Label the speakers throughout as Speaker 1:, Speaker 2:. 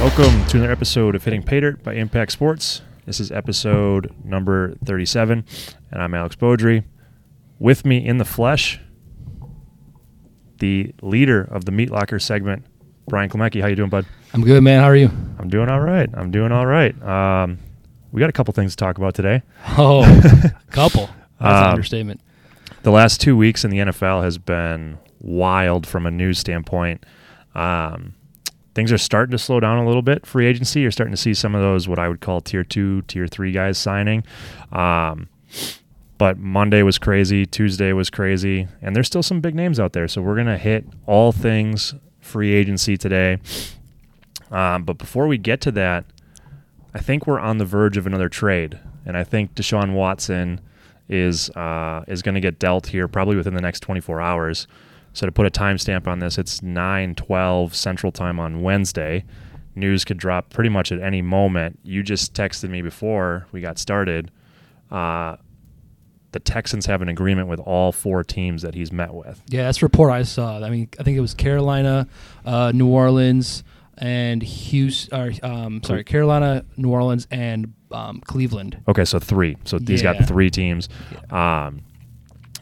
Speaker 1: Welcome to another episode of Hitting Pay Dirt by Impact Sports. This is episode number 37, and I'm Alex Beaudry. With me in the flesh, the leader of the Meat Locker segment, Brian Klemecki. How you doing, bud?
Speaker 2: I'm good, man. How are you?
Speaker 1: I'm doing all right. I'm doing all right. Um, we got a couple things to talk about today.
Speaker 2: Oh, couple. That's an
Speaker 1: Um,
Speaker 2: understatement.
Speaker 1: the last two weeks in the NFL has been wild from a news standpoint. Um, things are starting to slow down a little bit. Free agency, you're starting to see some of those what I would call tier two, tier three guys signing. Um, but Monday was crazy, Tuesday was crazy, and there's still some big names out there. So we're gonna hit all things free agency today. Um, but before we get to that, I think we're on the verge of another trade, and I think Deshaun Watson is uh, is going to get dealt here probably within the next 24 hours. So to put a timestamp on this, it's 9:12 Central Time on Wednesday. News could drop pretty much at any moment. You just texted me before we got started. Uh, the Texans have an agreement with all four teams that he's met with.
Speaker 2: Yeah, that's the report I saw. I mean, I think it was Carolina, uh, New Orleans, and Houston. Or, um, sorry, Carolina, New Orleans, and um, Cleveland.
Speaker 1: Okay, so three. So he's
Speaker 2: Yeah.
Speaker 1: got three teams. Um,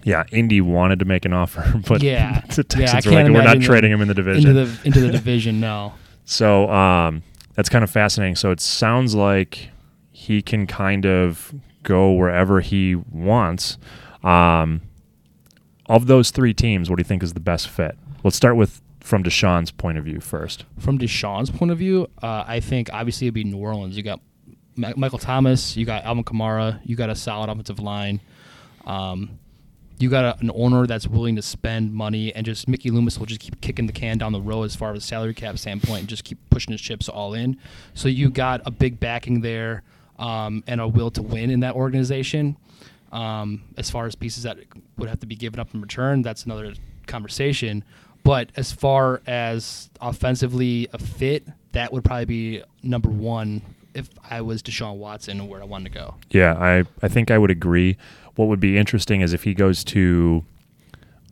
Speaker 1: yeah, Indy wanted to make an offer, but
Speaker 2: yeah,
Speaker 1: the
Speaker 2: yeah, I
Speaker 1: Texans
Speaker 2: can't
Speaker 1: were like, we're
Speaker 2: imagine
Speaker 1: not
Speaker 2: them
Speaker 1: trading him in the division.
Speaker 2: Into the into the division, no.
Speaker 1: so um, that's kind of fascinating. So it sounds like he can kind of go wherever he wants. Um, of those three teams, what do you think is the best fit? Let's start with from Deshaun's point of view first.
Speaker 2: From Deshaun's point of view, uh, I think obviously it'd be New Orleans. You got Ma- Michael Thomas, you got Alvin Kamara, you got a solid offensive line. Um, you got a, an owner that's willing to spend money, and just Mickey Loomis will just keep kicking the can down the road as far as salary cap standpoint, and just keep pushing his chips all in. So you got a big backing there um, and a will to win in that organization. Um, as far as pieces that would have to be given up in return, that's another conversation. But as far as offensively a fit, that would probably be number one if I was Deshaun Watson and where I wanted to go.
Speaker 1: Yeah, I, I think I would agree. What would be interesting is if he goes to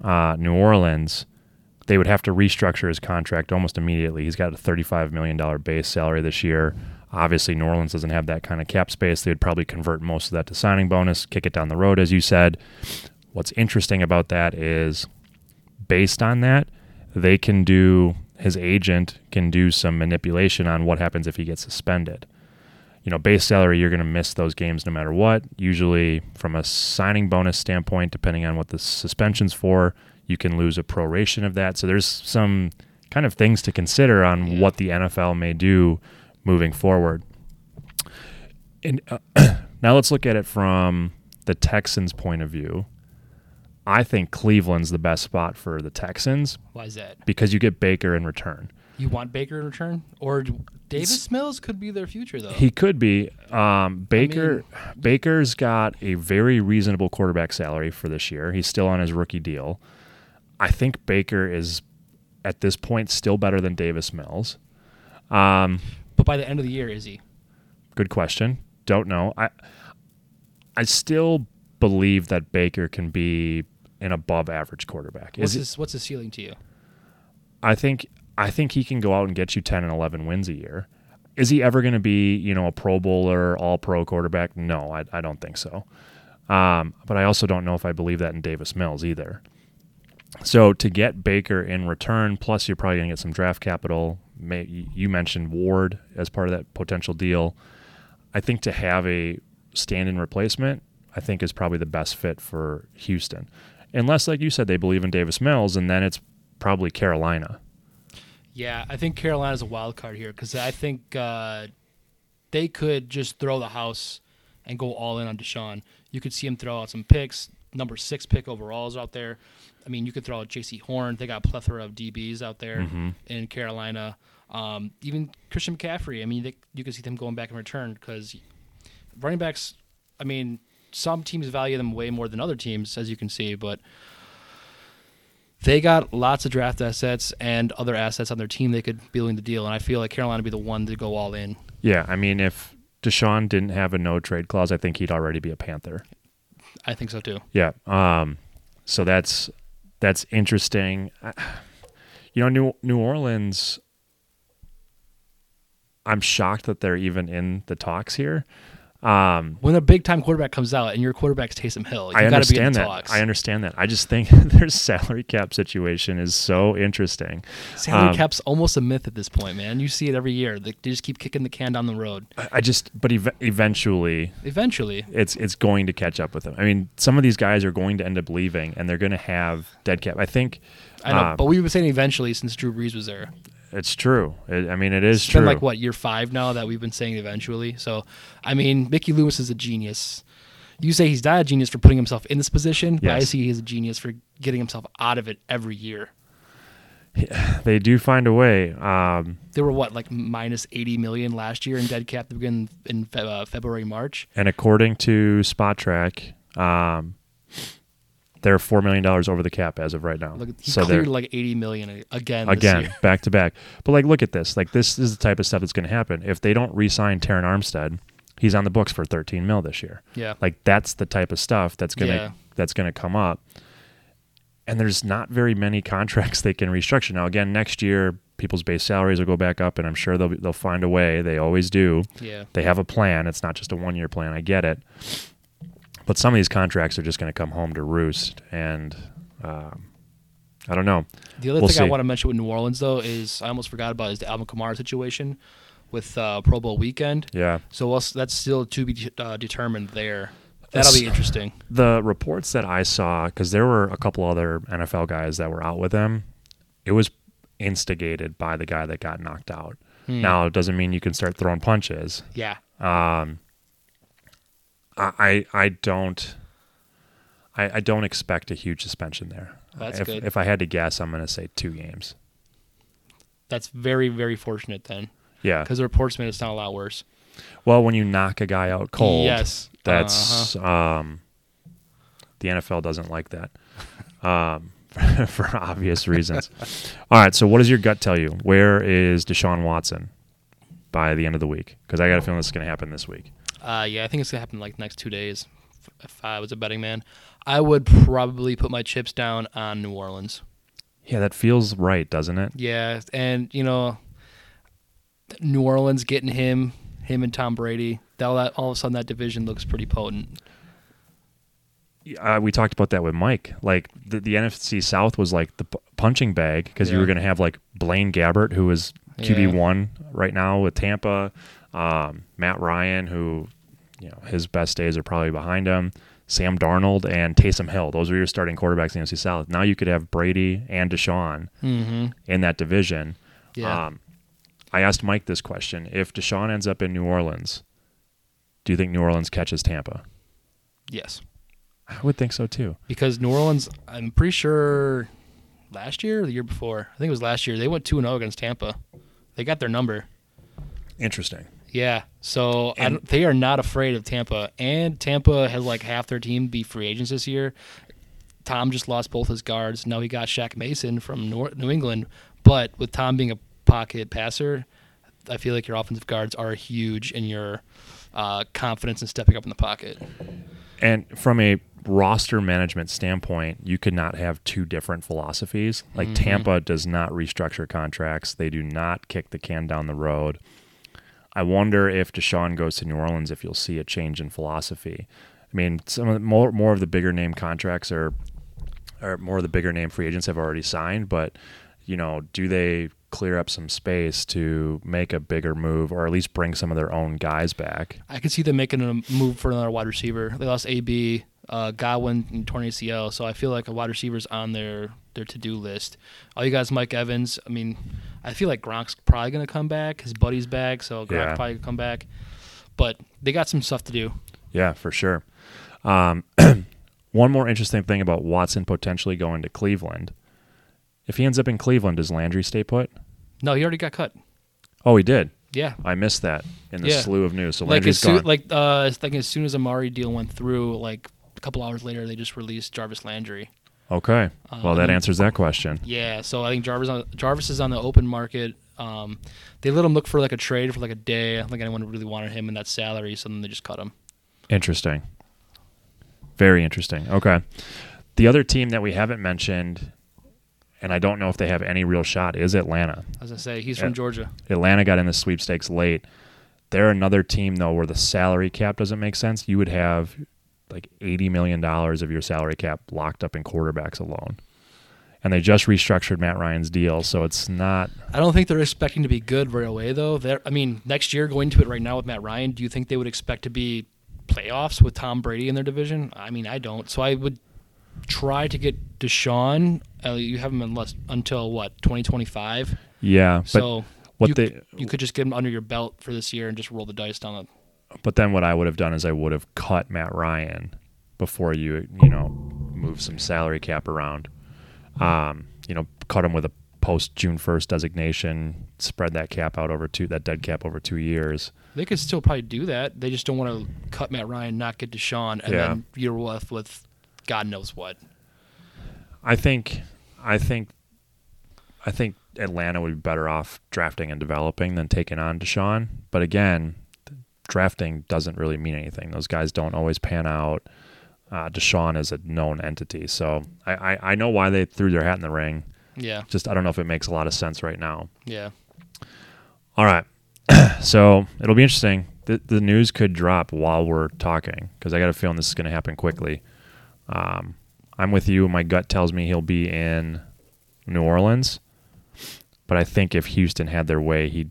Speaker 1: uh, New Orleans, they would have to restructure his contract almost immediately. He's got a $35 million base salary this year. Obviously, New Orleans doesn't have that kind of cap space. They would probably convert most of that to signing bonus, kick it down the road, as you said. What's interesting about that is based on that, they can do, his agent can do some manipulation on what happens if he gets suspended you know, base salary, you're going to miss those games no matter what. Usually, from a signing bonus standpoint, depending on what the suspension's for, you can lose a proration of that. So there's some kind of things to consider on
Speaker 2: Yeah.
Speaker 1: what the NFL may do moving forward. And uh, now let's look at it from the Texans' point of view. I think Cleveland's the best spot for the Texans
Speaker 2: Why is that?
Speaker 1: because you get Baker in return.
Speaker 2: You want Baker in return, or d- Davis Mills could be their future though.
Speaker 1: He could be. Um, Baker Baker's got a very reasonable quarterback salary for this year. He's still on his rookie deal. I think Baker is at this point still better than Davis Mills. Um,
Speaker 2: but by the end of the year, is he?
Speaker 1: good question. Don't know. I I still believe that Baker can be an above average quarterback.
Speaker 2: What's
Speaker 1: Is it-
Speaker 2: his What's his ceiling to you?
Speaker 1: I think I think he can go out and get you 10 and 11 wins a year. Is he ever going to be, you know, a Pro Bowler, All Pro quarterback? No, I, I don't think so. Um, but I also don't know if I believe that in Davis Mills either. So to get Baker in return, plus you're probably going to get some draft capital. May, you mentioned Ward as part of that potential deal. I think to have a stand-in replacement, I think is probably the best fit for Houston, unless, like you said, they believe in Davis Mills, and then it's probably Carolina.
Speaker 2: Yeah, I think Carolina's a wild card here because I think uh, they could just throw the house and go all in on Deshaun. You could see him throw out some picks. Number six pick overalls out there. I mean, you could throw out J.C. Horn. They got a plethora of DBs out there in Carolina. Um, even Christian McCaffrey. I mean, they, you could see them going back in return because running backs. I mean, some teams value them way more than other teams, as you can see. But they got lots of draft assets and other assets on their team they could be willing to deal. And I feel like Carolina would be the one to go all in.
Speaker 1: Yeah, I mean, if Deshaun didn't have a no trade clause, I think he'd already be a Panther.
Speaker 2: I think so too.
Speaker 1: Yeah. Um, so that's that's interesting. I- You know, New New Orleans. I'm shocked that they're even in the talks here. Um,
Speaker 2: When a big time quarterback comes out and your quarterback's Taysom Hill, you
Speaker 1: I
Speaker 2: got to be in
Speaker 1: understand
Speaker 2: the
Speaker 1: that.
Speaker 2: talks.
Speaker 1: I understand that. I just think their salary cap situation is so interesting.
Speaker 2: Salary
Speaker 1: um,
Speaker 2: cap's almost a myth at this point, man. You see it every year. They they just keep kicking the can down the road.
Speaker 1: I I just, but ev- eventually,
Speaker 2: Eventually,
Speaker 1: it's it's going to catch up with them. I mean, some of these guys are going to end up leaving, and they're going to have dead cap. I think
Speaker 2: I know,
Speaker 1: um,
Speaker 2: but we were saying eventually since Drew Brees was there.
Speaker 1: it's true. It, I mean, it is
Speaker 2: It's
Speaker 1: true.
Speaker 2: been like what year five now that we've been saying eventually. So, I mean, Mickey Loomis is a genius. You say he's not a genius for putting himself in this position, but I
Speaker 1: Yes.
Speaker 2: see he's a genius for getting himself out of it every year.
Speaker 1: They do find a way. Um,
Speaker 2: They were what like minus eighty million last year in dead cap to begin in Fe- uh, February March.
Speaker 1: and according to Spot Track, um, they're four million dollars over the cap as of right now.
Speaker 2: Look, he
Speaker 1: so they're
Speaker 2: cleared like eighty million a- again. this
Speaker 1: again
Speaker 2: year.
Speaker 1: back to back. But like, look at this. Like, this is the type of stuff that's going to happen if they don't re-sign Taron Armstead. He's on the books for 13 mil this year.
Speaker 2: yeah.
Speaker 1: Like that's the type of stuff that's gonna
Speaker 2: Yeah.
Speaker 1: that's gonna come up. And there's not very many contracts they can restructure. Now again, next year people's base salaries will go back up, and I'm sure they'll be, they'll find a way. They always do.
Speaker 2: yeah.
Speaker 1: They have a plan. It's not just a one year plan. I get it. But some of these contracts are just going to come home to roost, and um, I don't know.
Speaker 2: The other
Speaker 1: We'll
Speaker 2: thing I
Speaker 1: see.
Speaker 2: want to mention with New Orleans though is I almost forgot about is the Alvin Kamara situation with uh, Pro Bowl weekend.
Speaker 1: Yeah,
Speaker 2: So we'll, that's still to be uh, determined there. That'll be
Speaker 1: That's-
Speaker 2: interesting.
Speaker 1: the reports that I saw, because there were a couple other NFL guys that were out with him, it was instigated by the guy that got knocked out. Now, it doesn't mean you can start throwing punches.
Speaker 2: Hmm.
Speaker 1: Um,
Speaker 2: Yeah.
Speaker 1: I, I, I don't. I, I don't expect a huge suspension there.
Speaker 2: That's
Speaker 1: if,
Speaker 2: good.
Speaker 1: if I had to guess, I'm going to say two games.
Speaker 2: That's very, very fortunate then.
Speaker 1: Yeah.
Speaker 2: Because the reports made it sound a lot worse.
Speaker 1: Well, when you knock a guy out cold,
Speaker 2: Yes. Uh-huh.
Speaker 1: that's um, the NFL doesn't like that um, for obvious reasons. All right, so what does your gut tell you? Where is Deshaun Watson by the end of the week? Because I got a feeling this is going to happen this week.
Speaker 2: Uh, yeah, I think it's gonna happen like next two days. If- If I was a betting man, I would probably put my chips down on New Orleans.
Speaker 1: Yeah, that feels right, doesn't it?
Speaker 2: Yeah, and you know, New Orleans getting him, him and Tom Brady. That all, that, all of a sudden that division looks pretty potent.
Speaker 1: Uh, we talked about that with Mike. Like the, the NFC South was like the p- punching bag because you
Speaker 2: Yeah.
Speaker 1: were going to have like Blaine Gabbert, who is QB
Speaker 2: Yeah.
Speaker 1: one right now with Tampa, um, Matt Ryan, who you know his best days are probably behind him. Sam Darnold and Taysom Hill; those were your starting quarterbacks in the NFC South. Now you could have Brady and Deshaun
Speaker 2: Mm-hmm.
Speaker 1: in that division.
Speaker 2: Yeah.
Speaker 1: Um, I asked Mike this question: If Deshaun ends up in New Orleans, do you think New Orleans catches Tampa?
Speaker 2: yes.
Speaker 1: I would think so too.
Speaker 2: because New Orleans, I'm pretty sure last year or the year before, I think it was last year, they went 2 0 against Tampa. They got their number.
Speaker 1: Interesting.
Speaker 2: Yeah. So I
Speaker 1: And-
Speaker 2: don't- they are not afraid of Tampa. And Tampa has like half their team be free agents this year. Tom just lost both his guards. Now he got Shaq Mason from Nor- New England. But with Tom being a pocket passer, I feel like your offensive guards are huge in your uh, confidence in stepping up in the pocket.
Speaker 1: And from a roster management standpoint, you could not have two different philosophies. Like Tampa does not restructure contracts, they do not kick the can down the road. I wonder if Deshaun goes to New Orleans if you'll see a change in philosophy. I mean, some of the, more more of the bigger name contracts are or more of the bigger name free agents have already signed, but you know, do they clear up some space to make a bigger move or at least bring some of their own guys back?
Speaker 2: I could see them making a move for another wide receiver. They lost AB, uh, Godwin, and torn ACL, so I feel like a wide receiver's on their their to do list. All you guys, Mike Evans. I mean, I feel like Gronk's probably gonna come back. His buddy's back, so Gronk's
Speaker 1: Yeah.
Speaker 2: probably gonna come back. But they got some stuff to do.
Speaker 1: Yeah, for sure. Um, one more interesting thing about Watson potentially going to Cleveland. If he ends up in Cleveland, does Landry stay put?
Speaker 2: No, he already got cut.
Speaker 1: Oh, he did.
Speaker 2: Yeah,
Speaker 1: I missed that in the
Speaker 2: Yeah.
Speaker 1: slew of news. So
Speaker 2: like as
Speaker 1: Landry's
Speaker 2: soon
Speaker 1: gone.
Speaker 2: like uh, it's like as soon as Amari deal went through, like a couple hours later, they just released Jarvis Landry.
Speaker 1: Okay. well, that
Speaker 2: Um,
Speaker 1: answers that question.
Speaker 2: Yeah, so I think Jarvis on, Jarvis is on the open market. Um, they let him look for like a trade for like a day. I don't think anyone really wanted him in that salary, so then they just cut him.
Speaker 1: Interesting. Very interesting. Okay. The other team that we haven't mentioned, and I don't know if they have any real shot, is Atlanta.
Speaker 2: As I say, he's
Speaker 1: Yeah.
Speaker 2: from Georgia.
Speaker 1: Atlanta got in the sweepstakes late. They're another team though where the salary cap doesn't make sense. You would have like eighty million dollars of your salary cap locked up in quarterbacks alone. And they just restructured Matt Ryan's deal, so it's not
Speaker 2: I don't think they're expecting to be good right away, though. They're, I mean, next year going into it right now with Matt Ryan, do you think they would expect to be playoffs with Tom Brady in their division? I mean, I don't. So I would try to get Deshaun. Uh, you have him unless until what 2025.
Speaker 1: yeah. But
Speaker 2: So
Speaker 1: what
Speaker 2: you,
Speaker 1: they-
Speaker 2: you could just get him under your belt for this year and just roll the dice down the
Speaker 1: but then what I would have done is I would have cut Matt Ryan before you you know move some salary cap around. Um, you know, cut him with a post June first designation, spread that cap out over two that dead cap over two years.
Speaker 2: They could still probably do that. They just don't want to cut Matt Ryan, not get Deshaun, and
Speaker 1: Yeah.
Speaker 2: then you're left with God knows what.
Speaker 1: I think I think I think Atlanta would be better off drafting and developing than taking on Deshaun. But again, drafting doesn't really mean anything. Those guys don't always pan out. Uh, Deshaun is a known entity, so I, I, I know why they threw their hat in the ring.
Speaker 2: Yeah,
Speaker 1: Just I don't know if it makes a lot of sense right now.
Speaker 2: yeah.
Speaker 1: All right, so it'll be interesting. The, the news could drop while we're talking because I got a feeling this is going to happen quickly. Um, I'm with you. My gut tells me he'll be in New Orleans, but I think if Houston had their way, he'd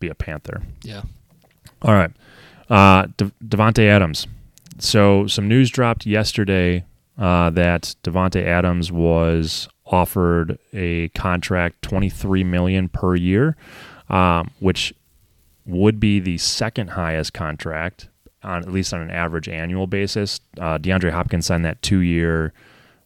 Speaker 1: be a Panther.
Speaker 2: Yeah.
Speaker 1: All right, uh, De- Devonte Adams. So some news dropped yesterday uh, that Devonte Adams was offered a contract, twenty three million per year, um, which would be the second highest contract, on, at least on an average annual basis. Uh, DeAndre Hopkins signed that two year.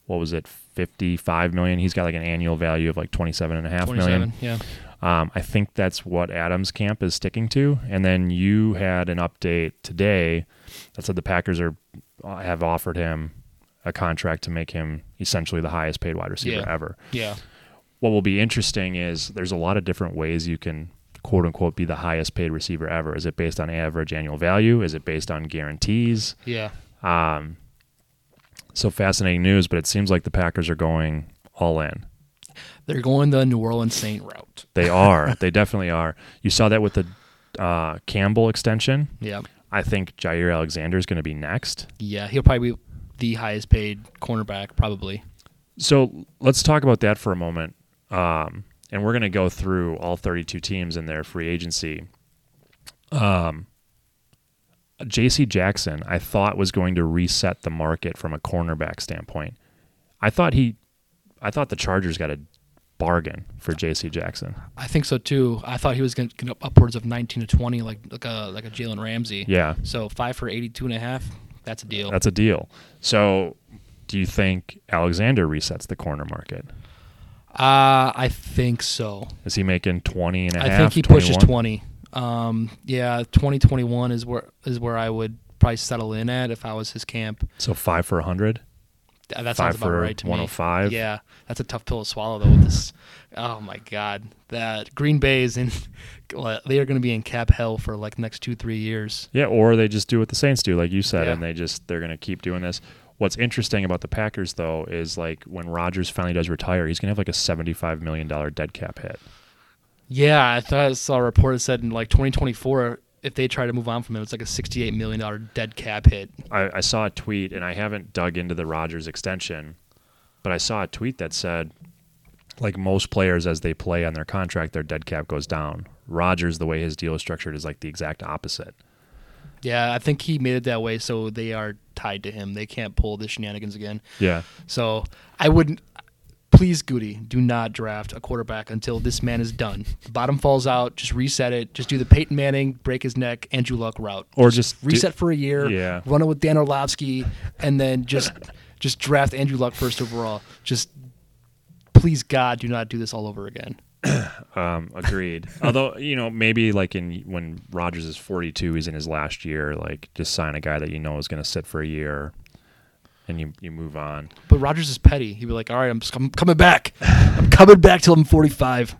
Speaker 1: What was it? 55 million. He's got like an annual value of like 27 and a half million.
Speaker 2: 27. Yeah.
Speaker 1: Um, I think that's what Adams camp is sticking to. And then you had an update today that said the Packers are uh, have offered him a contract to make him essentially the highest paid wide receiver
Speaker 2: Yeah.
Speaker 1: ever.
Speaker 2: Yeah.
Speaker 1: What will be interesting is there's a lot of different ways you can quote unquote be the highest paid receiver ever. Is it based on average annual value? Is it based on guarantees?
Speaker 2: Yeah.
Speaker 1: Um, so fascinating news, but it seems like the Packers are going all in.
Speaker 2: They're going the New Orleans Saint route.
Speaker 1: They are. they definitely are. You saw that with the uh, Campbell extension.
Speaker 2: Yeah.
Speaker 1: I think Jair Alexander is going to be next.
Speaker 2: Yeah. He'll probably be the highest paid cornerback, probably.
Speaker 1: So let's talk about that for a moment. Um, and we're going to go through all 32 teams in their free agency. Um, J.C. Jackson, I thought was going to reset the market from a cornerback standpoint. I thought he, I thought the Chargers got a bargain for J.C. Jackson.
Speaker 2: I think so too. I thought he was going to get up upwards of 19 to 20, like like a like a Jalen Ramsey.
Speaker 1: Yeah,
Speaker 2: So five for 82 and a half. That's a deal.
Speaker 1: that's a deal. So, do you think Alexander resets the corner market?
Speaker 2: uh, I think so.
Speaker 1: Is he making 20 and a
Speaker 2: I
Speaker 1: half?
Speaker 2: think he
Speaker 1: 21?
Speaker 2: pushes twenty. Um, yeah, twenty twenty one is where is where I would probably settle in at if I was his camp.
Speaker 1: So five for a hundred.
Speaker 2: Uh,
Speaker 1: Five
Speaker 2: That sounds about
Speaker 1: for
Speaker 2: right to me.
Speaker 1: 105?
Speaker 2: Yeah, that's a tough pill to swallow though. With this, oh my God, that Green Bay is in. They are going to be in cap hell for like next two three years.
Speaker 1: Yeah, or they just do what the Saints do, like you said,
Speaker 2: Yeah.
Speaker 1: and they just they're gonna keep doing this. What's interesting about the Packers though is like when Rodgers finally does retire, he's gonna have like a seventy-five million dollar dead cap hit.
Speaker 2: Yeah, I thought I saw a report that said in like twenty twenty four. If they try to move on from him, it's like a sixty-eight million dollar dead cap hit.
Speaker 1: I, I saw a tweet, and I haven't dug into the Rodgers extension, but I saw a tweet that said, like most players as they play on their contract, their dead cap goes down. Rodgers, the way his deal is structured, is like the exact opposite.
Speaker 2: Yeah, I think he made it that way, so they are tied to him. They can't pull the shenanigans again.
Speaker 1: Yeah.
Speaker 2: So I wouldn't. Please, Goody, do not draft a quarterback until this man is done. Bottom falls out. Just reset it. Just do the Peyton Manning break his neck, Andrew Luck route.
Speaker 1: Or just do-
Speaker 2: reset for a year.
Speaker 1: Yeah.
Speaker 2: Run it with Dan Orlovsky, and then just just draft Andrew Luck first overall. Just please, God, do not do this all over again.
Speaker 1: Um, agreed. Although you know, maybe like in when Rogers is forty two, he's in his last year. Like, just sign a guy that you know is going to sit for a year. and you you move on.
Speaker 2: But Rogers is petty. He'd be like, "All right, I'm just, I'm coming back. I'm coming back till I'm 45."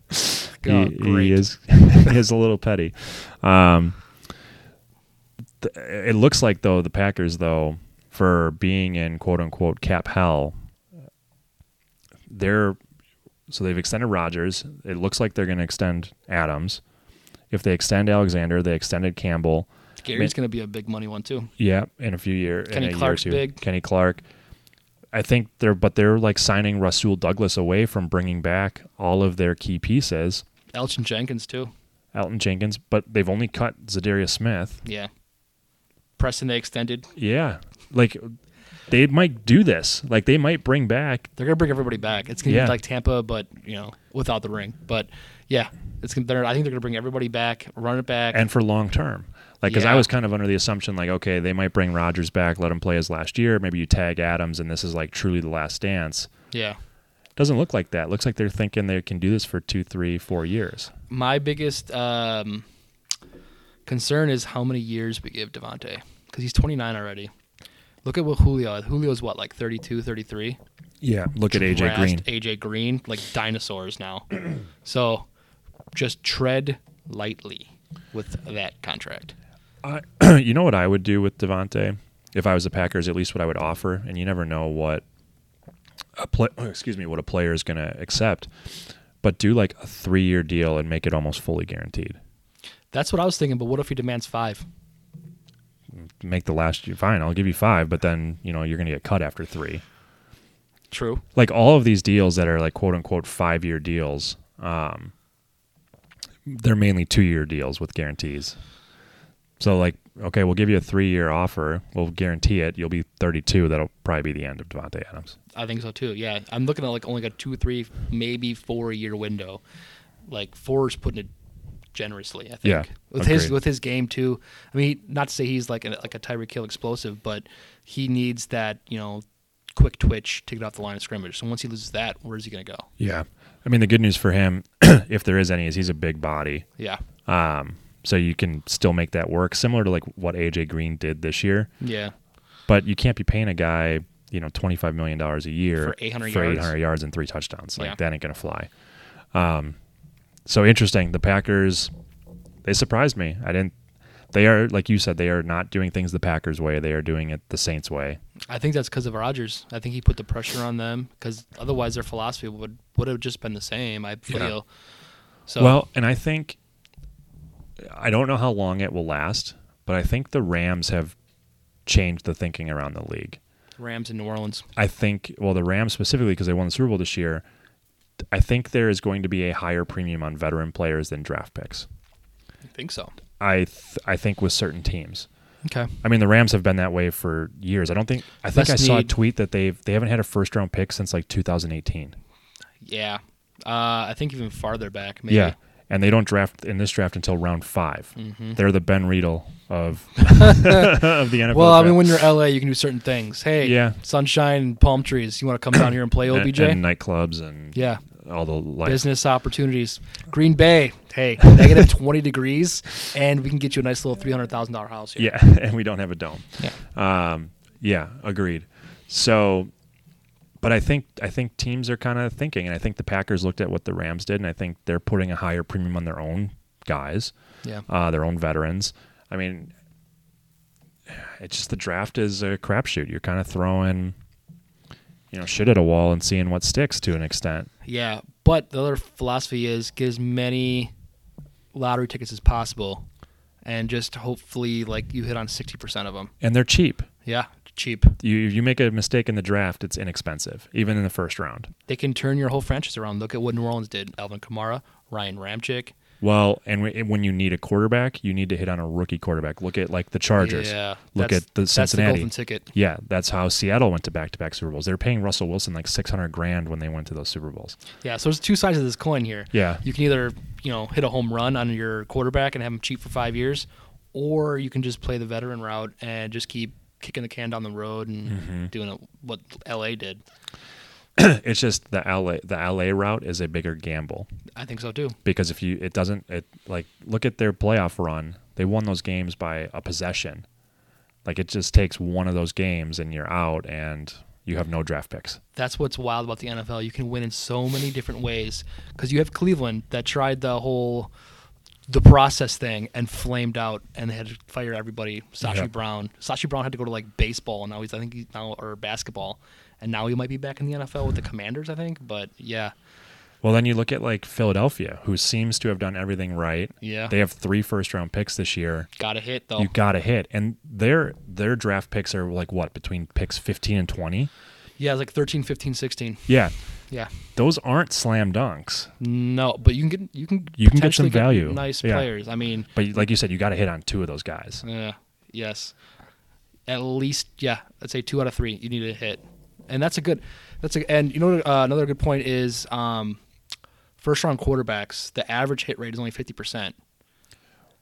Speaker 2: God,
Speaker 1: he,
Speaker 2: great.
Speaker 1: he is he is a little petty. Um, th- it looks like though the Packers though for being in quote unquote cap hell, they're so they've extended Rodgers. It looks like they're going to extend Adams. If they extend Alexander, they extended Campbell.
Speaker 2: Gary's going to be a big money one too.
Speaker 1: Yeah, in a few years.
Speaker 2: Kenny
Speaker 1: in a
Speaker 2: Clark's
Speaker 1: year or two.
Speaker 2: big.
Speaker 1: Kenny Clark. I think they're but they're like signing Rasul Douglas away from bringing back all of their key pieces.
Speaker 2: Elgin Jenkins too.
Speaker 1: Elton Jenkins, but they've only cut Zadarius Smith.
Speaker 2: Yeah. Preston they extended.
Speaker 1: Yeah, like they might do this. Like they might bring back.
Speaker 2: They're going to bring everybody back. It's going to
Speaker 1: Yeah.
Speaker 2: be like Tampa, but you know, without the ring. But yeah, it's gonna, they're, I think they're going to bring everybody back, run it back.
Speaker 1: and for long term. Like, because I
Speaker 2: Yeah.
Speaker 1: was kind of under the assumption, like, okay, they might bring Rodgers back, let him play his last year. Maybe you tag Adams, and this is like truly the last dance.
Speaker 2: yeah.
Speaker 1: Doesn't look like that. Looks like they're thinking they can do this for two, three, four years.
Speaker 2: My biggest um, concern is how many years we give Devontae because he's 29 already. Look at what Julio. Julio's what, like 32, 33?
Speaker 1: Yeah. Look at AJ
Speaker 2: Harassed
Speaker 1: Green.
Speaker 2: AJ Green, like dinosaurs now. so just tread lightly with that contract.
Speaker 1: I, you know what I would do with Devontae if I was the Packers? At least what I would offer, and you never know what a play, excuse me, what a player is going to accept. But do like a three-year deal and make it almost fully guaranteed.
Speaker 2: That's what I was thinking, but what if he demands five?
Speaker 1: Make the last year fine. I'll give you five, but then you know you're going to get cut after three.
Speaker 2: True.
Speaker 1: like all of these deals that are like quote unquote five year deals, um, they're mainly two year deals with guarantees. So like, okay, we'll give you a three year offer. We'll guarantee it. You'll be 32. That'll probably be the end of Devontae Adams.
Speaker 2: I think so too. Yeah. I'm looking at like only like a two, three, maybe four year window. Like four is putting it generously, I think.
Speaker 1: Yeah,
Speaker 2: With his
Speaker 1: agreed.
Speaker 2: with his game too. I mean, not to say he's like an, like a Tyreek Hill explosive, but he needs that, you know, quick twitch to get off the line of scrimmage. So once he loses that, where's he gonna go?
Speaker 1: Yeah. I mean, the good news for him, if there is any, is he's a big body.
Speaker 2: Yeah.
Speaker 1: Um, so you can still make that work, similar to like what AJ Green did this year.
Speaker 2: Yeah.
Speaker 1: But you can't be paying a guy, you know, twenty five million dollars a year
Speaker 2: For 800
Speaker 1: for
Speaker 2: yards.
Speaker 1: 800 yards and three touchdowns. Like
Speaker 2: Yeah.
Speaker 1: that ain't gonna fly. Um, so interesting. The Packers, they surprised me. I didn't. They are like you said. They are not doing things the Packers way. They are doing it the Saints way.
Speaker 2: I think that's because of Rodgers. I think he put the pressure on them because otherwise their philosophy would would have just been the same. I feel so.
Speaker 1: Well, and I think I don't know how long it will last, but I think the Rams have changed the thinking around the league.
Speaker 2: Rams in New Orleans.
Speaker 1: I think, well, the Rams specifically because they won the Super Bowl this year, I think there is going to be a higher premium on veteran players than draft picks.
Speaker 2: I think so.
Speaker 1: I th- I think with certain teams.
Speaker 2: Okay.
Speaker 1: I mean, the Rams have been that way for years. I don't think I think
Speaker 2: Let's
Speaker 1: I saw a
Speaker 2: need-
Speaker 1: tweet that they've they haven't had a first round pick since like 2018.
Speaker 2: Yeah. Uh, I think even farther back. Maybe.
Speaker 1: Yeah, and they don't draft in this draft until round 5
Speaker 2: Mm-hmm.
Speaker 1: they They're the Ben Riedel of of the NFL.
Speaker 2: Well, I mean,
Speaker 1: draft.
Speaker 2: when you're LA, you can do certain things. Hey,
Speaker 1: Yeah.
Speaker 2: sunshine, and palm trees. You want to come down here and play
Speaker 1: and,
Speaker 2: OBJ?
Speaker 1: and nightclubs and
Speaker 2: yeah.
Speaker 1: all the like
Speaker 2: Business opportunities. Green Bay. Hey, negative 20 degrees, and we can get you a nice little $300,000 house here.
Speaker 1: Yeah, and we don't have a dome.
Speaker 2: Yeah.
Speaker 1: Um, yeah, agreed. So, but I think I think teams are kind of thinking, and I think the Packers looked at what the Rams did, and I think they're putting a higher premium on their own guys,
Speaker 2: Yeah.
Speaker 1: uh, their own veterans. I mean, it's just the draft is a crapshoot. You're kind of throwing, you know, shit at a wall and seeing what sticks to an extent.
Speaker 2: Yeah, but the other philosophy is get as many lottery tickets as possible, and just hopefully like you hit on sixty percent of them.
Speaker 1: And they're cheap.
Speaker 2: Yeah, cheap.
Speaker 1: You you make a mistake in the draft, it's inexpensive, even in the first round.
Speaker 2: They can turn your whole franchise around. Look at what New Orleans did: Alvin Kamara, Ryan Ramchick.
Speaker 1: Well, and w- when you need a quarterback, you need to hit on a rookie quarterback. Look at like the Chargers.
Speaker 2: Yeah,
Speaker 1: Look
Speaker 2: that's-
Speaker 1: at the
Speaker 2: That's the
Speaker 1: Cincinnati.
Speaker 2: golden ticket.
Speaker 1: yeah, that's how Seattle went to back-to-back Super Bowls. They were paying Russell Wilson like 600 grand when they went to those Super Bowls.
Speaker 2: Yeah, so there's two sides of this coin here.
Speaker 1: Yeah.
Speaker 2: you can either you know hit a home run on your quarterback and have him cheap for five years, or you can just play the veteran route and just keep kicking the can down the road and
Speaker 1: Mm-hmm.
Speaker 2: doing it, what L.A. did.
Speaker 1: It's just the LA the LA route is a bigger gamble
Speaker 2: I think so too.
Speaker 1: because if you it doesn't it like look at their playoff run. They won those games by a possession. Like it just takes one of those games and you're out and you have no draft picks.
Speaker 2: That's what's wild about the NFL. You can win in so many different ways because you have Cleveland that tried the whole the process thing and flamed out and had to fire everybody. Sashi
Speaker 1: Yeah.
Speaker 2: Brown, Sashi Brown had to go to like baseball and now he's I think he's now or basketball, and now he might be back in the NFL with the Commanders I think. But yeah,
Speaker 1: Well, then you look at like Philadelphia, who seems to have done everything right.
Speaker 2: Yeah. Oh.
Speaker 1: They have three first round picks this year.
Speaker 2: got to hit though.
Speaker 1: You got to hit. And their their draft picks are like what, between picks 15 and 20?
Speaker 2: yeah, it's like 13, 15, 16.
Speaker 1: Yeah.
Speaker 2: Yeah.
Speaker 1: Those aren't slam dunks.
Speaker 2: No, but you can get you can
Speaker 1: You can get some
Speaker 2: potentially
Speaker 1: value.
Speaker 2: nice
Speaker 1: Yeah.
Speaker 2: players. I mean,
Speaker 1: But like you said, you got to hit on two of those guys.
Speaker 2: Yeah. Yes. At least, yeah. I'd say two out of three. You need to hit, and that's a good. That's a and you know uh, another good point is um, first round quarterbacks. The average hit rate is only fifty percent.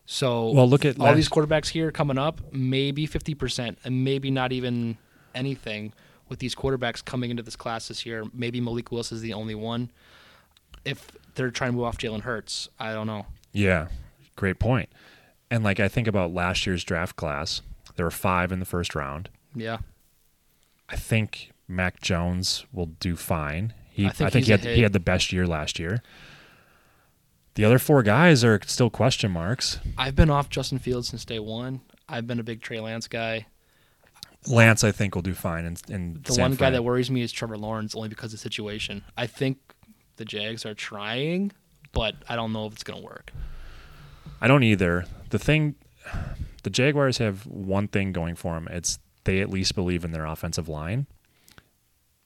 Speaker 2: So
Speaker 1: Well, look at
Speaker 2: all
Speaker 1: last-
Speaker 2: these quarterbacks here coming up, maybe fifty percent, and maybe not even anything with these quarterbacks coming into this class this year. Maybe Malik Willis is the only one. If they're trying to move off Jalen Hurts, I don't know.
Speaker 1: Yeah, great point. And like I think about last year's draft class, there were five in the first round.
Speaker 2: Yeah,
Speaker 1: I think Mac Jones will do fine. He, I
Speaker 2: I
Speaker 1: think,
Speaker 2: think
Speaker 1: he
Speaker 2: he's
Speaker 1: had
Speaker 2: a hit.
Speaker 1: he had the best year last year. The other four guys are still question marks.
Speaker 2: I've been off Justin Fields since day one. I've been a big Trey Lance guy.
Speaker 1: Lance, I think, will do fine. And, and
Speaker 2: The one guy that worries me is Trevor Lawrence, only because of the situation. I think the Jags are trying, but I don't know if it's going to work.
Speaker 1: I don't either. The thing, the Jaguars have one thing going for them. It's they at least believe in their offensive line.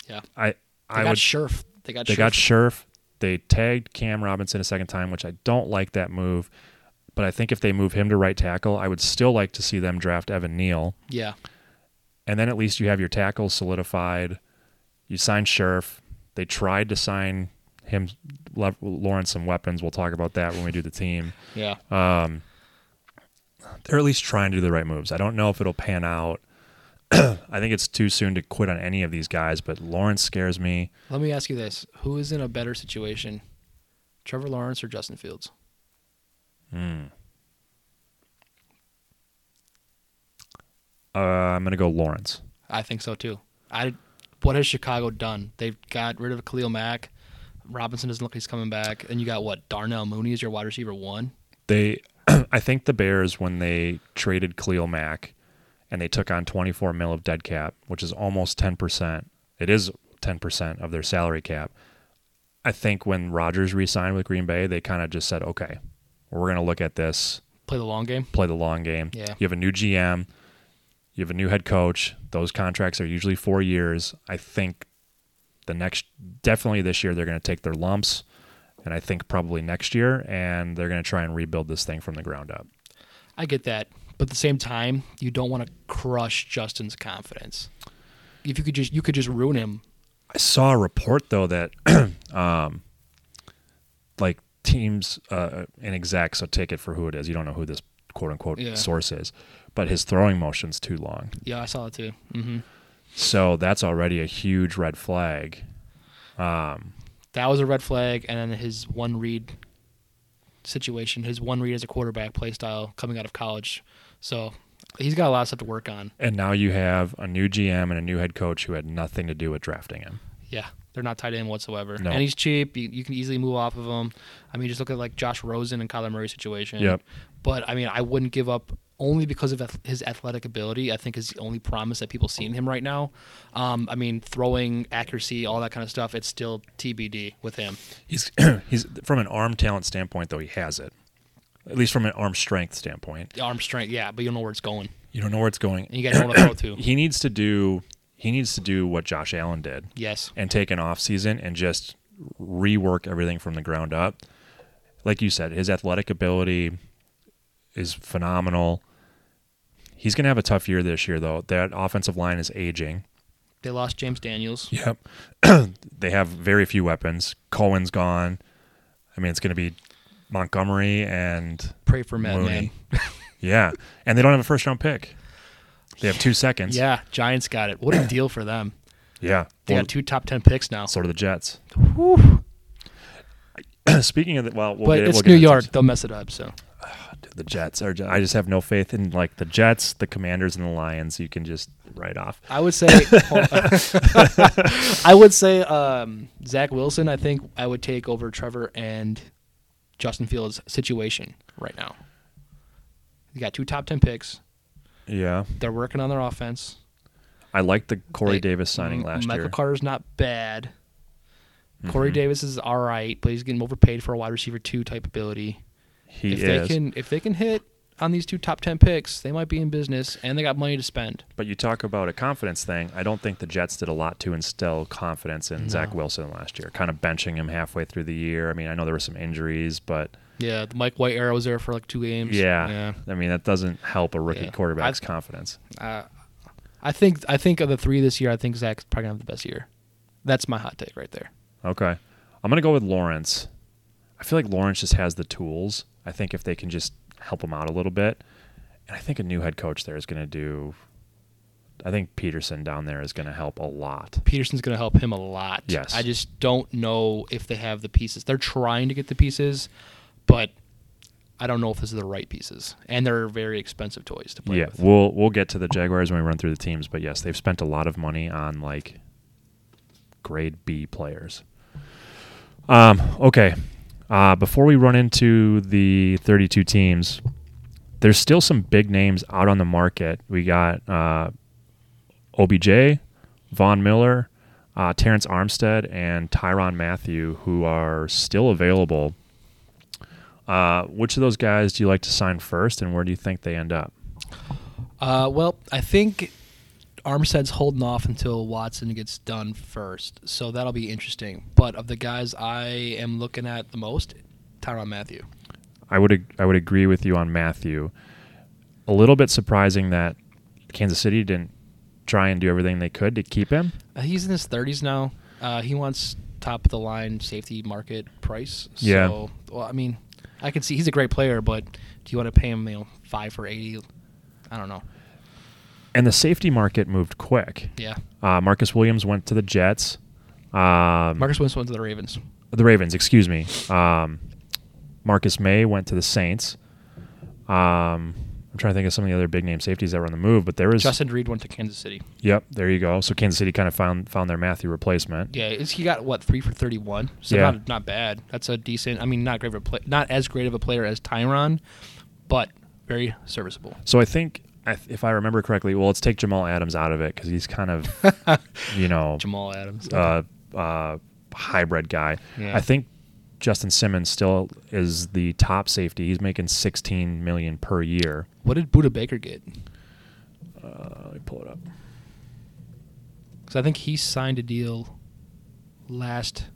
Speaker 2: Yeah,
Speaker 1: I
Speaker 2: they
Speaker 1: I
Speaker 2: got
Speaker 1: would
Speaker 2: Scherf. They got
Speaker 1: They
Speaker 2: Scherf.
Speaker 1: got Scherf. They tagged Cam Robinson a second time, which I don't like that move. But I think if they move him to right tackle, I would still like to see them draft Evan Neal.
Speaker 2: yeah,
Speaker 1: And then at least you have your tackles solidified. You sign Scherf. They tried to sign him, Le- Lawrence, some weapons. We'll talk about that when we do the team.
Speaker 2: yeah.
Speaker 1: Uh, They're at least trying to do the right moves. I don't know if it'll pan out. I think it's too soon to quit on any of these guys, but Lawrence scares me.
Speaker 2: Let me ask you this: Who is in a better situation, Trevor Lawrence or Justin Fields?
Speaker 1: Uh, I'm going to go Lawrence.
Speaker 2: I think so too. I. What has Chicago done? They've got rid of Khalil Mack. Robinson doesn't look like he's coming back, and you got what? Darnell Mooney is your wide receiver one.
Speaker 1: they I think the Bears when they traded Cleo Mack and they took on 24 mil of dead cap, which is almost 10%. It is 10% of their salary cap. I think when Rodgers re-signed with Green Bay, they kind of just said, "Okay, we're going to look at this,
Speaker 2: Play the long game.
Speaker 1: play the long game.
Speaker 2: Yeah.
Speaker 1: You have a new GM, you have a new head coach. Those contracts are usually 4 years. I think the next definitely this year they're going to take their lumps and I think probably next year and they're going to try and rebuild this thing from the ground up.
Speaker 2: I get that, but at the same time, you don't want to crush Justin's confidence. If you could just you could just ruin him.
Speaker 1: I saw a report though that, um, like teams uh, and execs, so take it for who it is. You don't know who this quote unquote
Speaker 2: Yeah.
Speaker 1: source is, but his throwing motion's too long,
Speaker 2: Yeah, I saw it too. hmm
Speaker 1: so that's already a huge red flag.
Speaker 2: That was a red flag, and then his one read situation, his one read as a quarterback play style coming out of college. So he's got a lot of stuff to work on.
Speaker 1: And now you have a new GM and a new head coach who had nothing to do with drafting him.
Speaker 2: Yeah, they're not tied in whatsoever,
Speaker 1: No.
Speaker 2: and he's cheap. You, you can easily move off of him. I mean, just look at like Josh Rosen and Kyler Murray situation.
Speaker 1: Yep.
Speaker 2: But I mean, I wouldn't give up only because of ath- his athletic ability. I think is the only promise that people see in him right now. Um, I mean, throwing accuracy, all that kind of stuff. It's still TBD with him.
Speaker 1: He's he's from an arm talent standpoint though he has it, at least from an arm strength standpoint.
Speaker 2: The arm strength, yeah, but you don't know where it's going,
Speaker 1: You don't know where it's going.
Speaker 2: and you got no one to throw to.
Speaker 1: He needs to do he needs to do what Josh Allen did.
Speaker 2: Yes.
Speaker 1: and take an off season and just rework everything from the ground up. Like you said, his athletic ability is phenomenal. He's going to have a tough year this year, though. That offensive line is aging.
Speaker 2: They lost James Daniels.
Speaker 1: Yep. they have very few weapons. Cohen's gone. I mean, it's going to be Montgomery and
Speaker 2: Pray for Matt,
Speaker 1: Mooney.
Speaker 2: man.
Speaker 1: yeah, and they don't have a first round pick. They have two seconds.
Speaker 2: Yeah, Giants got it. What a deal for them.
Speaker 1: Yeah.
Speaker 2: They
Speaker 1: Well,
Speaker 2: got two top ten picks now.
Speaker 1: so do the Jets. Speaking of that, well, we'll
Speaker 2: but
Speaker 1: get-
Speaker 2: it's
Speaker 1: we'll get
Speaker 2: New
Speaker 1: into-
Speaker 2: York. They'll mess it up. So
Speaker 1: the Jets are. ju- I just have no faith in like the Jets, the Commanders, and the Lions. You can just write off.
Speaker 2: I would say, I would say um, Zach Wilson. I think I would take over Trevor and Justin Fields' situation right now. You got two top ten picks.
Speaker 1: Yeah,
Speaker 2: They're working on their offense.
Speaker 1: I like the Corey
Speaker 2: They-
Speaker 1: Davis signing
Speaker 2: M-
Speaker 1: last
Speaker 2: Michael
Speaker 1: year. Mm-hmm.
Speaker 2: Carter's not bad. Corey Davis is all right, but he's getting overpaid for a wide receiver two type ability.
Speaker 1: he
Speaker 2: if
Speaker 1: is.
Speaker 2: they can, if they can hit on these two top ten picks, they might be in business, and they got money to spend.
Speaker 1: But you talk about a confidence thing. I don't think the Jets did a lot to instill confidence in Zach Wilson last year, kind of benching him halfway through the year. I mean, I know there were some injuries, but
Speaker 2: Yeah, the Mike White era was there for like two games.
Speaker 1: yeah,
Speaker 2: yeah.
Speaker 1: I mean, that doesn't help a rookie
Speaker 2: Yeah.
Speaker 1: quarterback's confidence.
Speaker 2: Uh, I think I think of the three this year, I think Zach's probably gonna have the best year. That's my hot take right there.
Speaker 1: Okay. I'm going to go with Lawrence. I feel like Lawrence just has the tools. I think if they can just help him out a little bit. And I think a new head coach there is going to do. I think Peterson down there is going to help a lot.
Speaker 2: Peterson's gonna help him a lot.
Speaker 1: Yes.
Speaker 2: I just don't know if they have the pieces. They're trying to get the pieces, but I don't know if this is the right pieces. And they're very expensive toys to play
Speaker 1: yeah,
Speaker 2: with.
Speaker 1: we'll we'll get to the Jaguars when we run through the teams, but yes, they've spent a lot of money on like grade B players. Um, okay. Uh, before we run into the 32 teams, there's still some big names out on the market. We got uh, OBJ, Von Miller, uh, Terrence Armstead, and Tyron Matthew, who are still available. Uh, which of those guys do you like to sign first, and where do you think they end up?
Speaker 2: Uh, well, I think Armstead's holding off until Watson gets done first, so that'll be interesting. But of the guys I am looking at the most, Tyron Matthew.
Speaker 1: I would ag- I would agree with you on Matthew. A little bit surprising that Kansas City didn't try and do everything they could to keep him.
Speaker 2: Uh, He's in his 30s now. Uh, he wants top of the line safety market price. So,
Speaker 1: Yeah.
Speaker 2: Well, I mean, I can see he's a great player, but do you want to pay him, you know, five for 80? I don't know.
Speaker 1: And the safety market moved quick.
Speaker 2: Yeah.
Speaker 1: Uh, Marcus Williams went to the Jets. Um,
Speaker 2: Marcus Winston went to the Ravens.
Speaker 1: the Ravens, excuse me. Um, Marcus May went to the Saints. Um, I'm trying to think of some of the other big name safeties that were on the move, but there is
Speaker 2: Justin Reed went to Kansas City.
Speaker 1: Yep, there you go. So Kansas City kind of found found their Matthew replacement.
Speaker 2: Yeah, it's, he got what three for thirty-one. So
Speaker 1: Yeah.
Speaker 2: not not bad. That's a decent. I mean, not great of a play, not as great of a player as Tyron, but very serviceable.
Speaker 1: So I think I th- if I remember correctly, well, let's take Jamal Adams out of it because he's kind of, you know,
Speaker 2: Jamal Adams.
Speaker 1: uh, uh, hybrid guy.
Speaker 2: Yeah.
Speaker 1: I think Justin Simmons still is the top safety. He's making 16 million per year.
Speaker 2: what did Buda Baker get?
Speaker 1: Uh, let me pull it up.
Speaker 2: Because I think he signed a deal last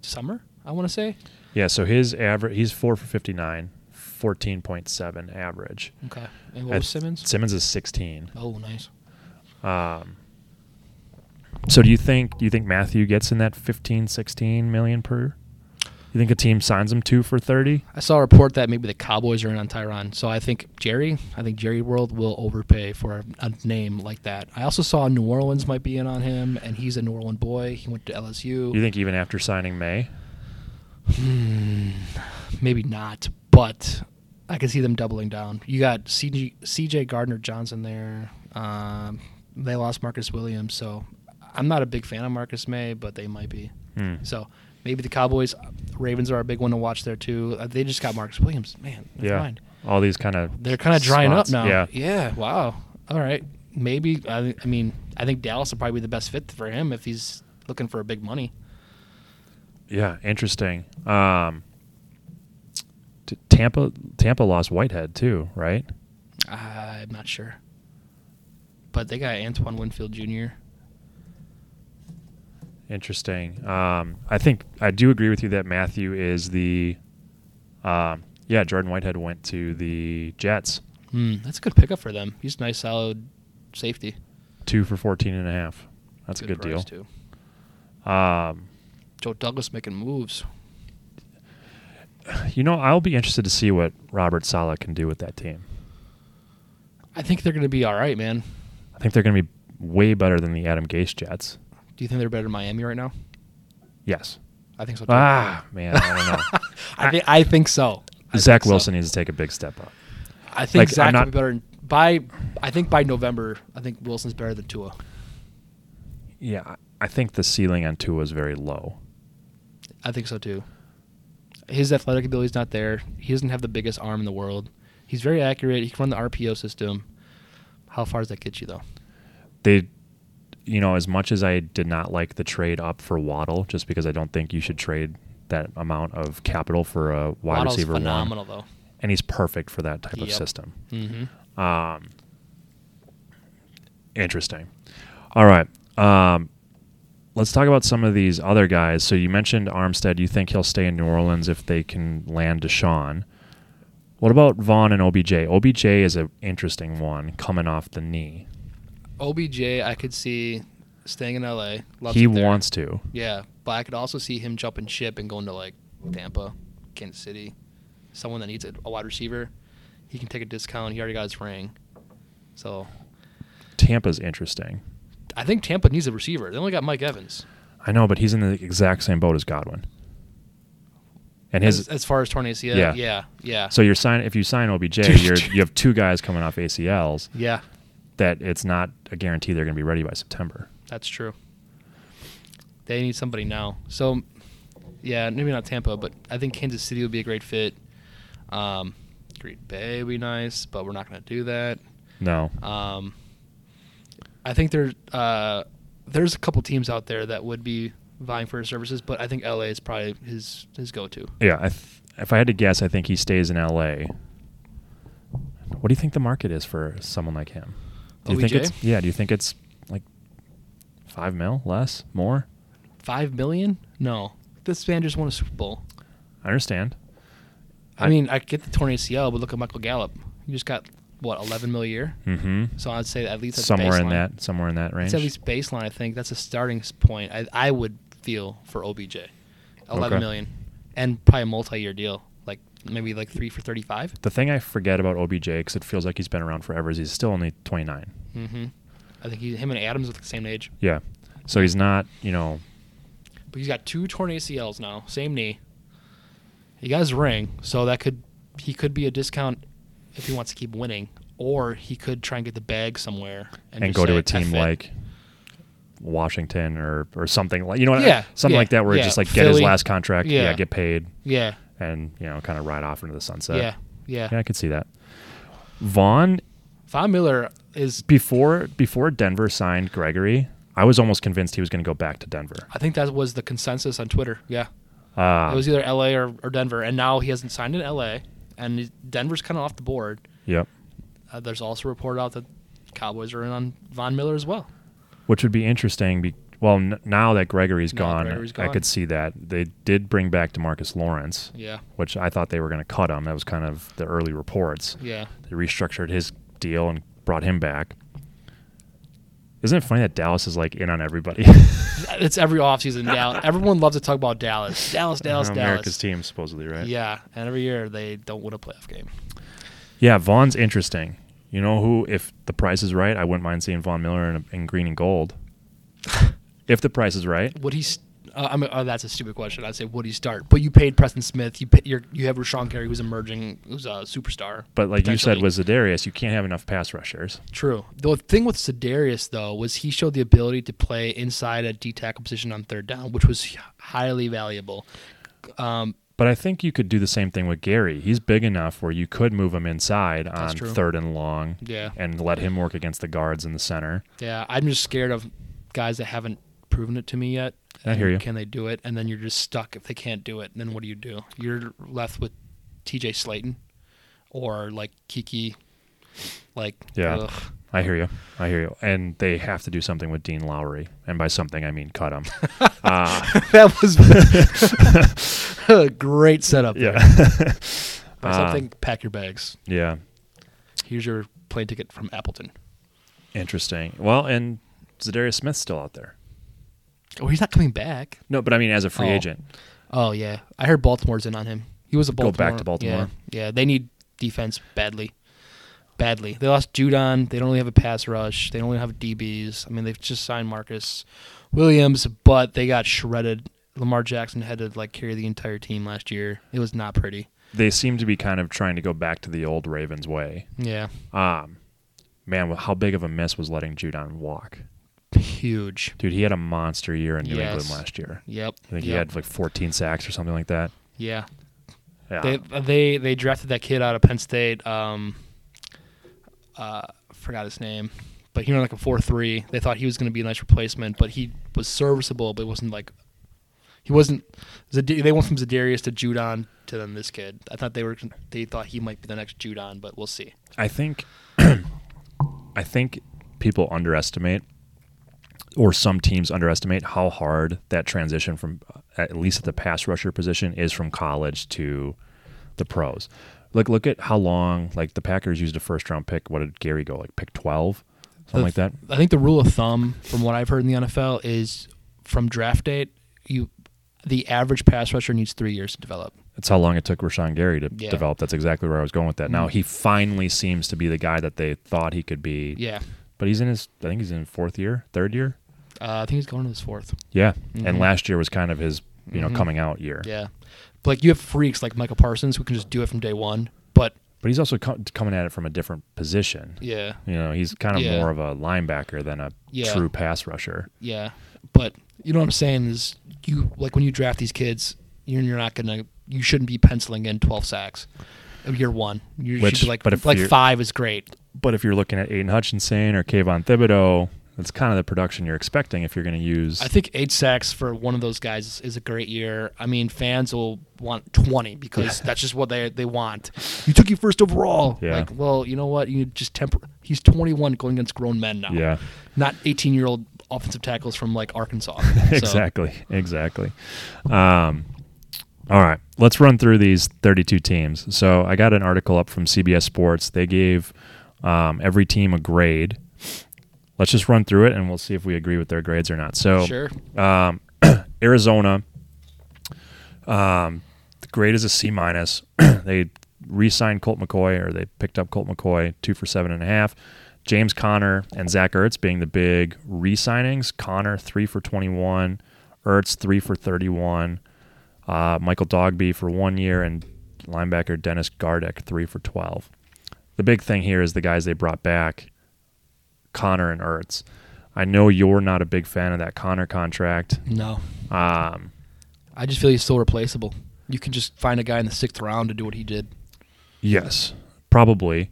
Speaker 2: summer. I want to say.
Speaker 1: Yeah, so his average, he's four for 59, 14.7 average.
Speaker 2: Okay. And
Speaker 1: I
Speaker 2: what was
Speaker 1: th-
Speaker 2: Simmons?
Speaker 1: Simmons is 16.
Speaker 2: Oh, nice.
Speaker 1: Um, so do you think do you think Matthew gets in that 15, 16 million per? You think a team signs him two for 30?
Speaker 2: I saw a report that maybe the Cowboys are in on Tyron. So I think Jerry, I think Jerry World will overpay for a, a name like that. I also saw New Orleans might be in on him, and he's a New Orleans boy. He went to LSU.
Speaker 1: You think even after signing May?
Speaker 2: Hmm, maybe not, but I can see them doubling down. You got CJ, CJ Gardner Johnson there. Um, they lost Marcus Williams, so I'm not a big fan of Marcus May, but they might be.
Speaker 1: Hmm.
Speaker 2: So maybe the Cowboys, Ravens are a big one to watch there too. Uh, They just got Marcus Williams. Man, never
Speaker 1: Yeah.
Speaker 2: mind.
Speaker 1: All these kind of
Speaker 2: They're kind of drying
Speaker 1: Spots,
Speaker 2: up now.
Speaker 1: yeah.
Speaker 2: Wow. All right. Maybe. I, I mean, I think Dallas will probably be the best fit for him if he's looking for a big money.
Speaker 1: yeah, interesting. Um, t- Tampa Tampa lost Whitehead too, right?
Speaker 2: I'm not sure. But they got Antoine Winfield Jr.
Speaker 1: Interesting. Um, I think I do agree with you that Matthew is the um, yeah, Jordan Whitehead went to the Jets.
Speaker 2: Hmm, that's a good pickup for them. He's a nice, solid safety.
Speaker 1: 2 for 14 and a half. That's a good deal.
Speaker 2: price, Too.
Speaker 1: Um,
Speaker 2: Joe Douglas making moves.
Speaker 1: you know, I'll be interested to see what Robert Sala can do with that team.
Speaker 2: I think they're going to be all right, man.
Speaker 1: I think they're going to be way better than the Adam Gase Jets.
Speaker 2: Do you think they're better than Miami right now?
Speaker 1: Yes.
Speaker 2: I think so. Too.
Speaker 1: Ah, man, I don't know.
Speaker 2: I, thi- I think so. I
Speaker 1: Zach
Speaker 2: think so.
Speaker 1: Wilson needs to take a big step up.
Speaker 2: I think
Speaker 1: Like, I'm
Speaker 2: Zach
Speaker 1: not-
Speaker 2: will be better in- by. I think by November, I think Wilson's better than Tua.
Speaker 1: Yeah, I- I think the ceiling on Tua is very low.
Speaker 2: I think so too. His athletic ability's not there. He doesn't have the biggest arm in the world. He's very accurate. He can run the RPO system. How far does that get you though?
Speaker 1: They, you know, as much as I did not like the trade up for Waddle, just because I don't think you should trade that amount of capital for a wide
Speaker 2: Waddle's
Speaker 1: receiver one,
Speaker 2: phenomenal
Speaker 1: and he's perfect for that type of
Speaker 2: Yep.
Speaker 1: system.
Speaker 2: though. Mm-hmm.
Speaker 1: Um, interesting. All right. Um, let's talk about some of these other guys. So you mentioned Armstead. You think he'll stay in New Orleans if they can land Deshaun. What about Vaughn and OBJ? OBJ is an interesting one coming off the knee.
Speaker 2: OBJ, I could see staying in LA. Loves
Speaker 1: he
Speaker 2: it there.
Speaker 1: wants to.
Speaker 2: Yeah, but I could also see him jumping ship and going to like Tampa, Kansas City, someone that needs a, a wide receiver. He can take a discount. He already got his ring. So
Speaker 1: Tampa's interesting.
Speaker 2: I think Tampa needs a receiver. They only got Mike Evans
Speaker 1: I know, but he's in the exact same boat as Godwin. And his
Speaker 2: as, as far as torn ACL.
Speaker 1: Yeah.
Speaker 2: Yeah, yeah, yeah.
Speaker 1: so you're sign if you sign OBJ, you're you have two guys coming off ACLs
Speaker 2: yeah,
Speaker 1: that it's not a guarantee they're going to be ready by September.
Speaker 2: that's true. They need somebody now. So yeah, maybe not Tampa, but I think Kansas City would be a great fit. Um, Green Bay would be nice, but we're not going to do that.
Speaker 1: No.
Speaker 2: Um, I think there uh, there's a couple teams out there that would be vying for his services, but I think LA is probably his his go to.
Speaker 1: Yeah, I th- if I had to guess, I think he stays in L.A. What do you think the market is for someone like him? Do you think
Speaker 2: OBJ?
Speaker 1: it's yeah? Do you think it's like five mil less, more?
Speaker 2: Five million? No, this man just won a Super Bowl.
Speaker 1: I understand.
Speaker 2: I,
Speaker 1: I-
Speaker 2: mean, I get the torn ACL, but look at Michael Gallup. He just got what 11 mil a year.
Speaker 1: Mm-hmm.
Speaker 2: So I'd say at least that's
Speaker 1: Somewhere in
Speaker 2: baseline.
Speaker 1: that, somewhere in that range.
Speaker 2: It's at least baseline. I think that's a starting s- point. I I would feel for OBJ,
Speaker 1: Okay.
Speaker 2: eleven million, and probably a multi-year deal, like maybe like three for 35.
Speaker 1: the thing I forget about OBJ because it feels like he's been around forever is he's still only 29.
Speaker 2: Mm-hmm. I think he, him and Adams are the same age.
Speaker 1: Yeah, so he's not you know
Speaker 2: But he's got two torn ACLs now, same knee. He got his ring, so that could he could be a discount if he wants to keep winning, or he could try and get the bag somewhere
Speaker 1: and,
Speaker 2: just
Speaker 1: go to
Speaker 2: say,
Speaker 1: a team
Speaker 2: "F it."
Speaker 1: like Washington or or something like you know what I-
Speaker 2: Yeah,
Speaker 1: something
Speaker 2: yeah,
Speaker 1: like that where he
Speaker 2: yeah.
Speaker 1: just like get his
Speaker 2: Philly.
Speaker 1: last contract,
Speaker 2: Yeah.
Speaker 1: yeah, get paid,
Speaker 2: yeah,
Speaker 1: and you know kind of ride off into the sunset.
Speaker 2: yeah, yeah,
Speaker 1: Yeah, I could see that. Vaughn
Speaker 2: Von Miller is.
Speaker 1: before before Denver signed Gregory, I was almost convinced he was going to go back to Denver.
Speaker 2: I think that was the consensus on Twitter. Yeah,
Speaker 1: Uh,
Speaker 2: it was either L.A. Or, or Denver, and now he hasn't signed in L.A. and he- Denver's kind of off the board.
Speaker 1: Ah, yep,
Speaker 2: Uh, there's also a report out that Cowboys are in on Von Miller as well.
Speaker 1: which would be interesting. Be- well, n- now that Gregory's
Speaker 2: Now
Speaker 1: gone,
Speaker 2: Gregory's
Speaker 1: I
Speaker 2: gone.
Speaker 1: could see that they did bring back Demarcus Lawrence,
Speaker 2: Yeah,
Speaker 1: which I thought they were going to cut him. That was kind of the early reports.
Speaker 2: yeah.
Speaker 1: They restructured his deal and brought him back. Isn't it funny that Dallas is like in on everybody?
Speaker 2: It's every offseason. Dallas. Everyone loves to talk about Dallas. Dallas, Dallas,
Speaker 1: America's
Speaker 2: Dallas.
Speaker 1: team, supposedly, right?
Speaker 2: Yeah, and every year they don't win a playoff game.
Speaker 1: Yeah, Vaughn's interesting. You know who, if the price is right, I wouldn't mind seeing Vaughn Miller in, in green and gold. if the price is right,
Speaker 2: Would he? St- uh, I mean, oh, that's a stupid question. I'd say would he start? But you paid Preston Smith. You pay, you're, you have Rashawn Gary, who's emerging, who's a superstar.
Speaker 1: but like you said
Speaker 2: potentially.
Speaker 1: with Zadarius, you can't have enough pass rushers.
Speaker 2: true. The thing with Sedarius though was he showed the ability to play inside a D tackle position on third down, which was highly valuable. Um,
Speaker 1: But I think you could do the same thing with Gary. He's big enough where you could move him inside on
Speaker 2: true.
Speaker 1: third and long
Speaker 2: yeah,
Speaker 1: and let him work against the guards in the center.
Speaker 2: yeah. I'm just scared of guys that haven't proven it to me yet.
Speaker 1: I hear
Speaker 2: And
Speaker 1: you.
Speaker 2: Can they do it? And then you're just stuck if they can't do it. Then what do you do? You're left with T.J. Slayton or like Kiki. Like
Speaker 1: Yeah.
Speaker 2: ugh.
Speaker 1: I hear you. I hear you. And they have to do something with Dean Lowry. And by something, I mean cut him. uh,
Speaker 2: that was a great setup. there.
Speaker 1: yeah. Uh-huh.
Speaker 2: By something, pack your bags.
Speaker 1: yeah.
Speaker 2: Here's your plane ticket from Appleton.
Speaker 1: Interesting. Well, and Zadarius Smith's still out there.
Speaker 2: Oh, he's not coming back.
Speaker 1: No, but I mean as a free
Speaker 2: Oh.
Speaker 1: agent.
Speaker 2: Oh yeah, I heard Baltimore's in on him. He was a
Speaker 1: Go
Speaker 2: Baltimore.
Speaker 1: back to Baltimore.
Speaker 2: Yeah, yeah. They need defense badly, badly. They lost Judon. They don't really have a pass rush. They don't really have DBs. I mean, they've just signed Marcus Williams, but they got shredded. Lamar Jackson had to like carry the entire team last year. It was not pretty.
Speaker 1: they seem to be kind of trying to go back to the old Ravens way.
Speaker 2: Yeah.
Speaker 1: Um, man, wh- how big of a miss was letting Judon walk?
Speaker 2: Huge.
Speaker 1: Dude, he had a monster year in New England
Speaker 2: Yes.
Speaker 1: last year.
Speaker 2: Yep.
Speaker 1: I think
Speaker 2: yep.
Speaker 1: he had like 14 sacks or something like that.
Speaker 2: Yeah.
Speaker 1: Yeah.
Speaker 2: They uh, they they drafted that kid out of Penn State. Um, uh, forgot his name, but he ran like a four three. They thought he was going to be a nice replacement, but he was serviceable, but wasn't like he wasn't. Zade- They went from Zadarius to Judon to then this kid. I thought they were they thought he might be the next Judon, but we'll see.
Speaker 1: I think I think people underestimate or some teams underestimate how hard that transition from uh, at least at the pass rusher position is from college to the pros. Like look at how long like the Packers used a first round pick. What did Gary go? Like pick 12? Something
Speaker 2: The-
Speaker 1: like that.
Speaker 2: I think the rule of thumb, from what I've heard in the NFL, is from draft date, you the average pass rusher needs three years to develop.
Speaker 1: That's how long it took Rashawn Gary to
Speaker 2: Yeah. Mm-hmm.
Speaker 1: develop. That's exactly where I was going with that. Now he finally seems to be the guy that they thought he could be.
Speaker 2: Yeah,
Speaker 1: But he's in his I think he's in fourth year, third year.
Speaker 2: uh, I think he's going to his fourth.
Speaker 1: Yeah.
Speaker 2: Mhm.
Speaker 1: And last year was kind of his, you know,
Speaker 2: Mhm.
Speaker 1: coming out year.
Speaker 2: Yeah. But like you have freaks like Michael Parsons who can just do it from day one. But
Speaker 1: But he's also co- coming at it from a different position.
Speaker 2: yeah,
Speaker 1: You know, he's kind of
Speaker 2: Yeah.
Speaker 1: more of a linebacker than a
Speaker 2: Yeah.
Speaker 1: true pass rusher.
Speaker 2: yeah. But you know what I'm saying is you like when you draft these kids, you're, you're not gonna you shouldn't be penciling in 12 sacks of year one. You
Speaker 1: Which-
Speaker 2: should be like
Speaker 1: but if
Speaker 2: like
Speaker 1: you're-
Speaker 2: five is great.
Speaker 1: But if you're looking at Aiden Hutchinson or Kayvon Thibodeau, that's kind of the production you're expecting if you're going to use.
Speaker 2: I think eight sacks for one of those guys is, is a great year. I mean, fans will want 20 because that's just what they they want. You took you first overall.
Speaker 1: Yeah.
Speaker 2: Like, well, you know what? You just temper. He's 21 going against grown men now.
Speaker 1: yeah,
Speaker 2: not 18 year old offensive tackles from like Arkansas.
Speaker 1: exactly, exactly. Um, all right, let's run through these 32 teams. So I got an article up from CBS Sports. They gave um, every team a grade. Let's just run through it, and we'll see if we agree with their grades or not. So
Speaker 2: Sure.
Speaker 1: um, Arizona, um, the grade is a C minus. they re-signed Colt McCoy, or they picked up Colt McCoy, two for seven and a half. James Connor and Zach Ertz being the big re-signings. Connor three for twenty-one, Ertz three for thirty-one. Uh, Michael Dogby for one year, and linebacker Dennis Gardeck three for twelve. The big thing here is the guys they brought back, Connor and Ertz. I know you're not a big fan of that Connor contract.
Speaker 2: No,
Speaker 1: Um,
Speaker 2: I just feel he's so replaceable. You can just find a guy in the sixth round to do what he did.
Speaker 1: yes, probably.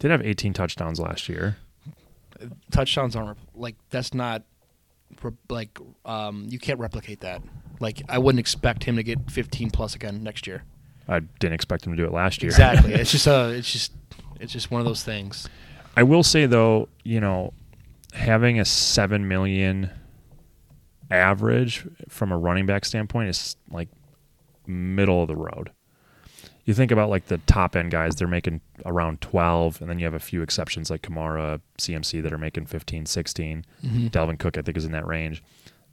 Speaker 1: Did have 18 touchdowns last year.
Speaker 2: Touchdowns aren't rep- like that's not re- like um, you can't replicate that. Like I wouldn't expect him to get 15 plus again next year.
Speaker 1: I didn't expect him to do it last year.
Speaker 2: Exactly. it's just uh It's just. It's just one of those things.
Speaker 1: I will say though, you know, having a seven million average from a running back standpoint is like middle of the road. You think about like the top end guys, they're making around 12, and then you have a few exceptions like Kamara, CMC that are making 15, 16.
Speaker 2: Mm-hmm.
Speaker 1: Dalvin Cook, I think, is in that range.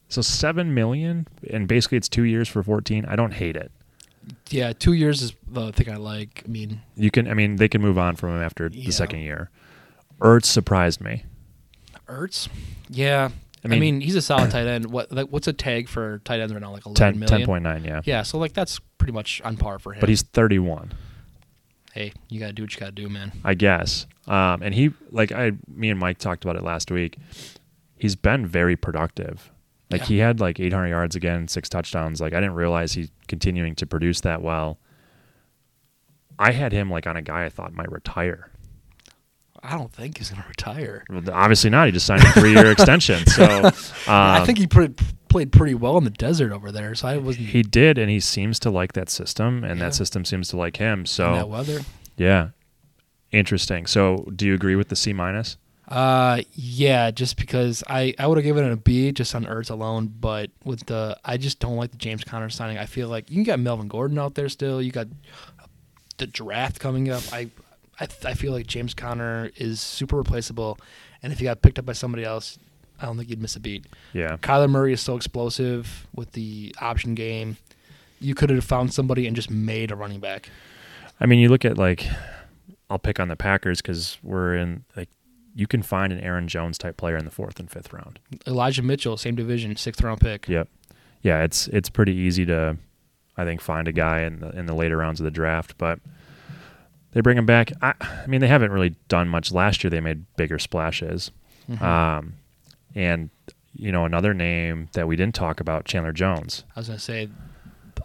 Speaker 1: So 7 million, and basically it's two years for 14. I don't hate it.
Speaker 2: Yeah, two years is the thing I like. I mean,
Speaker 1: You can, I mean, they can move on from him after
Speaker 2: Yeah.
Speaker 1: the second year. Ertz surprised me.
Speaker 2: Ertz. Yeah, I
Speaker 1: I
Speaker 2: mean,
Speaker 1: mean-
Speaker 2: he's a solid tight end. What like what's a tag for tight ends right now? Like 11
Speaker 1: 10,
Speaker 2: million?
Speaker 1: 10.9, yeah.
Speaker 2: Yeah, so like that's pretty much on par for him.
Speaker 1: But he's 31.
Speaker 2: hey, you gotta do what you gotta do, man.
Speaker 1: I guess. Um, and he, like I, me and Mike talked about it last week. He's been very productive. Like
Speaker 2: Yeah.
Speaker 1: he had like 800 yards again, six touchdowns. Like I didn't realize he's continuing to produce that well. I had him like on a guy I thought might retire.
Speaker 2: I don't think he's gonna retire.
Speaker 1: Well, Obviously not. He just signed a three-year extension. So um,
Speaker 2: I think he put, played pretty well in the desert over there, so I wasn't
Speaker 1: um, he did, and he seems to like that system, and
Speaker 2: Yeah.
Speaker 1: that system seems to like him.
Speaker 2: in that
Speaker 1: So
Speaker 2: weather.
Speaker 1: yeah, interesting. So do you agree with the C minus?
Speaker 2: Uh, yeah, just because I I would have given it a B just on Ertz alone, but with the I just don't like the James Conner signing. I feel like you got Melvin Gordon out there still. You got the draft coming up. I I, th- I feel like James Conner is super replaceable, and if he got picked up by somebody else, I don't think you'd miss a beat.
Speaker 1: Yeah.
Speaker 2: Kyler Murray is so explosive with the option game. You could have found somebody and just made a running back.
Speaker 1: I mean, you look at like, I'll pick on the Packers because we're in like, you can find an Aaron Jones type player in the fourth and fifth round.
Speaker 2: Elijah Mitchell, same division, sixth round pick.
Speaker 1: Yep. Yeah, it's it's pretty easy to I think find a guy in the in the later rounds of the draft, but they bring him back. I, I mean, they haven't really done much. Last year, they made bigger splashes,
Speaker 2: Mm-hmm. Hmm.
Speaker 1: um, and you know another name that we didn't talk about, Chandler Jones.
Speaker 2: I was gonna say,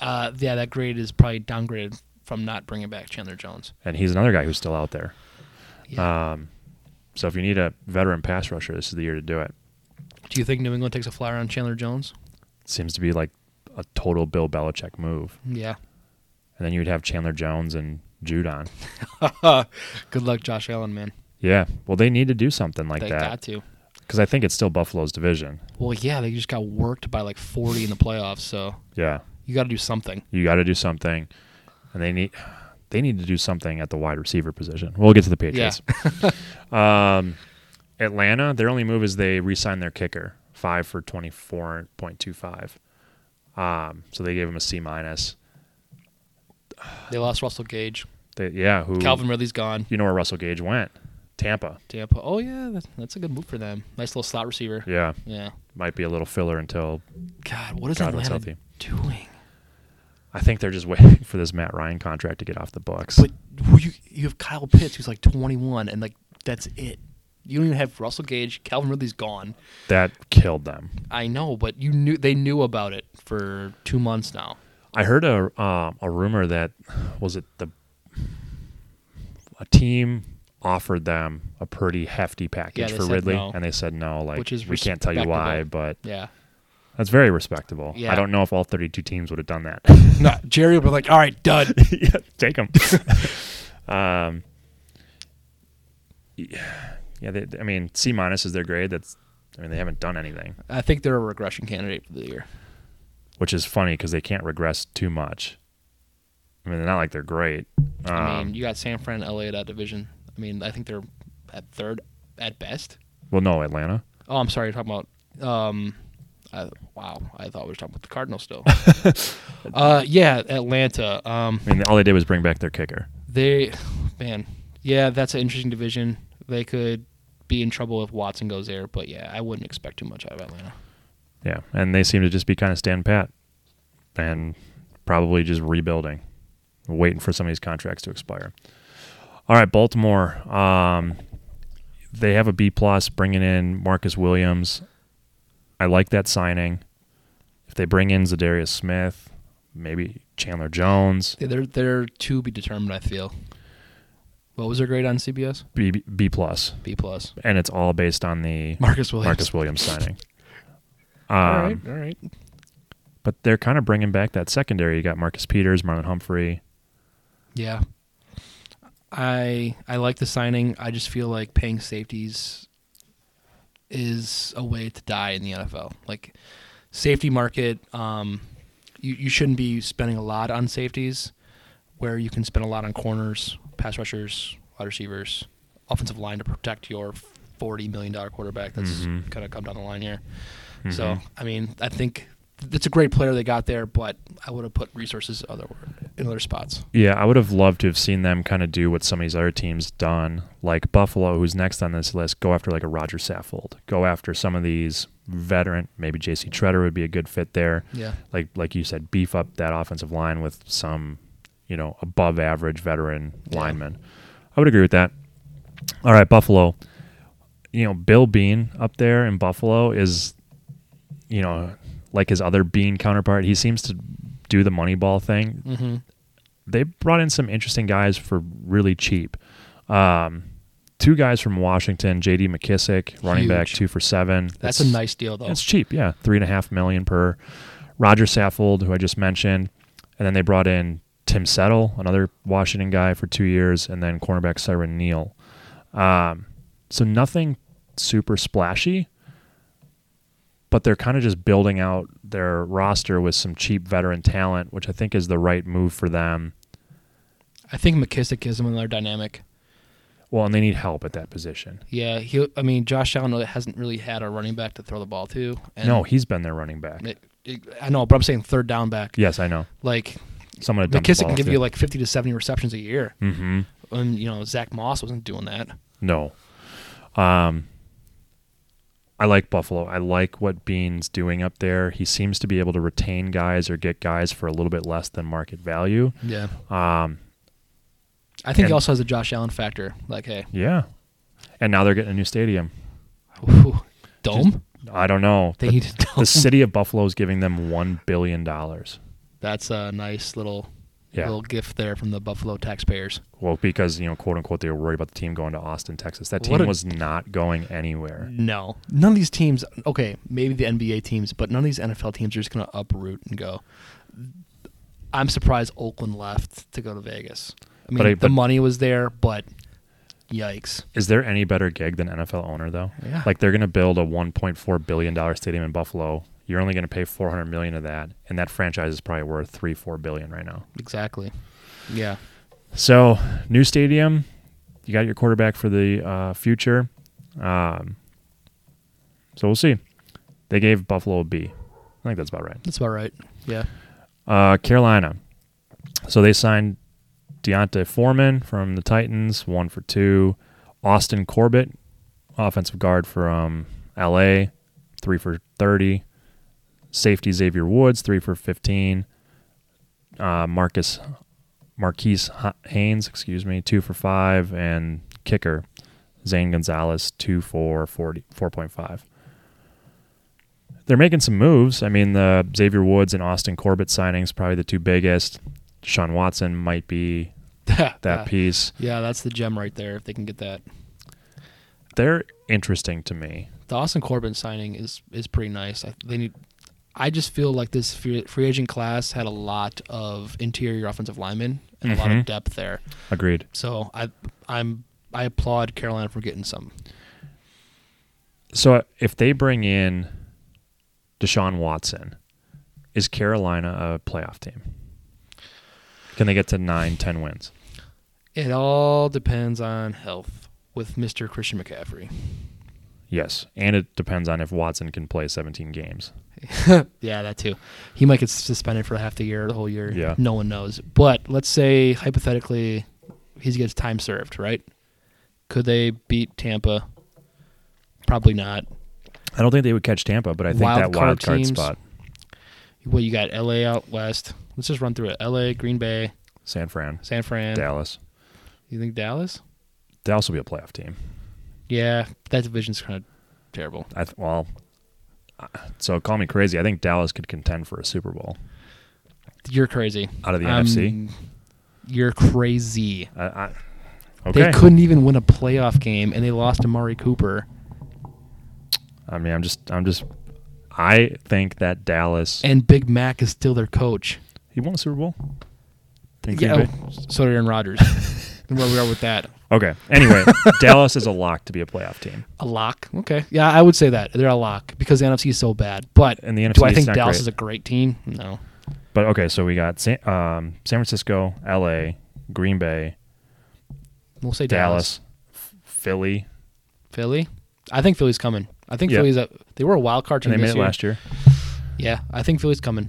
Speaker 2: uh, yeah, that grade is probably downgraded from not bringing back Chandler Jones.
Speaker 1: and he's another guy who's still out there.
Speaker 2: Yeah.
Speaker 1: Um, so if you need a veteran pass rusher, this is the year to do it.
Speaker 2: Do you think New England takes a flyer on Chandler Jones?
Speaker 1: Seems to be like a total Bill Belichick move,
Speaker 2: Yeah.
Speaker 1: and then you would have Chandler Jones and Judon.
Speaker 2: Good luck, Josh Allen, man.
Speaker 1: Yeah, well, they need to do something like
Speaker 2: they
Speaker 1: that
Speaker 2: got to.
Speaker 1: because I think it's still Buffalo's division.
Speaker 2: Well, yeah, they just got worked by like 40 in the playoffs, so
Speaker 1: Yeah,
Speaker 2: you got to do something.
Speaker 1: you got to do something, and they need they need to do something at the wide receiver position. We'll get to the Patriots. um, Atlanta, their only move is they re-signed their kicker, five for twenty four point two five. Um, so they gave him a C minus.
Speaker 2: They lost Russell Gage.
Speaker 1: They, yeah, who
Speaker 2: Calvin Ridley's gone.
Speaker 1: You know where Russell Gage went? Tampa.
Speaker 2: Tampa. Oh yeah, that, that's a good move for them. Nice little slot receiver.
Speaker 1: Yeah,
Speaker 2: Yeah.
Speaker 1: might be a little filler until
Speaker 2: God, what is
Speaker 1: God was
Speaker 2: Atlanta
Speaker 1: healthy.
Speaker 2: doing?
Speaker 1: I think they're just waiting for this Matt Ryan contract to get off the books.
Speaker 2: But who you you have Kyle Pitts who's like 21 and like that's it. You don't even have Russell Gage. Calvin Ridley's gone.
Speaker 1: that killed them.
Speaker 2: I know, but you knew they knew about it for two months now.
Speaker 1: I heard a um, a rumor that was it the a team offered them a pretty hefty package
Speaker 2: they
Speaker 1: for
Speaker 2: said
Speaker 1: Ridley,
Speaker 2: no.
Speaker 1: and they said no. Like
Speaker 2: Which is
Speaker 1: we can't tell you why, but
Speaker 2: Yeah.
Speaker 1: that's very respectable.
Speaker 2: Yeah.
Speaker 1: I don't know if all 32 teams would have done that.
Speaker 2: No, Jerry would be like, all right, done.
Speaker 1: yeah, take them. um, yeah, they, I mean C minus is their grade. That's I mean they haven't done anything,
Speaker 2: I think they're a regression candidate for the year.
Speaker 1: which is funny because they can't regress too much. I mean, they're not like they're great.
Speaker 2: I
Speaker 1: Um,
Speaker 2: mean, you got San Fran, LA at that division. I mean, I think they're at third at best.
Speaker 1: well, no, Atlanta.
Speaker 2: Oh, I'm sorry, you're talking about. Um, I, wow, I thought we were talking about the Cardinals still. uh, yeah, Atlanta. Um,
Speaker 1: I mean, all they did was bring back their kicker.
Speaker 2: they, man, yeah, that's an interesting division. They could be in trouble if Watson goes there, but yeah, I wouldn't expect too much out of Atlanta.
Speaker 1: Yeah, and they seem to just be kind of stand pat and probably just rebuilding, waiting for some of these contracts to expire. All right, Baltimore. Um, they have a B plus bringing in Marcus Williams. I like that signing. If they bring in Zadarius Smith, maybe Chandler Jones,
Speaker 2: Yeah, they're they're to be determined. I feel. What was their grade on CBS?
Speaker 1: B B plus,
Speaker 2: B plus.
Speaker 1: and it's all based on the
Speaker 2: Marcus Williams.
Speaker 1: Marcus Williams signing.
Speaker 2: All
Speaker 1: Um,
Speaker 2: right, all right.
Speaker 1: but they're kind of bringing back that secondary. You got Marcus Peters, Marlon Humphrey.
Speaker 2: Yeah. I I like the signing. I just feel like paying safeties is a way to die in the NFL. Like safety market, um, you you shouldn't be spending a lot on safeties, where you can spend a lot on corners, pass rushers, wide receivers, offensive line to protect your forty million dollar quarterback that's
Speaker 1: Mhm.
Speaker 2: gonna come down the line here.
Speaker 1: Mm-hmm.
Speaker 2: So I mean, I think it's a great player they got there, but I would have put resources other in other spots.
Speaker 1: Yeah, I would have loved to have seen them kind of do what some of these other teams done, like Buffalo, who's next on this list. Go after like a Roger Saffold. Go after some of these veteran. Maybe J.C. Treader would be a good fit there.
Speaker 2: Yeah.
Speaker 1: Like like you said, beef up that offensive line with some, you know, above average veteran
Speaker 2: Yeah.
Speaker 1: linemen. I would agree with that. All right, Buffalo. You know, Bill Bean up there in Buffalo is, you know, like his other Bean counterpart. He seems to do the Moneyball thing
Speaker 2: Mm-hmm.
Speaker 1: they brought in some interesting guys for really cheap. Um, two guys from Washington, J.D. McKissick, running back,
Speaker 2: Huge.
Speaker 1: two for seven.
Speaker 2: That's
Speaker 1: It's-
Speaker 2: a nice deal, though.
Speaker 1: It's cheap, yeah, three and a half million per. Roger Saffold, who I just mentioned, and then they brought in Tim Settle, another Washington guy, for two years, and then cornerback Siren Neal. Um, so nothing super splashy, but they're kind of just building out their roster with some cheap veteran talent, which I think is the right move for them.
Speaker 2: I think McKissick gives them another dynamic.
Speaker 1: Well, and they need help at that position.
Speaker 2: Yeah, he. I mean, Josh Allen hasn't really had a running back to throw the ball to. And
Speaker 1: no, he's been their running back.
Speaker 2: it- it- I know, but I'm saying third down back.
Speaker 1: yes, I know.
Speaker 2: Like
Speaker 1: Someone to
Speaker 2: McKissick can give you like 50 to 70 receptions a year,
Speaker 1: hmm
Speaker 2: and you know Zach Moss wasn't doing that.
Speaker 1: No, um, I like Buffalo. I like what Bean's doing up there. He seems to be able to retain guys or get guys for a little bit less than market value.
Speaker 2: Yeah.
Speaker 1: Um,
Speaker 2: I think
Speaker 1: And-
Speaker 2: he also has a Josh Allen factor. Like, hey,
Speaker 1: yeah. And now they're getting a new stadium.
Speaker 2: ooh, dome.
Speaker 1: I don't know.
Speaker 2: they
Speaker 1: The-
Speaker 2: need a dome.
Speaker 1: the city of Buffalo is giving them one billion dollars.
Speaker 2: That's a nice little
Speaker 1: Yeah.
Speaker 2: little gift there from the Buffalo taxpayers.
Speaker 1: Well, because you know, quote unquote, they were worried about the team going to Austin, Texas. That
Speaker 2: What
Speaker 1: team
Speaker 2: a-
Speaker 1: was not going anywhere.
Speaker 2: No, none of these teams. Okay, maybe the NBA teams, but none of these NFL teams are just going to uproot and go. I'm surprised Oakland left to go to Vegas. I mean,
Speaker 1: But I-
Speaker 2: the
Speaker 1: but-
Speaker 2: money was there, but yikes!
Speaker 1: Is there any better gig than NFL owner though?
Speaker 2: Yeah.
Speaker 1: Like they're going to build a 1.4 billion dollar stadium in Buffalo. You're only going to pay 400 million of that, and that franchise is probably worth three, four billion right now.
Speaker 2: Exactly. Yeah.
Speaker 1: So, new stadium. You got your quarterback for the uh, future. Um, so we'll see. They gave Buffalo a B. I think that's about right.
Speaker 2: That's about right. Yeah.
Speaker 1: Uh, Carolina. So they signed Deontay Foreman from the Titans, one for two. Austin Corbett, offensive guard from LA, three for 30. Safety Xavier Woods, three for 15. Uh, Marcus Marquise Ha- Haynes, excuse me, two for five. And kicker Zane Gonzalez, two for 40, 4.5 they're making some moves. I mean, the Xavier Woods and Austin Corbett signings probably the two biggest. Sean Watson might be
Speaker 2: that
Speaker 1: that
Speaker 2: yeah.
Speaker 1: piece.
Speaker 2: Yeah, that's the gem right there. If they can get that,
Speaker 1: They're interesting to me.
Speaker 2: the Austin Corbin signing is is pretty nice. I, they need. I just feel like this free, free agent class had a lot of interior offensive linemen and a lot
Speaker 1: Mhm.
Speaker 2: of depth there.
Speaker 1: Agreed.
Speaker 2: So I I'm I applaud Carolina for getting some.
Speaker 1: So uh, if they bring in Deshaun Watson, is Carolina a playoff team? Can they get to nine, ten wins?
Speaker 2: It all depends on health with Mr. Christian McCaffrey.
Speaker 1: Yes. And it depends on if Watson can play 17 games.
Speaker 2: Yeah, that too. He might get suspended for half the year, the whole year.
Speaker 1: Yeah.
Speaker 2: No one knows. But let's say hypothetically he gets time served, right? Could they beat Tampa? Probably not.
Speaker 1: I don't think they would catch Tampa, but I think
Speaker 2: Wild
Speaker 1: that
Speaker 2: card
Speaker 1: wild card
Speaker 2: teams.
Speaker 1: spot,
Speaker 2: Well, you got LA out west. Let's just run through it. LA, Green Bay,
Speaker 1: San Fran,
Speaker 2: San Fran.
Speaker 1: Dallas.
Speaker 2: You think Dallas?
Speaker 1: Dallas will be a playoff team.
Speaker 2: Yeah, that division's kind of terrible.
Speaker 1: I th- well, uh, so call me crazy. I think Dallas could contend for a Super Bowl
Speaker 2: You're crazy.
Speaker 1: out of the
Speaker 2: I'm-
Speaker 1: NFC.
Speaker 2: You're crazy.
Speaker 1: I, I, okay.
Speaker 2: They couldn't even win a playoff game, and they lost to Mari Cooper.
Speaker 1: I mean, I'm just, I'm just, I think that Dallas.
Speaker 2: And Big Mac is still their coach.
Speaker 1: he won a Super Bowl. In Green
Speaker 2: Yeah,
Speaker 1: Bay?
Speaker 2: oh, so did Aaron Rodgers. And where we are with that.
Speaker 1: Okay. Anyway, Dallas is a lock to be a playoff team,
Speaker 2: A lock. Okay. Yeah, I would say that. They're a lock because the NFC is so bad. But
Speaker 1: and the NFC.
Speaker 2: do I
Speaker 1: is
Speaker 2: think
Speaker 1: not
Speaker 2: Dallas
Speaker 1: great.
Speaker 2: is a great team? No.
Speaker 1: But okay, so we got San, um, San Francisco, L.A., Green Bay,
Speaker 2: We'll say Dallas.
Speaker 1: Dallas, F- Philly.
Speaker 2: Philly. I think Philly's coming. I think
Speaker 1: Yeah.
Speaker 2: Philly's a, they were a wild card team
Speaker 1: And they made
Speaker 2: this
Speaker 1: it
Speaker 2: year.
Speaker 1: last year.
Speaker 2: Yeah, I think Philly's coming.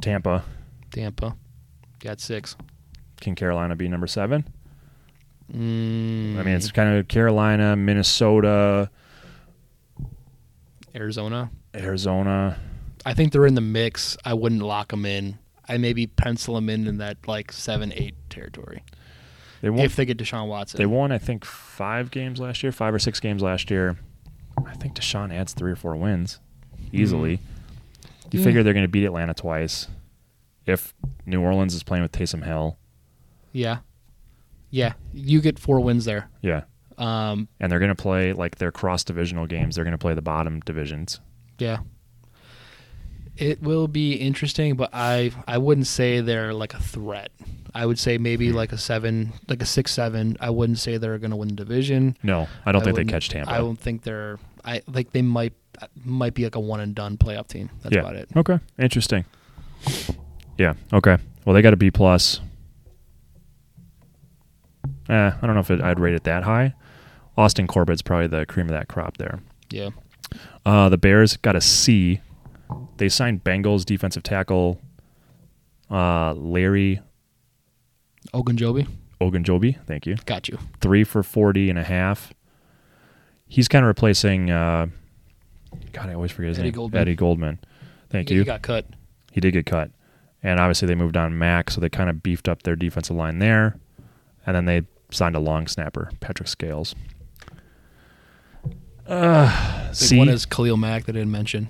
Speaker 1: Tampa.
Speaker 2: Tampa got six.
Speaker 1: Can Carolina be number seven?
Speaker 2: Mm,
Speaker 1: I mean, it's kind of Carolina, Minnesota,
Speaker 2: Arizona.
Speaker 1: Arizona.
Speaker 2: I think they're in the mix. I wouldn't lock them in. I maybe pencil them in in that like seven eight territory
Speaker 1: They won't.
Speaker 2: if they get Deshaun Watson.
Speaker 1: they won, I think, five games last year, five or six games last year. I think Deshaun adds three or four wins easily.
Speaker 2: Hmm.
Speaker 1: You
Speaker 2: Yeah.
Speaker 1: figure they're going to beat Atlanta twice. If New Orleans is playing with Taysom Hill,
Speaker 2: yeah, yeah. You get four wins there.
Speaker 1: yeah,
Speaker 2: Um,
Speaker 1: and they're going to play like their cross divisional games. They're going to play the bottom divisions.
Speaker 2: yeah. It will be interesting, but I I wouldn't say they're like a threat. I would say
Speaker 1: Hmm.
Speaker 2: maybe like a seven, like a six seven. I wouldn't say they're going to win the division.
Speaker 1: No, I don't think they
Speaker 2: wouldn't-
Speaker 1: catch Tampa.
Speaker 2: I don't think they're. I like they might might be like a one and done playoff team. That's
Speaker 1: yeah.
Speaker 2: about it.
Speaker 1: Okay. Interesting. Yeah. Okay. Well, they got a B plus. Eh, I don't know if it, I'd rate it that high. Austin Corbett's probably the cream of that crop there.
Speaker 2: Yeah.
Speaker 1: Uh, the Bears got a C. They signed Bengals defensive tackle uh, Larry
Speaker 2: Ogunjobi,
Speaker 1: Ogunjobi. Thank you.
Speaker 2: got you.
Speaker 1: Three for 40 and a half. He's kind of replacing uh, God, I always forget his
Speaker 2: Eddie
Speaker 1: name.
Speaker 2: Goldman.
Speaker 1: Eddie Goldman. Thank
Speaker 2: He-
Speaker 1: you.
Speaker 2: He got cut.
Speaker 1: he did get cut. And obviously they moved on Mac, so they kind of beefed up their defensive line there. And then they signed a long snapper, Patrick Scales. Uh,
Speaker 2: Big
Speaker 1: see,
Speaker 2: one is Khalil Mack that I didn't mention.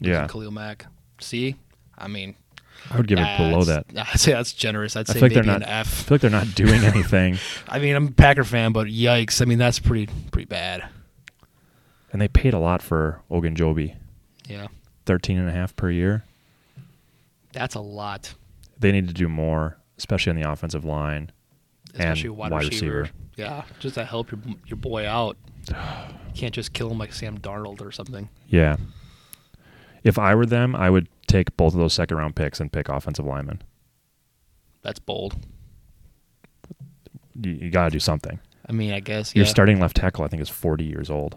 Speaker 1: yeah,
Speaker 2: Khalil Mack. See, I mean,
Speaker 1: I would give it below that.
Speaker 2: that's- I'd say that's generous. I'd
Speaker 1: I
Speaker 2: say
Speaker 1: feel like they're
Speaker 2: maybe
Speaker 1: not.
Speaker 2: an
Speaker 1: I
Speaker 2: F.
Speaker 1: feel like they're not doing anything,
Speaker 2: I mean, I'm a Packer fan, but yikes! I mean, that's pretty pretty bad.
Speaker 1: and they paid a lot for Ogunjobi,
Speaker 2: Yeah,
Speaker 1: thirteen and a half per year.
Speaker 2: that's a lot,
Speaker 1: They need to do more, especially on the offensive line.
Speaker 2: especially
Speaker 1: And
Speaker 2: a wide,
Speaker 1: wide
Speaker 2: receiver.
Speaker 1: receiver.
Speaker 2: Yeah, just to help your your boy out. You can't just kill him like Sam Darnold or something.
Speaker 1: Yeah. If I were them, I would take both of those second round picks and pick offensive linemen.
Speaker 2: That's bold.
Speaker 1: You, you got to do something.
Speaker 2: I mean, I guess
Speaker 1: Your
Speaker 2: yeah.
Speaker 1: starting left tackle, I think, is 40 years old.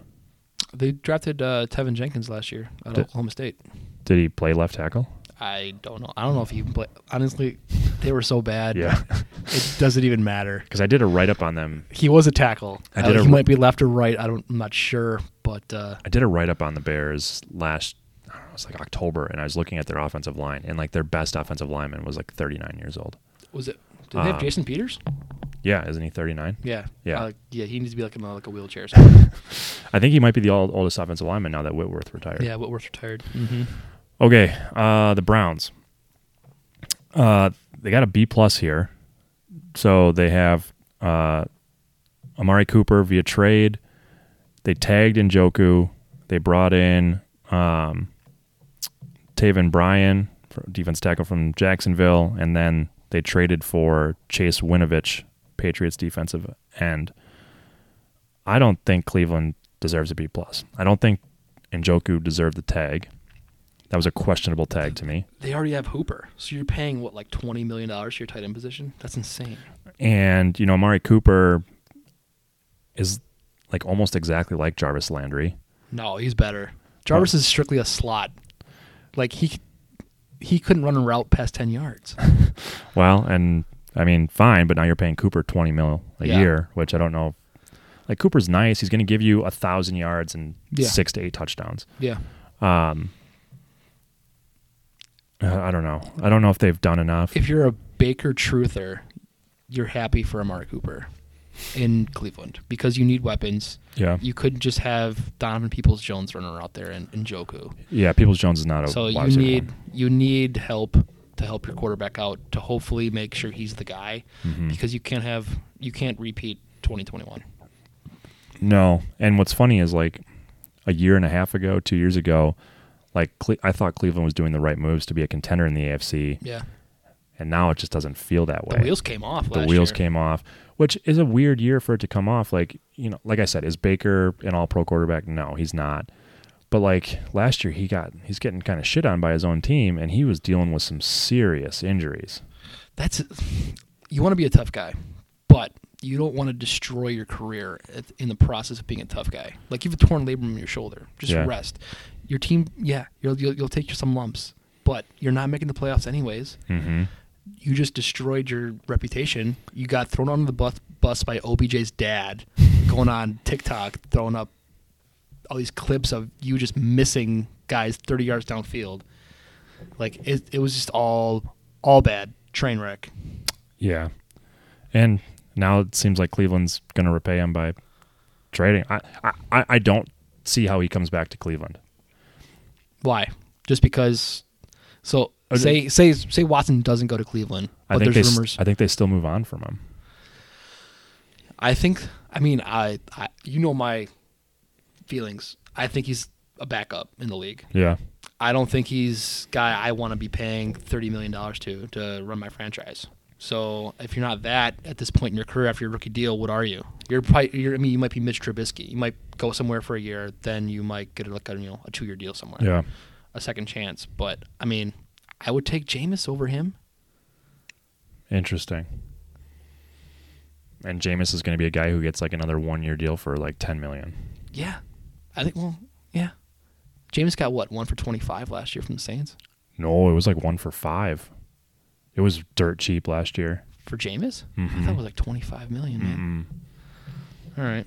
Speaker 2: They drafted uh, Tevin Jenkins last year out of
Speaker 1: Did-
Speaker 2: Oklahoma State.
Speaker 1: Did he play left tackle?
Speaker 2: I don't know. I don't know if he even played. Honestly, they were so bad.
Speaker 1: Yeah.
Speaker 2: it doesn't even matter.
Speaker 1: Because I did a write up on them.
Speaker 2: He was a tackle.
Speaker 1: I
Speaker 2: Uh,
Speaker 1: did a-
Speaker 2: he might be left or right. I don't. I'm not sure, but uh,
Speaker 1: I did a write up on the Bears last, I don't know, it was like October, and I was looking at their offensive line, and like their best offensive lineman was like 39 years old.
Speaker 2: was it? Did they have
Speaker 1: Um,
Speaker 2: Jason Peters?
Speaker 1: Yeah, isn't he 39?
Speaker 2: Yeah.
Speaker 1: yeah.
Speaker 2: Uh, yeah. He needs to be like in a, like a wheelchair. or something.
Speaker 1: I think he might be the old, oldest offensive lineman now that Whitworth retired.
Speaker 2: yeah. Whitworth's retired.
Speaker 1: Mm-hmm. Okay, uh, the Browns. Uh, they got a B plus here, so they have uh, Amari Cooper via trade. They tagged in Joku. They brought in um, Taven Bryan, fr- defense tackle from Jacksonville, and then they traded for Chase Winovich, Patriots defensive end. I don't think Cleveland deserves a B plus. I don't think Njoku deserved the tag. That was a questionable tag to me.
Speaker 2: They already have Hooper, so you're paying what like twenty million dollars to your tight end position. That's insane.
Speaker 1: And, you know, Amari Cooper is like almost exactly like Jarvis Landry.
Speaker 2: No, he's better. Jarvis is strictly a slot. Like he, c- he couldn't run a route past ten yards.
Speaker 1: Well, and I mean, fine, but now you're paying Cooper 20 mil a
Speaker 2: Yeah.
Speaker 1: year, which I don't know. Like, Cooper's nice. He's going to give you a 1,000 yards and
Speaker 2: Yeah.
Speaker 1: six to eight touchdowns.
Speaker 2: yeah.
Speaker 1: Uh, I don't know. I don't know if they've done enough.
Speaker 2: if you're a Baker truther, you're happy for Amari Cooper in Cleveland because you need weapons.
Speaker 1: yeah.
Speaker 2: You couldn't just have Donovan Peoples Jones running out there and, and Joku.
Speaker 1: Yeah. Peoples Jones is not a
Speaker 2: So
Speaker 1: wide
Speaker 2: you
Speaker 1: receiver
Speaker 2: need
Speaker 1: one.
Speaker 2: you need help to help your quarterback out to hopefully make sure he's the guy
Speaker 1: Mm-hmm.
Speaker 2: because you can't have you can't repeat 2021.
Speaker 1: No. And what's funny is like a year and a half ago, two years ago, like Cle- I thought Cleveland was doing the right moves to be a contender in the AFC,
Speaker 2: Yeah.
Speaker 1: and now it just doesn't feel that way.
Speaker 2: The wheels came off
Speaker 1: The
Speaker 2: last
Speaker 1: wheels
Speaker 2: year.
Speaker 1: came off, which is a weird year for it to come off. Like you know, like I said, is Baker an All-Pro quarterback? No, he's not. But like last year, he got he's getting kind of shit on by his own team, and he was dealing with some serious injuries.
Speaker 2: That's you want to be a tough guy, but you don't want to destroy your career at- in the process of being a tough guy. Like you've a torn labrum in your shoulder, just
Speaker 1: Yeah.
Speaker 2: rest. Your team, yeah, you'll, you'll you'll take some lumps, but you're not making the playoffs anyways.
Speaker 1: Mm-hmm.
Speaker 2: You just destroyed your reputation. You got thrown under the bus, bus by OBJ's dad, going on TikTok throwing up all these clips of you just missing guys 30 yards downfield. Like it, it was just all all bad train wreck.
Speaker 1: Yeah, and now it seems like Cleveland's going to repay him by trading. I, I- I I don't see how he comes back to Cleveland.
Speaker 2: Why? Just because? So
Speaker 1: Uh,
Speaker 2: say say say Watson doesn't go to Cleveland,
Speaker 1: I
Speaker 2: but
Speaker 1: think
Speaker 2: there's
Speaker 1: they s-
Speaker 2: rumors.
Speaker 1: I think they still move on from him.
Speaker 2: I, think. I mean, I, I you know my feelings. I think he's a backup in the league.
Speaker 1: Yeah,
Speaker 2: I don't think he's guy I want to be paying thirty million dollars to to run my franchise. So if you're not that at this point in your career after your rookie deal, what are you? You're probably you're, I mean you might be Mitch Trubisky. You might go somewhere for a year, then you might get like a you know a two year deal somewhere.
Speaker 1: yeah.
Speaker 2: a second chance. But I mean, I would take Jameis over him.
Speaker 1: Interesting. And Jameis is going to be a guy who gets like another one-year deal for like ten million.
Speaker 2: Yeah, I think. Well, yeah, Jameis got what one for twenty five last year from the Saints
Speaker 1: No, it was like one for five. It was dirt cheap last year.
Speaker 2: for Jameis. I thought it was like twenty five million, man. All right.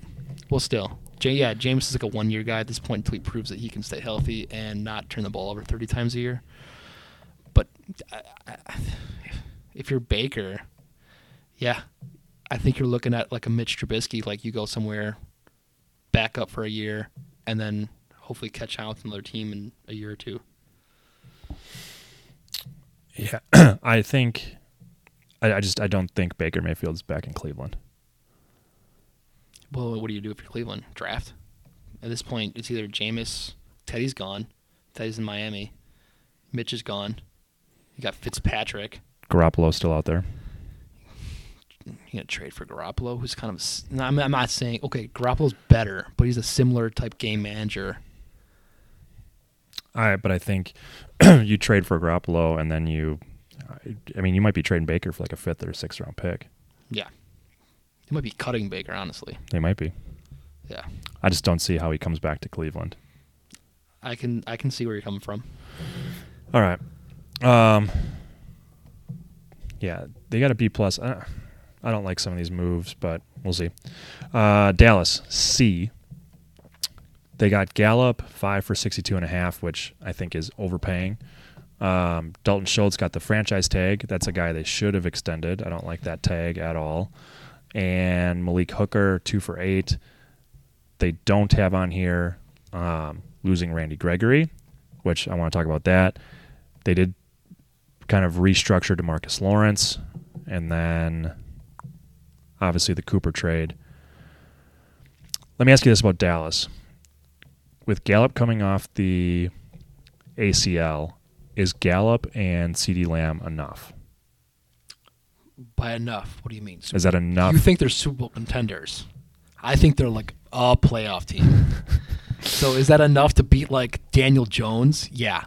Speaker 2: Well, still, Ja- yeah, James is like a one year guy at this point until he proves that he can stay healthy and not turn the ball over 30 times a year. But I, I, if you're Baker, yeah, I think you're looking at like a Mitch Trubisky, like you go somewhere, back up for a year, and then hopefully catch on with another team in a year or two.
Speaker 1: Yeah, I think. I, I just I don't think Baker Mayfield's back in Cleveland.
Speaker 2: Well, what do you do if you're Cleveland? Draft. At this point, it's either Jameis, Teddy's gone, Teddy's in Miami, Mitch is gone. You got Fitzpatrick.
Speaker 1: Garoppolo's still out there.
Speaker 2: You gonna trade for Garoppolo, who's kind of. a s- no, I'm, I'm not saying okay, Garoppolo's better, but he's a similar type game manager.
Speaker 1: All right, but I think you trade for Garoppolo and then you. I- I mean, you might be trading Baker for like a fifth or sixth round pick.
Speaker 2: Yeah, he might be cutting Baker, honestly.
Speaker 1: They might be.
Speaker 2: Yeah,
Speaker 1: I just don't see how he comes back to Cleveland.
Speaker 2: I can I can see where you're coming from.
Speaker 1: All right. Um, yeah, they got a B plus. I, I don't like some of these moves, but we'll see. Uh, Dallas C. They got Gallup five for sixty-two and a half, which I think is overpaying. Um, Dalton Schultz got the franchise tag. That's a guy they should have extended. I don't like that tag at all. And Malik Hooker two for eight. They don't have on here um, losing Randy Gregory, which I want to talk about that. They did kind of restructure Demarcus Lawrence, and then obviously the Cooper trade. Let me ask you this about Dallas. With Gallup coming off the ACL, is Gallup and CD Lamb enough?
Speaker 2: By enough, what do you mean?
Speaker 1: Is that enough?
Speaker 2: You think they're Super Bowl contenders? I think they're like a playoff team. so is that enough to beat like Daniel Jones? Yeah.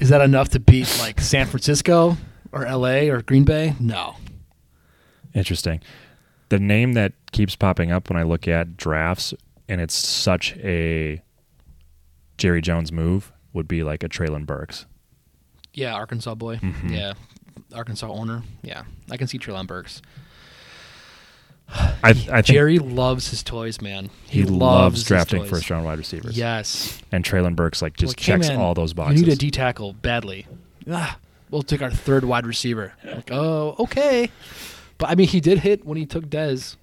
Speaker 2: Is that enough to beat like San Francisco or LA or Green Bay? No.
Speaker 1: Interesting. The name that keeps popping up when I look at drafts, and it's such a Jerry Jones move, would be like a Traylon Burks.
Speaker 2: Yeah, Arkansas boy.
Speaker 1: Mhm.
Speaker 2: Yeah. Arkansas owner. Yeah. I can see Trelon Burks.
Speaker 1: I, I think
Speaker 2: Jerry loves his toys, man.
Speaker 1: he, loves,
Speaker 2: his
Speaker 1: drafting
Speaker 2: toys.
Speaker 1: first round wide receivers.
Speaker 2: Yes.
Speaker 1: And Traylon Burks like just
Speaker 2: Like, hey,
Speaker 1: checks
Speaker 2: man,
Speaker 1: all those
Speaker 2: You
Speaker 1: boxes.
Speaker 2: need a D tackle badly. Ah, we'll take our third wide receiver. Like, oh, okay. But I mean, he did hit when he took Dez.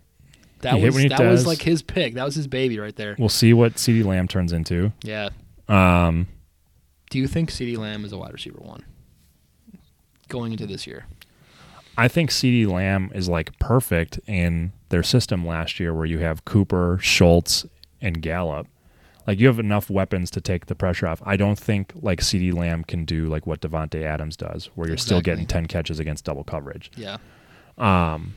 Speaker 2: That
Speaker 1: He hit
Speaker 2: was
Speaker 1: when he
Speaker 2: that was
Speaker 1: does.
Speaker 2: like his pick. That was his baby right there.
Speaker 1: we'll see what CeeDee Lamb turns into.
Speaker 2: Yeah.
Speaker 1: Um,
Speaker 2: Do you think Ceedee Lamb is a wide receiver one going into this year?
Speaker 1: I think CeeDee Lamb is like perfect in their system last year where you have Cooper, Schultz, and Gallup. Like you have enough weapons to take the pressure off. I don't think like CeeDee Lamb can do like what Devontae Adams does, where you're still getting
Speaker 2: Exactly.
Speaker 1: 10 catches against double coverage.
Speaker 2: Yeah.
Speaker 1: Um,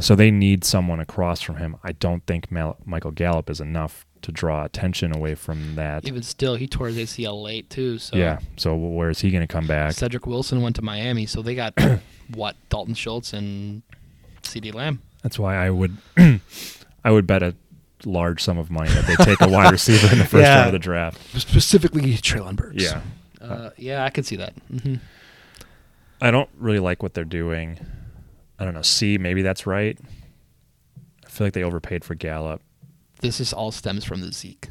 Speaker 1: So they need someone across from him. I don't think Mal- Michael Gallup is enough to draw attention away from that.
Speaker 2: Even still, he tore his ACL late too. So
Speaker 1: Yeah. So where is he going to come back?
Speaker 2: Cedric Wilson went to Miami, so they got what Dalton Schultz and Ceedee Lamb.
Speaker 1: That's why I would, I would bet a large sum of money that they take a wide receiver in the first
Speaker 2: Yeah.
Speaker 1: round of the draft.
Speaker 2: Specifically, Traylon Burks.
Speaker 1: Yeah.
Speaker 2: Uh, yeah, I could see that. hmm
Speaker 1: I don't really like what they're doing. I don't know. C, maybe that's right. I feel like they overpaid for Gallup.
Speaker 2: this is all stems from the Zeke.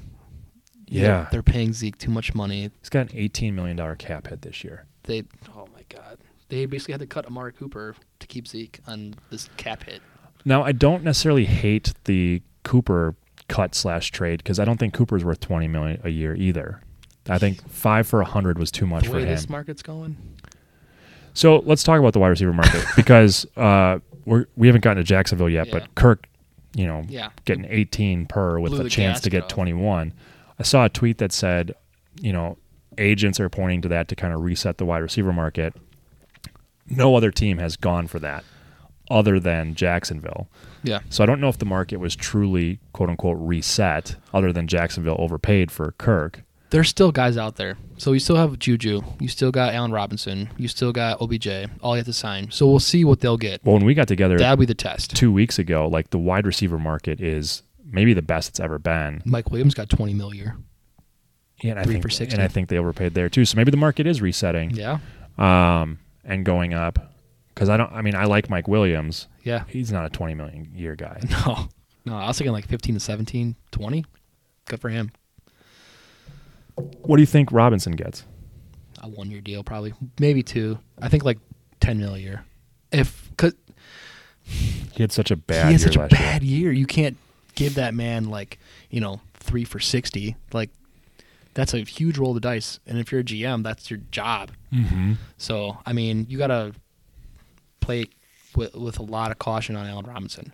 Speaker 1: Yeah.
Speaker 2: They're, they're paying Zeke too much money.
Speaker 1: He's got an $18 million cap hit this year.
Speaker 2: They oh my god. They basically had to cut Amari Cooper to keep Zeke on this cap hit.
Speaker 1: Now, I don't necessarily hate the Cooper cut slash trade because I don't think Cooper's worth $20 million a year either. I think five for a 100 was too much
Speaker 2: the
Speaker 1: for
Speaker 2: way
Speaker 1: him.
Speaker 2: this market's going.
Speaker 1: So let's talk about the wide receiver market because uh, we're, we haven't gotten to Jacksonville yet,
Speaker 2: Yeah.
Speaker 1: but Kirk, you know,
Speaker 2: Yeah.
Speaker 1: getting 18 per with
Speaker 2: Blew
Speaker 1: a
Speaker 2: the
Speaker 1: chance to
Speaker 2: gasket
Speaker 1: get
Speaker 2: off.
Speaker 1: 21. I saw a tweet that said, you know, agents are pointing to that to kind of reset the wide receiver market. No other team has gone for that other than Jacksonville.
Speaker 2: Yeah.
Speaker 1: So I don't know if the market was truly quote unquote reset other than Jacksonville overpaid for Kirk.
Speaker 2: There's still guys out there. So you still have Juju. You still got Allen Robinson. You still got OBJ. All you have to sign. So we'll see what they'll get.
Speaker 1: Well, when we got together
Speaker 2: That'll be the test.
Speaker 1: two weeks ago, like the wide receiver market is maybe the best it's ever been.
Speaker 2: Mike Williams got 20 mil a year.
Speaker 1: Yeah, and I
Speaker 2: Three
Speaker 1: think,
Speaker 2: for 60.
Speaker 1: And I think they overpaid there too. So maybe the market is resetting
Speaker 2: Yeah.
Speaker 1: um, and going up. Because I don't. I mean, I like Mike Williams.
Speaker 2: Yeah.
Speaker 1: He's not a twenty million year guy.
Speaker 2: No. No, I was thinking like 15 to 17, twenty. Good for him.
Speaker 1: What do you think Robinson gets?
Speaker 2: A one year deal, probably maybe two. I think like ten mil a year. If cause
Speaker 1: He had such a bad
Speaker 2: he
Speaker 1: year
Speaker 2: had such a
Speaker 1: last year.
Speaker 2: bad year. you can't give that man like you know three for sixty. Like that's a huge roll of the dice. And if you're a GM, that's your job.
Speaker 1: Mm-hmm.
Speaker 2: So I mean, you gotta play with, with a lot of caution on Allen Robinson.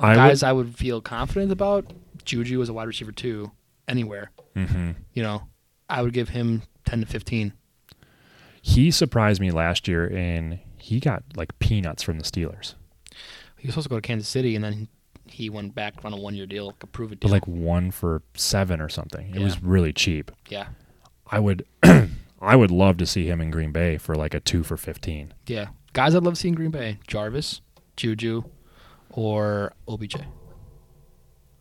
Speaker 1: I
Speaker 2: Guys, I would feel confident about Juju as a wide receiver too. Anywhere,
Speaker 1: mm-hmm.
Speaker 2: you know, I would give him ten to fifteen.
Speaker 1: He surprised me last year, and he got like peanuts from the Steelers,
Speaker 2: He was supposed to go to Kansas City, and then he went back on a one year deal, like a prove it
Speaker 1: but
Speaker 2: deal.
Speaker 1: like one for seven or something. It
Speaker 2: Yeah.
Speaker 1: was really cheap.
Speaker 2: yeah,
Speaker 1: I would, I would love to see him in Green Bay for like a two for fifteen.
Speaker 2: yeah. Guys, I'd love seeing Green Bay: Jarvis, Juju, or OBJ.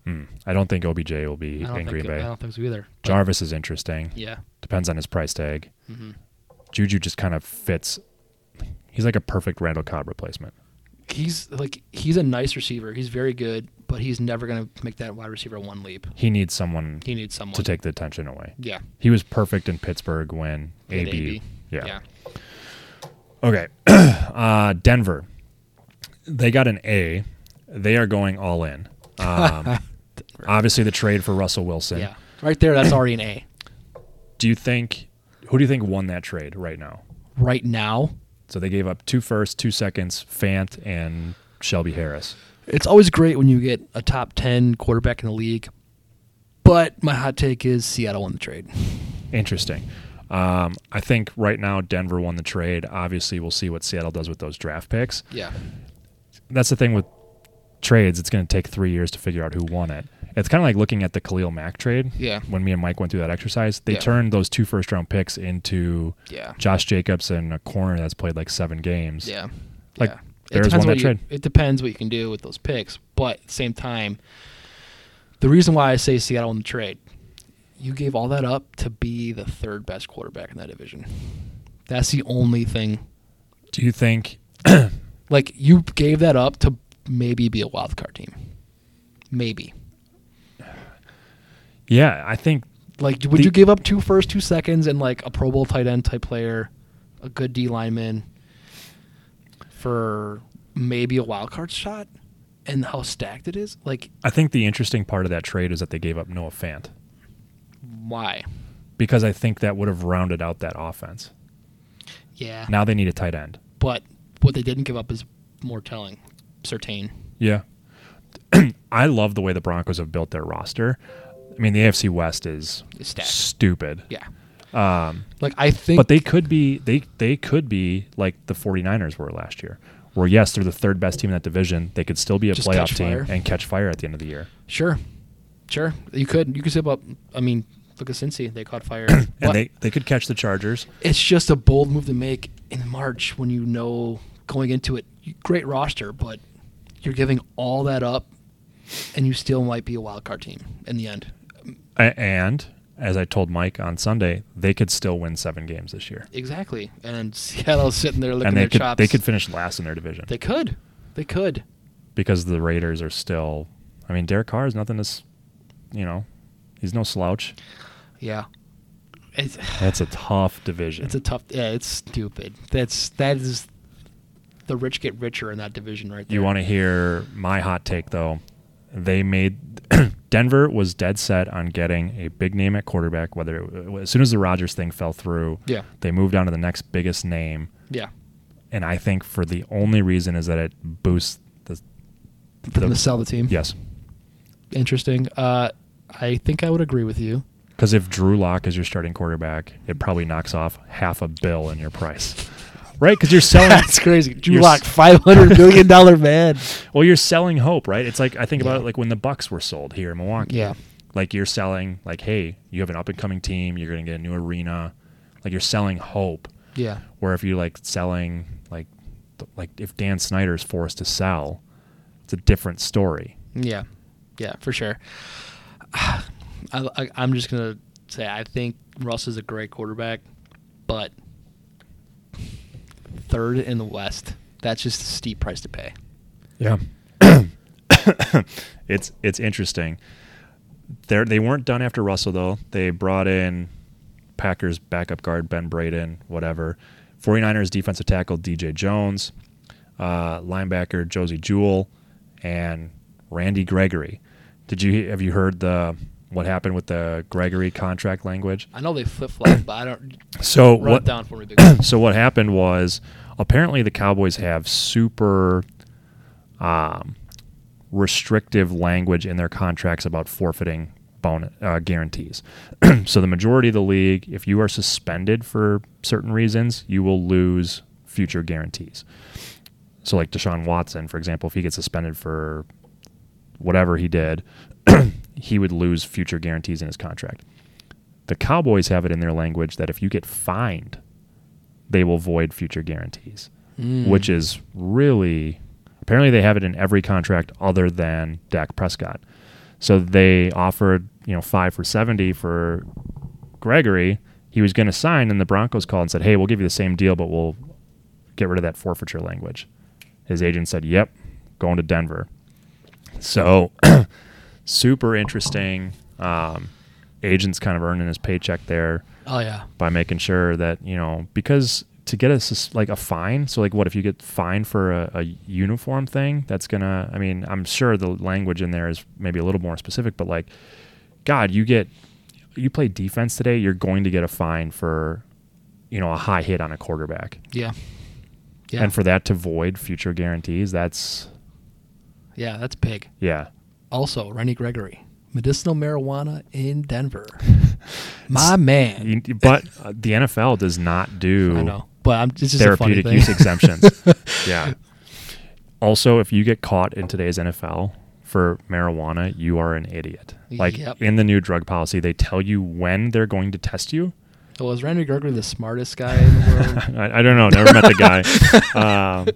Speaker 1: Hmm. I don't think OBJ will be
Speaker 2: I don't
Speaker 1: in
Speaker 2: think
Speaker 1: Green
Speaker 2: I
Speaker 1: Bay.
Speaker 2: don't think so either. But,
Speaker 1: Jarvis is interesting.
Speaker 2: yeah,
Speaker 1: Depends on his price tag.
Speaker 2: hmm
Speaker 1: Juju just kind of fits. He's like a perfect Randall Cobb replacement.
Speaker 2: he's like he's a nice receiver. He's very good, but he's never gonna make that wide receiver one leap.
Speaker 1: He needs someone
Speaker 2: He needs someone
Speaker 1: to take the attention away.
Speaker 2: Yeah.
Speaker 1: He was perfect in Pittsburgh when
Speaker 2: with
Speaker 1: AB. Yeah.
Speaker 2: Yeah.
Speaker 1: Okay. uh, Denver. They got an A. They are going all in. Um, obviously, the trade for Russell Wilson.
Speaker 2: Yeah. Right there, that's already an A.
Speaker 1: Do you think? Who do you think won that trade right now?
Speaker 2: Right now,
Speaker 1: So they gave up two firsts, two seconds, Fant and Shelby Harris.
Speaker 2: it's always great when you get a top 10 quarterback in the league. But my hot take is Seattle won the trade.
Speaker 1: Interesting. Um, I think right now Denver won the trade. Obviously, we'll see what Seattle does with those draft picks.
Speaker 2: Yeah.
Speaker 1: That's the thing with trades; it's going to take three years to figure out who won it. It's kind of like looking at the Khalil Mack trade.
Speaker 2: Yeah.
Speaker 1: When me and Mike went through that exercise, they
Speaker 2: Yeah.
Speaker 1: turned those two first-round picks into
Speaker 2: Yeah.
Speaker 1: Josh Jacobs and a corner that's played like seven games.
Speaker 2: Yeah.
Speaker 1: Like,
Speaker 2: yeah.
Speaker 1: Bears
Speaker 2: depends
Speaker 1: won
Speaker 2: what
Speaker 1: that
Speaker 2: you-
Speaker 1: trade.
Speaker 2: It depends what you can do with those picks. But at the same time, the reason why I say Seattle won the trade, you gave all that up to be the third best quarterback in that division. That's the only thing.
Speaker 1: Do you think?
Speaker 2: Like, you gave that up to maybe be a wild card team. Maybe.
Speaker 1: Yeah, I think
Speaker 2: Like, would
Speaker 1: The-
Speaker 2: you give up two first, two seconds, and like a Pro Bowl tight end type player, a good D lineman, for maybe a wild card shot, and how stacked it is? Like,
Speaker 1: I think the interesting part of that trade is that they gave up Noah Fant
Speaker 2: why?
Speaker 1: because I think that would have rounded out that offense.
Speaker 2: Yeah,
Speaker 1: Now they need a tight end.
Speaker 2: but what they didn't give up is more telling. Certain.
Speaker 1: Yeah. I love the way the Broncos have built their roster. I mean, the AFC West is
Speaker 2: It's stacked.
Speaker 1: stupid.
Speaker 2: Yeah,
Speaker 1: Um,
Speaker 2: like I think.
Speaker 1: but they could be they they could be like the 49ers were last year. Where yes, they're the third best team in that division. They could still be a
Speaker 2: Just
Speaker 1: playoff
Speaker 2: catch
Speaker 1: team
Speaker 2: fire.
Speaker 1: and catch fire at the end of the year.
Speaker 2: sure, sure you could you could zip up. I mean, look at Cincy. They caught fire.
Speaker 1: And
Speaker 2: But-
Speaker 1: they they could catch the Chargers.
Speaker 2: it's just a bold move to make in March when you know going into it, you- great roster, but you're giving all that up, and you still might be a wild card team in the end.
Speaker 1: A- And as I told Mike on Sunday, they could still win seven games this year.
Speaker 2: Exactly, and Seattle's sitting there looking
Speaker 1: and they
Speaker 2: their
Speaker 1: could
Speaker 2: chops.
Speaker 1: they could finish last in their division
Speaker 2: they could, they could.
Speaker 1: because the Raiders are still. I mean, Derek Carr is nothing to, s- you know, he's no slouch.
Speaker 2: Yeah, it's
Speaker 1: That's a tough division.
Speaker 2: it's a tough. Yeah, it's stupid. That's that is the rich get richer in that division right there.
Speaker 1: you want to hear my hot take though? They made Denver was dead set on getting a big name at quarterback. Whether it, as soon as the Rodgers thing fell through,
Speaker 2: Yeah,
Speaker 1: they moved on to the next biggest name,
Speaker 2: yeah.
Speaker 1: and I think for the only reason is that it boosts the
Speaker 2: For them
Speaker 1: The-
Speaker 2: to sell the team.
Speaker 1: yes.
Speaker 2: Interesting. Uh, I think I would agree with you.
Speaker 1: Because if Drew Lock is your starting quarterback, it probably knocks off half a bill in your price, right? Because you're selling.
Speaker 2: That's crazy. Drew
Speaker 1: You're
Speaker 2: Lock,
Speaker 1: s-
Speaker 2: five hundred million dollar man.
Speaker 1: well, you're selling hope, right? It's like I think about
Speaker 2: Yeah.
Speaker 1: it like when the Bucks were sold here in Milwaukee.
Speaker 2: Yeah,
Speaker 1: Like you're selling, like, hey, you have an up and coming team. You're going to get a new arena. Like you're selling hope.
Speaker 2: yeah,
Speaker 1: Where if you like selling, like, th- like if Dan Snyder's forced to sell, it's a different story.
Speaker 2: yeah, yeah, for sure. I, I, I'm just gonna say I think Russ is a great quarterback, but third in the West. That's just a steep price to pay.
Speaker 1: Yeah. it's it's interesting. They're, they weren't done after Russell, though. They brought in Packers backup guard Ben Braden, whatever. 49ers defensive tackle DJ Jones, uh, linebacker Josie Jewell, and Randy Gregory. Did you have you heard the what happened with the Gregory contract language?
Speaker 2: I know they flip flop, but I don't.
Speaker 1: So
Speaker 2: Run
Speaker 1: what
Speaker 2: it down for me. Big-
Speaker 1: so what happened was apparently the Cowboys have super um, restrictive language in their contracts about forfeiting bonus uh, guarantees. so the majority of the league, if you are suspended for certain reasons, you will lose future guarantees. So like Deshaun Watson, for example, if he gets suspended for whatever he did, he would lose future guarantees in his contract. The Cowboys have it in their language that if you get fined, they will void future guarantees, which is really apparently they have it in every contract other than Dak Prescott. So they offered, you know, five for 70 for Gregory. He was going to sign, and the Broncos called and said, Hey, we'll give you the same deal, but we'll get rid of that forfeiture language. His agent said, Yep, going to Denver. So super interesting. Um, agent's kind of earning his paycheck there
Speaker 2: oh yeah.
Speaker 1: by making sure that you know because to get a sus- like a fine so like what if you get fined for a, a uniform thing that's gonna i mean i'm sure the language in there is maybe a little more specific but like god you get you play defense today you're going to get a fine for you know a high hit on a quarterback
Speaker 2: Yeah. Yeah.
Speaker 1: and for that to void future guarantees that's
Speaker 2: yeah, that's big.
Speaker 1: yeah
Speaker 2: Also, Rennie Gregory, medicinal marijuana in Denver. My man.
Speaker 1: You- but uh, the nfl does not do
Speaker 2: I know, but I'm it's just a
Speaker 1: therapeutic
Speaker 2: funny
Speaker 1: use
Speaker 2: thing.
Speaker 1: exemptions. yeah. Also, if you get caught in today's NFL for marijuana, you are an idiot. Like
Speaker 2: Yep.
Speaker 1: in the new drug policy, they tell you when they're going to test you.
Speaker 2: well, is Randy Gregory the smartest guy in the world?
Speaker 1: I, I don't know. Never met the guy. Um,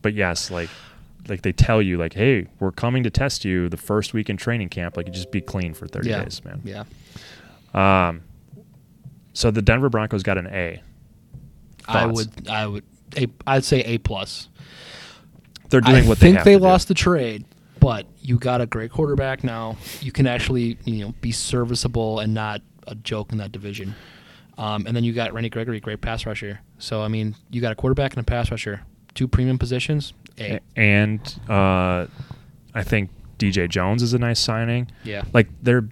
Speaker 1: but yes, like like they tell you, like, hey, we're coming to test you the first week in training camp. Like, you just be clean for thirty
Speaker 2: yeah.
Speaker 1: days, man.
Speaker 2: Yeah.
Speaker 1: Um, so the Denver Broncos got an A.
Speaker 2: I
Speaker 1: Thoughts?
Speaker 2: would. I would. A, I'd say A plus.
Speaker 1: They're doing
Speaker 2: I
Speaker 1: what they
Speaker 2: think
Speaker 1: have
Speaker 2: they
Speaker 1: to do.
Speaker 2: lost the trade, but you got a great quarterback now. You can actually you know be serviceable and not a joke in that division. Um, and then you got Randy Gregory, great pass rusher. So I mean, you got a quarterback and a pass rusher, two premium positions. A.
Speaker 1: A- and uh, I think DJ Jones is a nice signing.
Speaker 2: Yeah.
Speaker 1: Like they're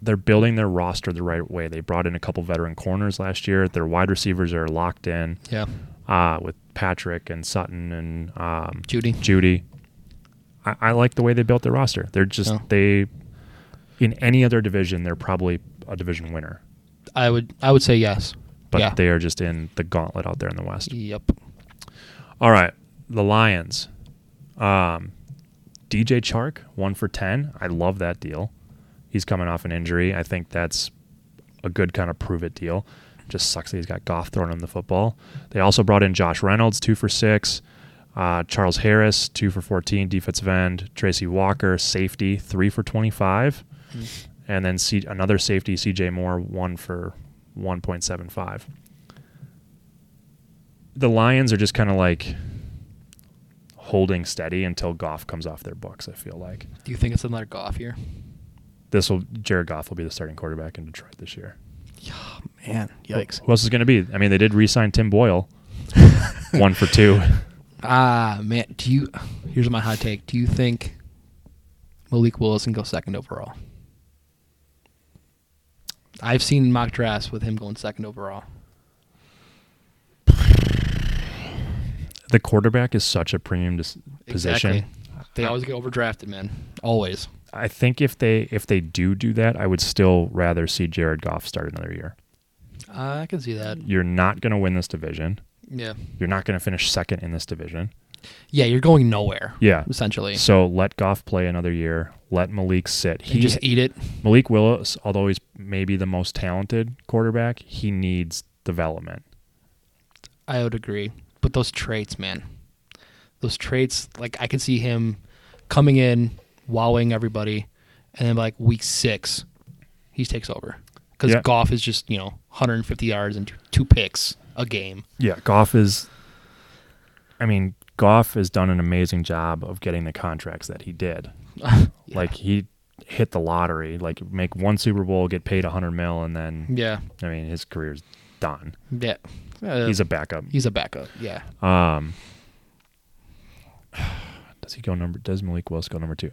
Speaker 1: they're building their roster the right way. They brought in a couple veteran corners last year. Their wide receivers are locked in
Speaker 2: Yeah.
Speaker 1: uh, with Patrick and Sutton and um,
Speaker 2: Judy.
Speaker 1: Judy. I, I like the way they built their roster. They're just
Speaker 2: Yeah.
Speaker 1: they in any other division they're probably a division winner,
Speaker 2: I would. I would say yes.
Speaker 1: but
Speaker 2: yeah.
Speaker 1: they are just in the gauntlet out there in the West.
Speaker 2: Yep.
Speaker 1: All right, the Lions. Um, DJ Chark, one for ten. I love that deal. He's coming off an injury. I think that's a good kind of prove it deal. Just sucks that he's got Goff throwing him the football. They also brought in Josh Reynolds, two for six. Uh, Charles Harris, two for fourteen, defensive end. Tracy Walker, safety, three for twenty-five, and then C- another safety, C.J. Moore, one for one point seven five the Lions are just kind of like holding steady until Goff comes off their books. I feel like
Speaker 2: Do you think it's another golf year?
Speaker 1: this will Jared Goff will be the starting quarterback in Detroit this year.
Speaker 2: Man, yikes.
Speaker 1: Who else is going to be? I mean, they did re-sign Tim Boyle, one for two.
Speaker 2: Ah, man. Do you? Here's my hot take. Do you think Malik Willis can go second overall? I've seen mock drafts with him going second overall.
Speaker 1: The quarterback is such a premium dis- position.
Speaker 2: Exactly. They always get overdrafted, man. Always.
Speaker 1: I think if they if they do do that, I would still rather see Jared Goff start another year.
Speaker 2: I can see that.
Speaker 1: You're not going to win this division.
Speaker 2: Yeah.
Speaker 1: You're not going to finish second in this division.
Speaker 2: Yeah, you're going nowhere.
Speaker 1: Yeah.
Speaker 2: Essentially.
Speaker 1: So let Goff play another year. Let Malik sit.
Speaker 2: you just eat it.
Speaker 1: Malik Willis, although he's maybe the most talented quarterback, he needs development.
Speaker 2: I would agree. But those traits, man. Those traits, like I can see him coming in, wowing everybody, and then like week six, he takes over because
Speaker 1: Yeah.
Speaker 2: golf is just you know 150 yards and two, two picks a game.
Speaker 1: Yeah, Goff is. I mean, Goff has done an amazing job of getting the contracts that he did.
Speaker 2: Yeah.
Speaker 1: Like he hit the lottery, like make one Super Bowl, get paid 100 mil, and then
Speaker 2: Yeah.
Speaker 1: I mean his career's done.
Speaker 2: Mm. Yeah. Uh,
Speaker 1: He's a backup.
Speaker 2: he's a backup. Yeah.
Speaker 1: Um, does he go number? Does Malik Willis go number two?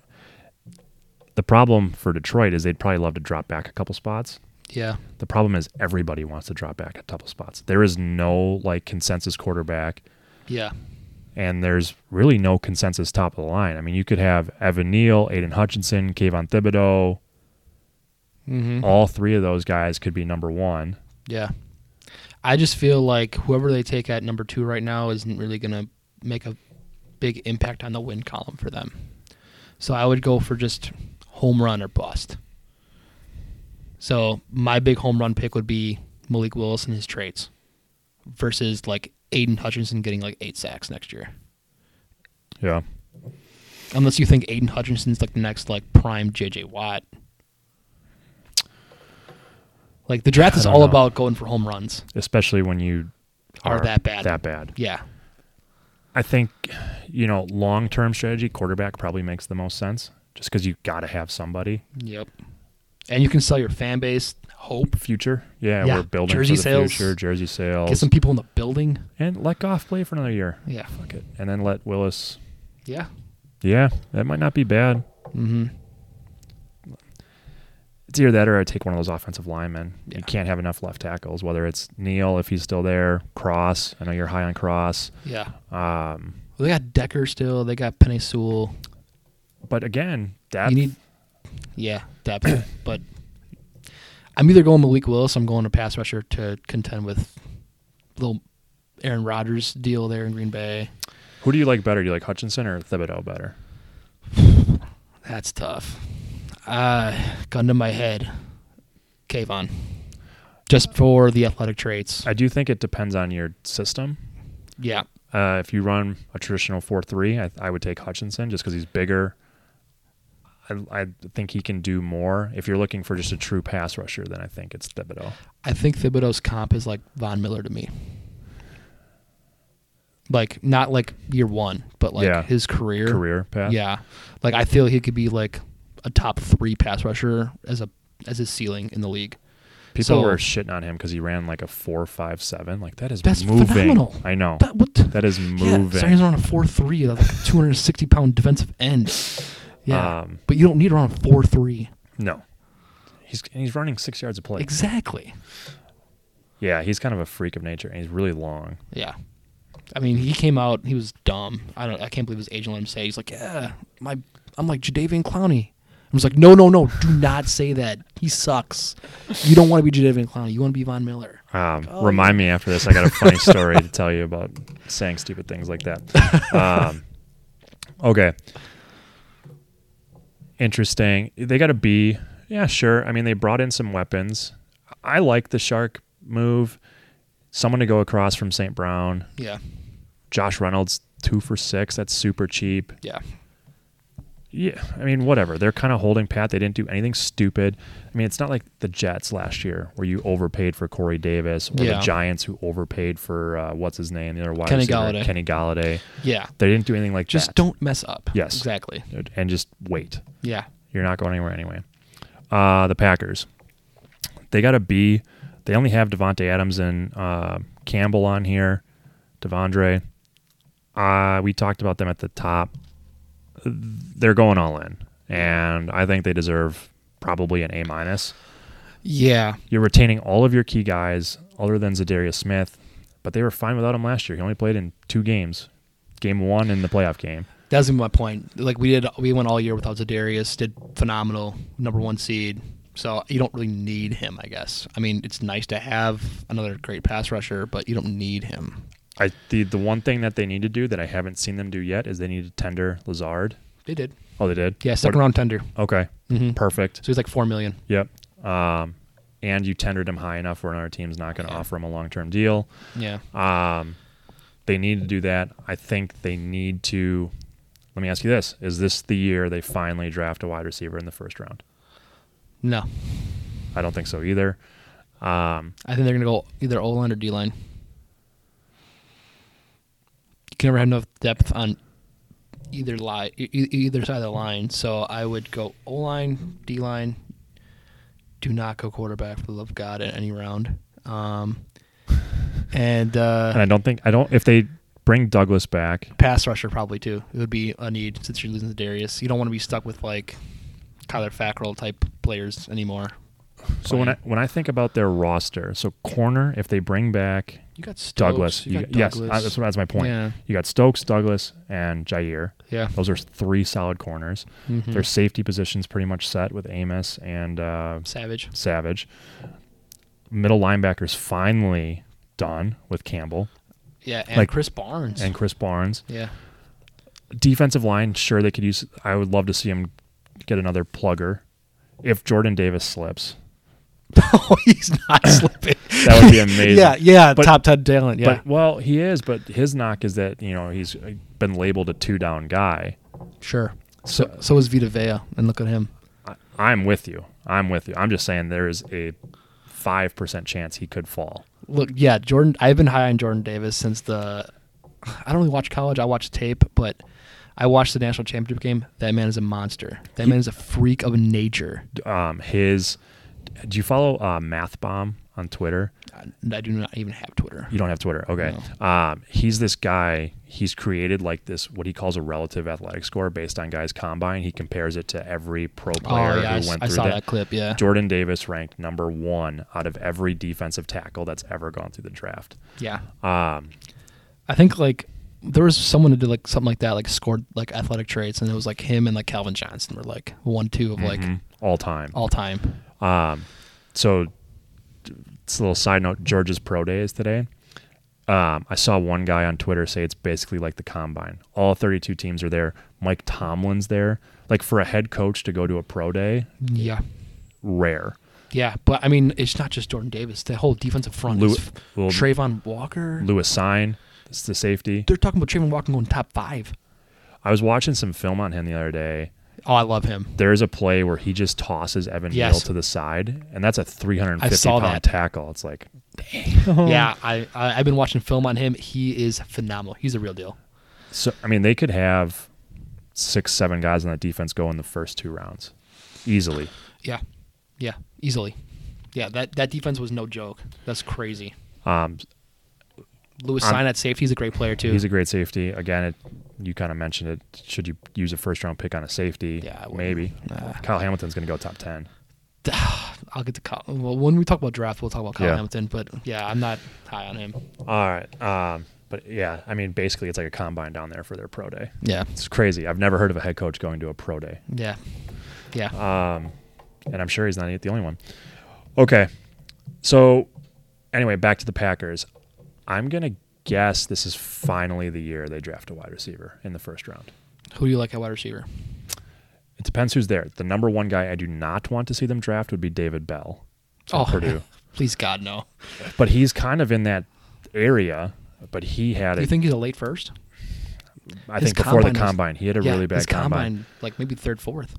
Speaker 1: The problem for Detroit is they'd probably love to drop back a couple spots.
Speaker 2: Yeah.
Speaker 1: The problem is everybody wants to drop back a couple spots. There is no like consensus quarterback,
Speaker 2: Yeah.
Speaker 1: and there's really no consensus top of the line. I mean, you could have Evan Neal, Aiden Hutchinson, Kayvon Thibodeau.
Speaker 2: Mm-hmm.
Speaker 1: All three of those guys could be number one.
Speaker 2: Yeah. I just feel like whoever they take at number two right now isn't really going to make a big impact on the win column for them. So I would go for just home run or bust. So my big home run pick would be Malik Willis and his traits versus like Aiden Hutchinson getting like eight sacks next year.
Speaker 1: Yeah.
Speaker 2: Unless you think Aiden Hutchinson's like the next like prime JJ Watt. Like the draft
Speaker 1: I
Speaker 2: is
Speaker 1: don't
Speaker 2: all
Speaker 1: know.
Speaker 2: about going for home runs.
Speaker 1: Especially when you
Speaker 2: Are that bad.
Speaker 1: That bad.
Speaker 2: Yeah.
Speaker 1: I think, you know, long term strategy, quarterback probably makes the most sense just because you got to have somebody.
Speaker 2: Yep. And you can sell your fan base hope.
Speaker 1: Future. Yeah,
Speaker 2: Yeah,
Speaker 1: we're building
Speaker 2: jersey
Speaker 1: for the
Speaker 2: sales.
Speaker 1: future, jersey sales.
Speaker 2: Get some people in the building.
Speaker 1: and let Goff play for another year.
Speaker 2: Yeah.
Speaker 1: Fuck it. And then let Willis.
Speaker 2: Yeah.
Speaker 1: Yeah, that might not be bad.
Speaker 2: Mm-hmm.
Speaker 1: It's either that or I take one of those offensive linemen.
Speaker 2: Yeah.
Speaker 1: You can't have enough left tackles, whether it's Neal, if he's still there, Cross. I know you're high on Cross.
Speaker 2: Yeah.
Speaker 1: Um,
Speaker 2: Well, they got Decker still. They got Penny Sewell.
Speaker 1: but again, depth.
Speaker 2: You need, yeah, depth. but I'm either going Malik Willis. I'm going a pass rusher to contend with little Aaron Rodgers deal there in Green Bay.
Speaker 1: who do you like better? Do you like Hutchinson or Thibodeau better?
Speaker 2: That's tough. Uh, gun to my head, Kayvon. Just for the athletic traits.
Speaker 1: I do think it depends on your system.
Speaker 2: Yeah.
Speaker 1: Uh, if you run a traditional four three, I, I would take Hutchinson just because he's bigger. I, I think he can do more. If you're looking for just a true pass rusher, then I think it's Thibodeau.
Speaker 2: I think Thibodeau's comp is like Von Miller to me. Like not like year one, but like
Speaker 1: Yeah.
Speaker 2: his career.
Speaker 1: Career path.
Speaker 2: Yeah. Like I feel he could be like a top three pass rusher as a as his ceiling in the league.
Speaker 1: People
Speaker 2: So-
Speaker 1: were shitting on him because he ran like a four five seven. Like that is
Speaker 2: That's
Speaker 1: moving.
Speaker 2: phenomenal.
Speaker 1: I know
Speaker 2: But what the-
Speaker 1: that is moving.
Speaker 2: Yeah, so he's around a four three, like a two hundred and sixty pound defensive end. Yeah.
Speaker 1: Um,
Speaker 2: but you don't need around a four three.
Speaker 1: no, he's and he's running six yards a play.
Speaker 2: Exactly.
Speaker 1: yeah, he's kind of a freak of nature, and he's really long.
Speaker 2: Yeah. I mean, he came out. He was dumb. I don't. I can't believe his agent let him say. He's like, yeah, my. I'm like Jadavian Clowney. I was like, no, no, no. Do not say that. He sucks. You don't want to be Jadavian Clowney. You want to be Von Miller.
Speaker 1: Um,
Speaker 2: Oh,
Speaker 1: remind me after this. I got a funny story to tell you about saying stupid things like that. Um, okay. Interesting. They got a B. Yeah, sure. I mean, they brought in some weapons. I like the shark move. Someone to go across from St. Brown.
Speaker 2: Yeah.
Speaker 1: Josh Reynolds, two for six. That's super cheap.
Speaker 2: Yeah.
Speaker 1: Yeah, I mean, whatever. They're kind of holding pat. They didn't do anything stupid. I mean, it's not like the Jets last year where you overpaid for Corey Davis or
Speaker 2: Yeah.
Speaker 1: the Giants who overpaid for uh, what's his name, the other wide
Speaker 2: Kenny
Speaker 1: receiver,
Speaker 2: Galladay.
Speaker 1: Kenny Galladay.
Speaker 2: Yeah.
Speaker 1: They didn't do anything like
Speaker 2: Just
Speaker 1: that.
Speaker 2: don't mess up.
Speaker 1: Yes.
Speaker 2: Exactly.
Speaker 1: and just wait.
Speaker 2: Yeah.
Speaker 1: You're not going anywhere anyway. Uh, the Packers, they got a B. They only have Devonte Adams and uh, Campbell on here. Devondre. Uh, we talked about them at the top. They're going all in, and I think they deserve probably an A minus.
Speaker 2: Yeah.
Speaker 1: You're retaining all of your key guys, other than Zadarius Smith, but they were fine without him last year. He only played in two games, game one and the playoff game.
Speaker 2: That's my point. Like we did, we went all year without Zadarius. Did phenomenal, number one seed. So you don't really need him, I guess. I mean, it's nice to have another great pass rusher, but you don't need him.
Speaker 1: I the the one thing that they need to do that I haven't seen them do yet is they need to tender Lazard.
Speaker 2: They did.
Speaker 1: Oh, they did.
Speaker 2: Yeah, second
Speaker 1: What- Mm-hmm.
Speaker 2: round tender.
Speaker 1: Okay,
Speaker 2: Mhm.
Speaker 1: perfect.
Speaker 2: So he's like four million.
Speaker 1: Yep. Um, and you tendered him high enough where another team's not going to
Speaker 2: Yeah.
Speaker 1: offer him a long term deal.
Speaker 2: Yeah.
Speaker 1: Um, they need to do that. I think they need to. Let me ask you this: Is this the year they finally draft a wide receiver in the first round?
Speaker 2: No,
Speaker 1: I don't think so either. Um,
Speaker 2: I think they're gonna go either O line or D line. You can never have enough depth on either line, either side of the line. So I would go O line, D line. Do not go quarterback for the love of God in any round. Um, and uh,
Speaker 1: And I don't think I don't if they bring Douglas back.
Speaker 2: pass rusher probably too. It would be a need since you're losing to Darius. You don't want to be stuck with like Kyler Fackrell type players anymore.
Speaker 1: So when I when I think about their roster, so corner if they bring back
Speaker 2: You got Stokes,
Speaker 1: Douglas,
Speaker 2: You got
Speaker 1: you- yes,
Speaker 2: Douglas.
Speaker 1: I- that's, that's my point.
Speaker 2: Yeah,
Speaker 1: You got Stokes, Douglas, and Jair.
Speaker 2: yeah.
Speaker 1: Those are three solid corners.
Speaker 2: Mhm.
Speaker 1: Their safety positions pretty much set with Amos and uh,
Speaker 2: Savage.
Speaker 1: Savage. Middle linebackers finally done with Campbell
Speaker 2: Yeah, and
Speaker 1: Like-
Speaker 2: Chris Barnes.
Speaker 1: and Chris Barnes.
Speaker 2: yeah,
Speaker 1: Defensive line, sure they could use. I would love to see him get another plugger. If Jordan Davis slips,
Speaker 2: oh, he's not slipping.
Speaker 1: that would be amazing.
Speaker 2: Yeah, yeah,
Speaker 1: But-
Speaker 2: top ten talent. Yeah,
Speaker 1: But well, he is. But his knock is that you know he's uh, been labeled a two down guy.
Speaker 2: sure.
Speaker 1: So
Speaker 2: So so is Vita Vea, and look at him.
Speaker 1: I- I'm with you. I'm with you. I'm just saying there is a five percent chance he could fall.
Speaker 2: Look, yeah, Jordan. I've been high on Jordan Davis since the. I don't really watch college. I watch tape, but I watched the national championship game. That man is a monster. That man is a freak of nature.
Speaker 1: Um, his. Do you follow uh, Math Bomb on Twitter?
Speaker 2: I, I do not even have Twitter.
Speaker 1: You don't have Twitter, okay? Um, he's this guy. He's created like this what he calls a relative athletic score based on guys' combine. He compares it to every pro
Speaker 2: Oh
Speaker 1: player
Speaker 2: yeah, I,
Speaker 1: who
Speaker 2: s-
Speaker 1: went
Speaker 2: I
Speaker 1: through
Speaker 2: saw that.
Speaker 1: that.
Speaker 2: clip. Yeah,
Speaker 1: Jordan Davis ranked number one out of every defensive tackle that's ever gone through the draft.
Speaker 2: yeah.
Speaker 1: Um,
Speaker 2: I think like there was someone who did like something like that, like scored like athletic traits, and it was like him and like Calvin Johnson were like one two of like
Speaker 1: mhm, all time.
Speaker 2: all time.
Speaker 1: Um, so, d- it's a little side note. George's pro day is today. Um, I saw one guy on Twitter say it's basically like the combine. All 32 teams are there. Mike Tomlin's there. Like for a head coach to go to a pro day,
Speaker 2: Yeah,
Speaker 1: rare.
Speaker 2: yeah. But I mean, it's not just Jordan Davis. The whole defensive front
Speaker 1: Lew-
Speaker 2: is f-
Speaker 1: well,
Speaker 2: Trayvon Walker.
Speaker 1: Lewis Sign, this is the safety.
Speaker 2: They're talking about Trayvon Walker going top five.
Speaker 1: I was watching some film on him the other day.
Speaker 2: Oh, I love him.
Speaker 1: There is a play where he just tosses Evan
Speaker 2: Yes.
Speaker 1: Neal to the side, and that's a 350
Speaker 2: saw
Speaker 1: pound
Speaker 2: that.
Speaker 1: tackle. It's like
Speaker 2: Yeah, I, I I've been watching film on him. He is phenomenal. He's the real deal.
Speaker 1: So I mean, they could have six, seven guys on that defense go in the first two rounds easily.
Speaker 2: Yeah, yeah, easily. Yeah, that that defense was no joke. That's crazy.
Speaker 1: Um,
Speaker 2: Lewis
Speaker 1: I'm-
Speaker 2: Sign at safety is a great player too.
Speaker 1: he's a great safety. Again, it, you kind of mentioned it. Should you use a first round pick on a safety?
Speaker 2: Yeah, I wouldn't.
Speaker 1: maybe.
Speaker 2: Nah.
Speaker 1: Kyle Hamilton's going to go top ten.
Speaker 2: I'll get to Kyle. Well, when we talk about draft, we'll talk about Kyle
Speaker 1: Yeah.
Speaker 2: Hamilton. But yeah, I'm not high on him.
Speaker 1: All right. Um, but yeah, I mean, basically, it's like a combine down there for their pro day.
Speaker 2: Yeah,
Speaker 1: It's crazy. I've never heard of a head coach going to a pro day,
Speaker 2: yeah, yeah.
Speaker 1: Uh, and I'm sure he's not the only one. Okay. So, anyway, back to the Packers. I'm going to guess this is finally the year they draft a wide receiver in the first round.
Speaker 2: Who do you like at wide receiver?
Speaker 1: It depends who's there. The number one guy I do not want to see them draft would be David Bell. at
Speaker 2: Oh.
Speaker 1: Purdue.
Speaker 2: please God no.
Speaker 1: But he's kind of in that area. But he had
Speaker 2: Do you
Speaker 1: it.
Speaker 2: think he's a late first?
Speaker 1: I
Speaker 2: his
Speaker 1: think before the
Speaker 2: combine was-
Speaker 1: combine, he had a really
Speaker 2: his
Speaker 1: bad
Speaker 2: combine,
Speaker 1: combine.
Speaker 2: like maybe third, fourth.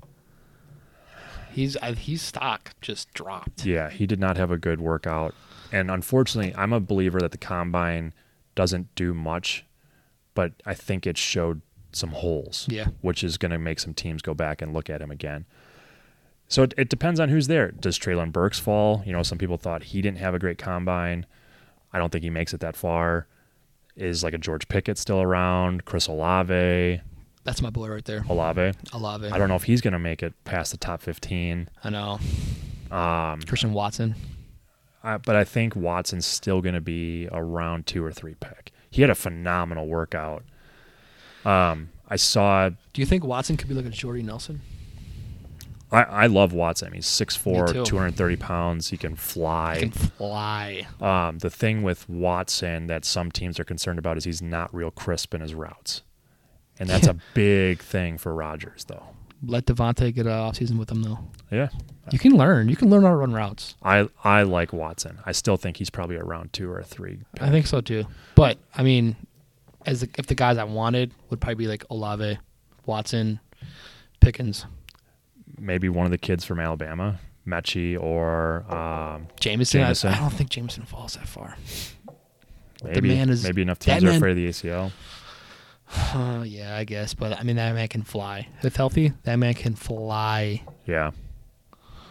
Speaker 2: He's I, he's stock just dropped.
Speaker 1: Yeah, he did not have a good workout. And unfortunately, I'm a believer that the combine doesn't do much, but I think it showed some holes,
Speaker 2: Yeah.
Speaker 1: which is going to make some teams go back and look at him again. So it, it depends on who's there. Does Traylon Burks fall? You know, some people thought he didn't have a great combine. I don't think he makes it that far. Is like a George Pickett still around? Chris Olave,
Speaker 2: That's my boy right there.
Speaker 1: Olave.
Speaker 2: I love it.
Speaker 1: Oh. I don't know if he's going to make it past the top 15.
Speaker 2: I know.
Speaker 1: Um,
Speaker 2: Christian Watson.
Speaker 1: I, but I think Watson's still going to be a round two or three pick. He had a phenomenal workout. Um, I saw.
Speaker 2: Do you think Watson could be like a Jordy Nelson?
Speaker 1: I, I love Watson. He's 6'4",
Speaker 2: too.
Speaker 1: 230 pounds. He can fly.
Speaker 2: He can fly.
Speaker 1: um, the thing with Watson that some teams are concerned about is he's not real crisp in his routes, and that's a big thing for Rodgers, though.
Speaker 2: Let Devontae get an offseason with him though.
Speaker 1: Yeah,
Speaker 2: You can learn. You can learn how to run routes.
Speaker 1: I I like Watson. I still think he's probably a round two or a three.
Speaker 2: I think so too. But I mean, as the, if the guys I wanted would probably be like Olave, Watson, Pickens,
Speaker 1: Maybe one of the kids from Alabama, Mechie, or um,
Speaker 2: Jameson. I-
Speaker 1: Jameson.
Speaker 2: I, don't think Jameson falls that far.
Speaker 1: Maybe,
Speaker 2: man is-
Speaker 1: maybe enough
Speaker 2: that
Speaker 1: teams are
Speaker 2: man-
Speaker 1: afraid of the ACL.
Speaker 2: Uh, yeah, I guess. But I mean, that man can fly. If healthy, that man can fly.
Speaker 1: Yeah.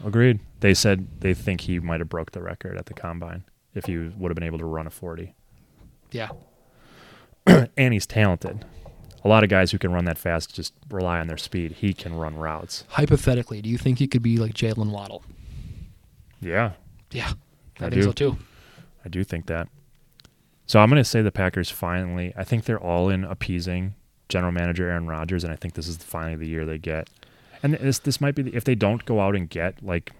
Speaker 1: Agreed. They said they think he might have broke the record at the combine if he would have been able to run a 40.
Speaker 2: Yeah.
Speaker 1: And he's talented. A lot of guys who can run that fast just rely on their speed. He can run routes.
Speaker 2: Hypothetically, do you think he could be like Jalen Waddle?
Speaker 1: Yeah,
Speaker 2: Yeah, I,
Speaker 1: I
Speaker 2: think
Speaker 1: do.
Speaker 2: so too.
Speaker 1: I do think that. So I'm going to say the Packers finally, I think they're all in appeasing general manager Aaron Rodgers, and I think this is finally the year they get. And this this might be the, if they don't go out and get like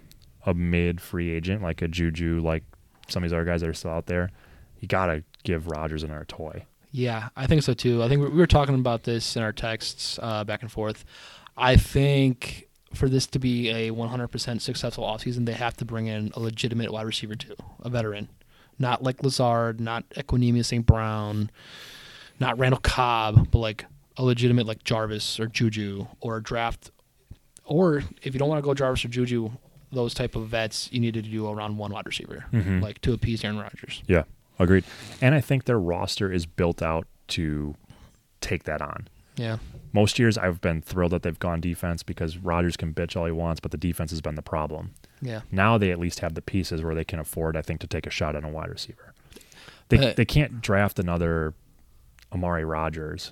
Speaker 1: a mid free agent, like a Juju, like some of these other guys that are still out there, you got to give Rodgers another toy.
Speaker 2: Yeah, I think so too. I think we we were talking about this in our texts uh, back and forth. I think for this to be a 100% successful offseason, they have to bring in a legitimate wide receiver too, a veteran. Not like Lazard, not Equinemius St. Brown, not Randall Cobb, but like a legitimate like Jarvis or Juju or a draft. Or if you don't want to go Jarvis or Juju, those type of vets, you need to do around one wide receiver, like to appease Aaron Rodgers.
Speaker 1: Yeah, agreed. And I think their roster is built out to take that on.
Speaker 2: Yeah.
Speaker 1: Most years I've been thrilled that they've gone defense because Rodgers can bitch all he wants, but the defense has been the problem.
Speaker 2: Yeah.
Speaker 1: now they at least have the pieces where they can afford, I think, to take a shot on a wide receiver. They
Speaker 2: But-
Speaker 1: they can't draft another Amari Rogers.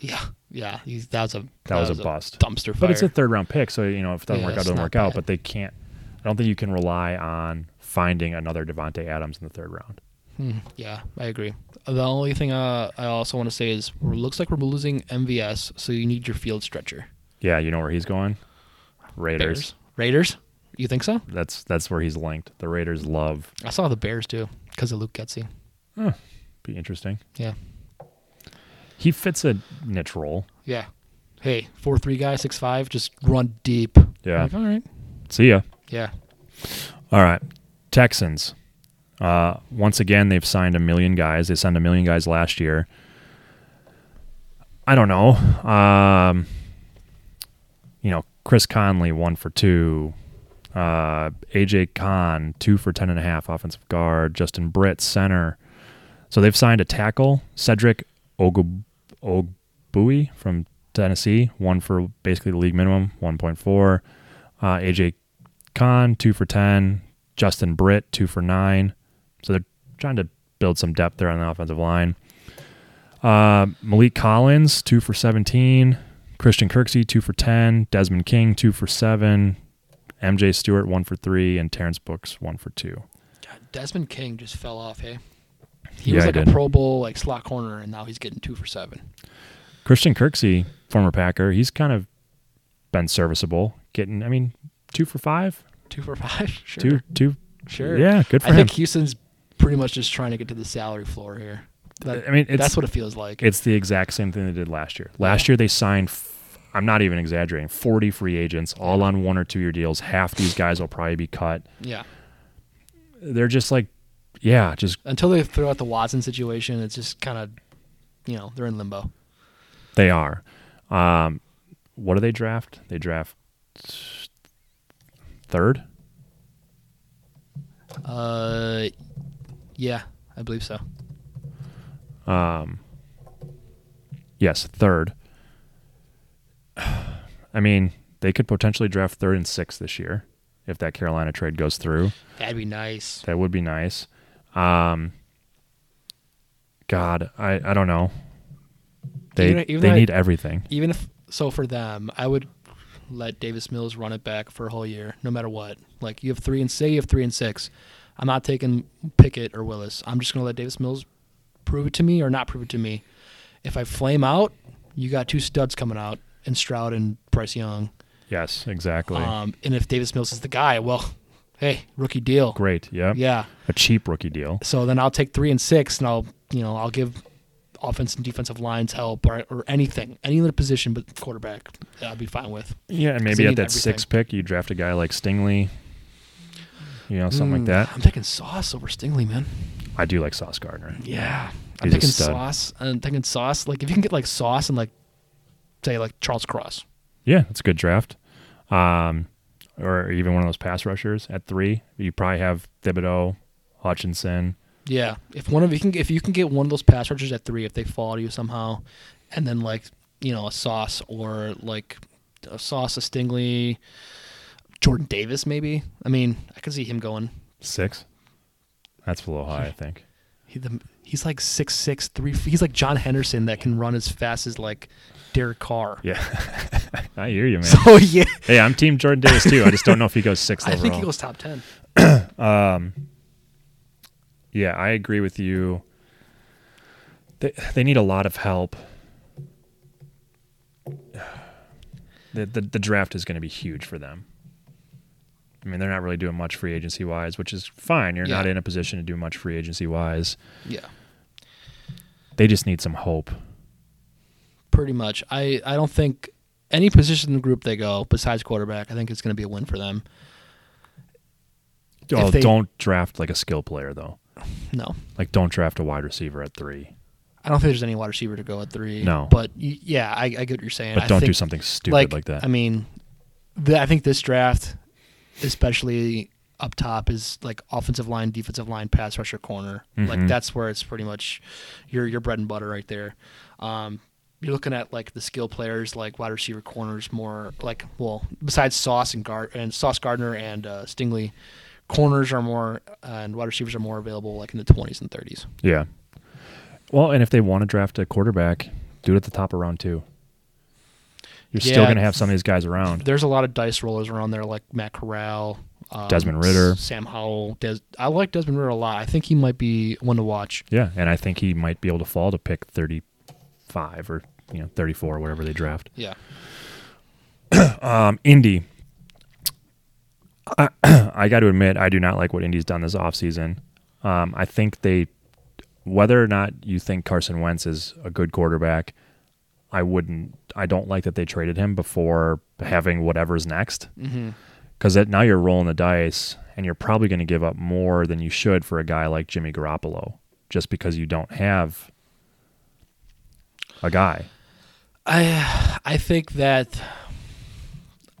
Speaker 2: Yeah, yeah, he's, that was a that,
Speaker 1: was a bust.
Speaker 2: dumpster fire.
Speaker 1: But it's a third round pick, so you know if it doesn't
Speaker 2: Yeah,
Speaker 1: work out, it
Speaker 2: it's
Speaker 1: doesn't
Speaker 2: not
Speaker 1: work out.
Speaker 2: bad.
Speaker 1: But they can't. I don't think you can rely on finding another Devonte Adams in the third round.
Speaker 2: Hmm, yeah, I agree. The only thing uh, I also want to say is it looks like we're losing MVS, so you need your field stretcher.
Speaker 1: Yeah, you know where he's going. Raiders.
Speaker 2: Raiders. You think so?
Speaker 1: That's that's where he's linked. The Raiders love.
Speaker 2: I saw the Bears too because of Luke Getzey.
Speaker 1: Be interesting.
Speaker 2: Yeah,
Speaker 1: He fits a niche role.
Speaker 2: yeah. Hey, four three guy, six five, just run deep.
Speaker 1: Yeah.
Speaker 2: Like, all right.
Speaker 1: See ya.
Speaker 2: Yeah.
Speaker 1: All right, Texans. Uh, once again, they've signed a million guys. They signed a million guys last year. I don't know. Um, you know, Chris Conley one for two. Uh, AJ Kahn two for ten and a half offensive guard. Justin Britt center. So they've signed a tackle Cedric Ogub- Ogbui from Tennessee one for basically the league minimum one point four. Uh, AJ Kahn, two for 10. Justin Britt, two for nine. So they're trying to build some depth there on the offensive line. Uh, Malik Collins, two for 17. Christian Kirksey, two for 10. Desmond King, two for seven. MJ Stewart, one for three. And Terrence Brooks, one for two.
Speaker 2: God, Desmond King just fell off. Hey, he
Speaker 1: Yeah,
Speaker 2: was
Speaker 1: I
Speaker 2: like a
Speaker 1: did.
Speaker 2: Pro Bowl like slot corner, and now he's getting two for seven.
Speaker 1: Christian Kirksey, former Packer, he's kind of been serviceable. Getting, I mean, two for five,
Speaker 2: Two for five. Sure.
Speaker 1: two, two.
Speaker 2: Sure.
Speaker 1: Yeah, good for
Speaker 2: I
Speaker 1: him.
Speaker 2: think Houston's pretty much just trying to get to the salary floor here. That-
Speaker 1: I mean, Uh, it's,
Speaker 2: that's what it feels like.
Speaker 1: It's the exact same thing they did last year. Last year they signed, f- I'm not even exaggerating, 40 free agents, all on one or two year deals. Half these guys will probably be cut.
Speaker 2: yeah.
Speaker 1: They're just like, yeah, just
Speaker 2: Until they throw out the Watson situation, it's just kind of, you know, they're in limbo.
Speaker 1: they are. Um, what do they draft? They draft third.
Speaker 2: Uh, yeah, I believe so.
Speaker 1: Yes, third. I mean, they could potentially draft third and sixth this year if that Carolina trade goes through.
Speaker 2: That'd be nice.
Speaker 1: That would be nice. Um, God, I, I don't know. They
Speaker 2: Even- even
Speaker 1: they
Speaker 2: though I-
Speaker 1: need everything.
Speaker 2: Even if so, for them, I would let Davis Mills run it back for a whole year, no matter what. Like you have three and say you have three and six. I'm not taking Pickett or Willis. I'm just gonna let Davis Mills prove it to me or not prove it to me. If I flame out, you got two studs coming out and Stroud and Bryce Young.
Speaker 1: Yes, exactly.
Speaker 2: Um, and if Davis Mills is the guy, well, hey, rookie deal.
Speaker 1: Great. Yeah.
Speaker 2: Yeah.
Speaker 1: A cheap rookie deal.
Speaker 2: So then I'll take three and six, and I'll you know I'll give offense and defensive lines help or, or anything, any other position but quarterback. I'll be fine with.
Speaker 1: Yeah, and
Speaker 2: they
Speaker 1: maybe at
Speaker 2: need
Speaker 1: that sixth
Speaker 2: everything.
Speaker 1: pick, you draft a guy like Stingley. You know, something like
Speaker 2: Mm,
Speaker 1: that.
Speaker 2: I'm taking Sauce over Stingley, man.
Speaker 1: I do like Sauce Gardner.
Speaker 2: Yeah, I'm
Speaker 1: He's a
Speaker 2: taking
Speaker 1: stud.
Speaker 2: Sauce. I'm taking Sauce. Like if you can get like Sauce and like say like Charles Cross.
Speaker 1: Yeah, it's a good draft. Um, or even one of those pass rushers at three. You probably have Thibodeau, Hutchinson,
Speaker 2: Yeah, if one of you can if you can get one of those pass rushers at three, if they fall to you somehow, and then like you know a sauce or like a sauce a Stingley, Jordan Davis maybe. I mean, I could see him going.
Speaker 1: Six. That's a little high, I think.
Speaker 2: He, the, he's like six six three. He's like John Henderson that can run as fast as like Derek Carr.
Speaker 1: Yeah, I hear you, man.
Speaker 2: So yeah,
Speaker 1: hey, I'm Team Jordan Davis too. I just don't know if he goes sixth
Speaker 2: I
Speaker 1: overall.
Speaker 2: think he goes top ten.
Speaker 1: yeah, I agree with you. They they need a lot of help. The the, the draft is going to be huge for them. I mean, they're not really doing much free agency wise, which is fine. You're not
Speaker 2: Yeah.
Speaker 1: in a position to do much free agency wise.
Speaker 2: Yeah.
Speaker 1: They just need some hope.
Speaker 2: pretty much. I, I don't think any position in the group they go besides quarterback, I think it's going to be a win for them.
Speaker 1: Oh,
Speaker 2: they-
Speaker 1: don't draft like a skill player though.
Speaker 2: No,
Speaker 1: Like, don't draft a wide receiver at three.
Speaker 2: I don't think there's any wide receiver to go at three.
Speaker 1: No.
Speaker 2: but y- yeah, I, I get what you're saying.
Speaker 1: But
Speaker 2: I
Speaker 1: don't do
Speaker 2: think,
Speaker 1: something stupid like,
Speaker 2: like,
Speaker 1: that.
Speaker 2: I mean, the, I think this draft, especially up top, is like offensive line, defensive line, pass rusher, corner.
Speaker 1: Mm-hmm.
Speaker 2: Like that's where it's pretty much your your bread and butter right there. Um, you're looking at like the skill players, like wide receiver, corners, more like well, besides Sauce and Gar- and Sauce Gardner and uh, Stingley, corners are more uh, and wide receivers are more available like in the 20s and 30s.
Speaker 1: Yeah. Well, and if they want to draft a quarterback, do it at the top of round two. You're still
Speaker 2: Yeah.
Speaker 1: going to have some of these guys around.
Speaker 2: There's a lot of dice rollers around there, like Matt Corral, um,
Speaker 1: Desmond Ritter.
Speaker 2: S- Sam Howell. Des- I like Desmond Ritter a lot. I think he might be one to watch.
Speaker 1: Yeah, and I think he might be able to fall to pick 35 or you know 34, whatever they draft.
Speaker 2: Yeah,
Speaker 1: Um, Indy. I, I got to admit, I do not like what Indy's done this offseason. Um, I think they, whether or not you think Carson Wentz is a good quarterback, I wouldn't. I don't like that they traded him before having whatever's next.
Speaker 2: Mm-hmm.
Speaker 1: Because now you're rolling the dice, and you're probably going to give up more than you should for a guy like Jimmy Garoppolo, just because you don't have a guy.
Speaker 2: I I think that.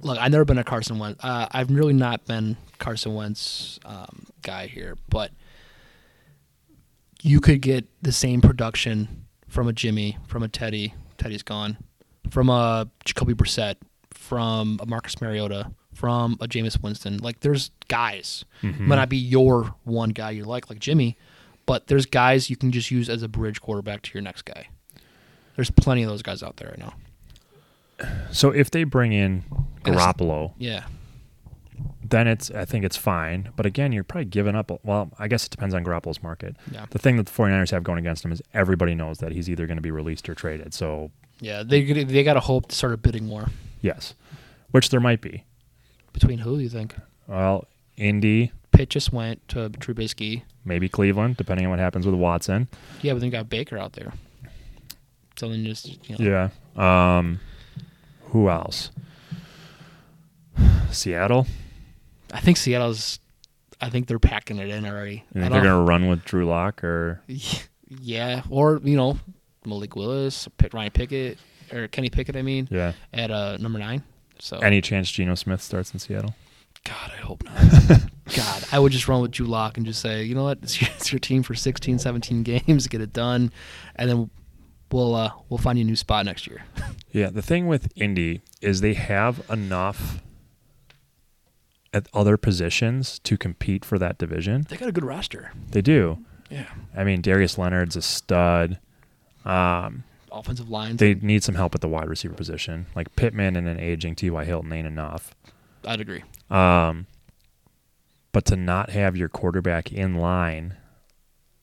Speaker 2: Look, I've never been a Carson Wentz. Uh, I've really not been Carson Wentz um, guy here, but you could get the same production from a Jimmy, from a Teddy. Teddy's gone. From a Jacoby Brissett, from a Marcus Mariota, from a Jameis Winston. Like there's guys. Might not be your one guy you like, like Jimmy, but there's guys you can just use as a bridge quarterback to your next guy. There's plenty of those guys out there right now.
Speaker 1: So if they bring in
Speaker 2: And it's-
Speaker 1: Garoppolo,
Speaker 2: Yeah.
Speaker 1: then it's I think it's fine. But again, you're probably giving up. a- Well, I guess it depends on Garoppolo's market.
Speaker 2: Yeah.
Speaker 1: The thing that the 49ers have going against him is everybody knows that he's either going to be released or traded. So
Speaker 2: Yeah. They they gotta hope to start a bidding war.
Speaker 1: yes, which there might be.
Speaker 2: Between who do you think?
Speaker 1: Well, Indy,
Speaker 2: Pitt just went to Trubisky.
Speaker 1: maybe Cleveland, depending on what happens with Watson.
Speaker 2: Yeah, but then you got Baker out there. So then just you know,
Speaker 1: Yeah. Um, who else? Seattle.
Speaker 2: I think Seattle's. I think they're packing it in already.
Speaker 1: You
Speaker 2: I
Speaker 1: think they're
Speaker 2: don't-
Speaker 1: going to run with Drew Lock or
Speaker 2: yeah, or you know, Malik Willis, Pitt, Ryan Pickett, or Kenny Pickett. I mean,
Speaker 1: yeah?
Speaker 2: at uh, number nine. So
Speaker 1: Any chance Geno Smith starts in Seattle?
Speaker 2: God, I hope not. God, I would just run with Drew Lock and just say, you know what, it's your, it's your team for 16, 17 games, get it done, and then we'll uh, we'll find you a new spot next year.
Speaker 1: Yeah, the thing with Indy is they have enough at other positions to compete for that division.
Speaker 2: They got a good roster.
Speaker 1: They do.
Speaker 2: Yeah,
Speaker 1: I mean, Darius Leonard's a stud. Um,
Speaker 2: offensive lines.
Speaker 1: They need some help at the wide receiver position. Like Pittman and an aging T.Y. Hilton ain't enough.
Speaker 2: I'd agree.
Speaker 1: Um, But to not have your quarterback in line,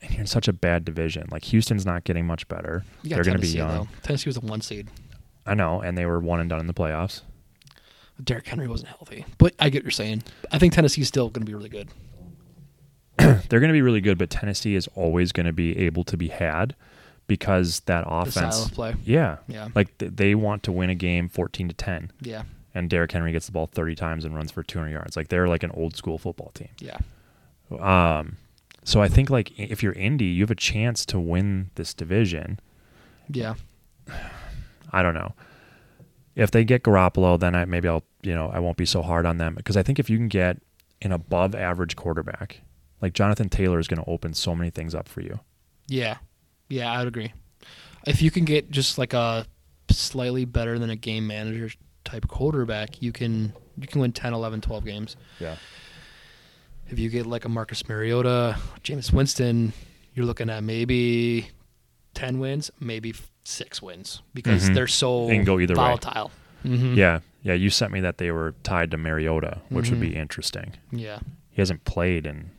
Speaker 1: and you're in such a bad division. Like Houston's not getting much better.
Speaker 2: You got
Speaker 1: They're going to be
Speaker 2: Tennessee
Speaker 1: young.
Speaker 2: though. Tennessee was the one seed.
Speaker 1: I know, and they were one and done in the playoffs.
Speaker 2: Derrick Henry wasn't healthy, but I get what you're saying. I think Tennessee's still going to be really good.
Speaker 1: they're going to be really good, but Tennessee is always going to be able to be had because that
Speaker 2: style
Speaker 1: offense.
Speaker 2: of play.
Speaker 1: Yeah.
Speaker 2: Yeah.
Speaker 1: Like th- they want to win a game 14 to 10
Speaker 2: Yeah,
Speaker 1: and Derrick Henry gets the ball 30 times and runs for 200 yards. Like they're like an old school football team. Um,
Speaker 2: yeah,
Speaker 1: So I think like i- if you're Indy, you have a chance to win this division.
Speaker 2: yeah.
Speaker 1: I don't know. If they get Garoppolo, then I maybe I'll, you know, I won't be so hard on them because I think if you can get an above average quarterback, like Jonathan Taylor is going to open so many things up for you.
Speaker 2: Yeah, yeah, I would agree. If you can get just like a slightly better than a game manager type quarterback, you can you can win 10, 11, 12 games.
Speaker 1: Yeah.
Speaker 2: If you get like a Marcus Mariota, James Winston, you're looking at maybe 10 wins, maybe f- six wins because
Speaker 1: Mhm.
Speaker 2: they're so
Speaker 1: They can go either way.
Speaker 2: volatile. Mm-hmm.
Speaker 1: Yeah. Yeah. You sent me that they were tied to Mariota, which would be interesting.
Speaker 2: Yeah.
Speaker 1: He hasn't played in.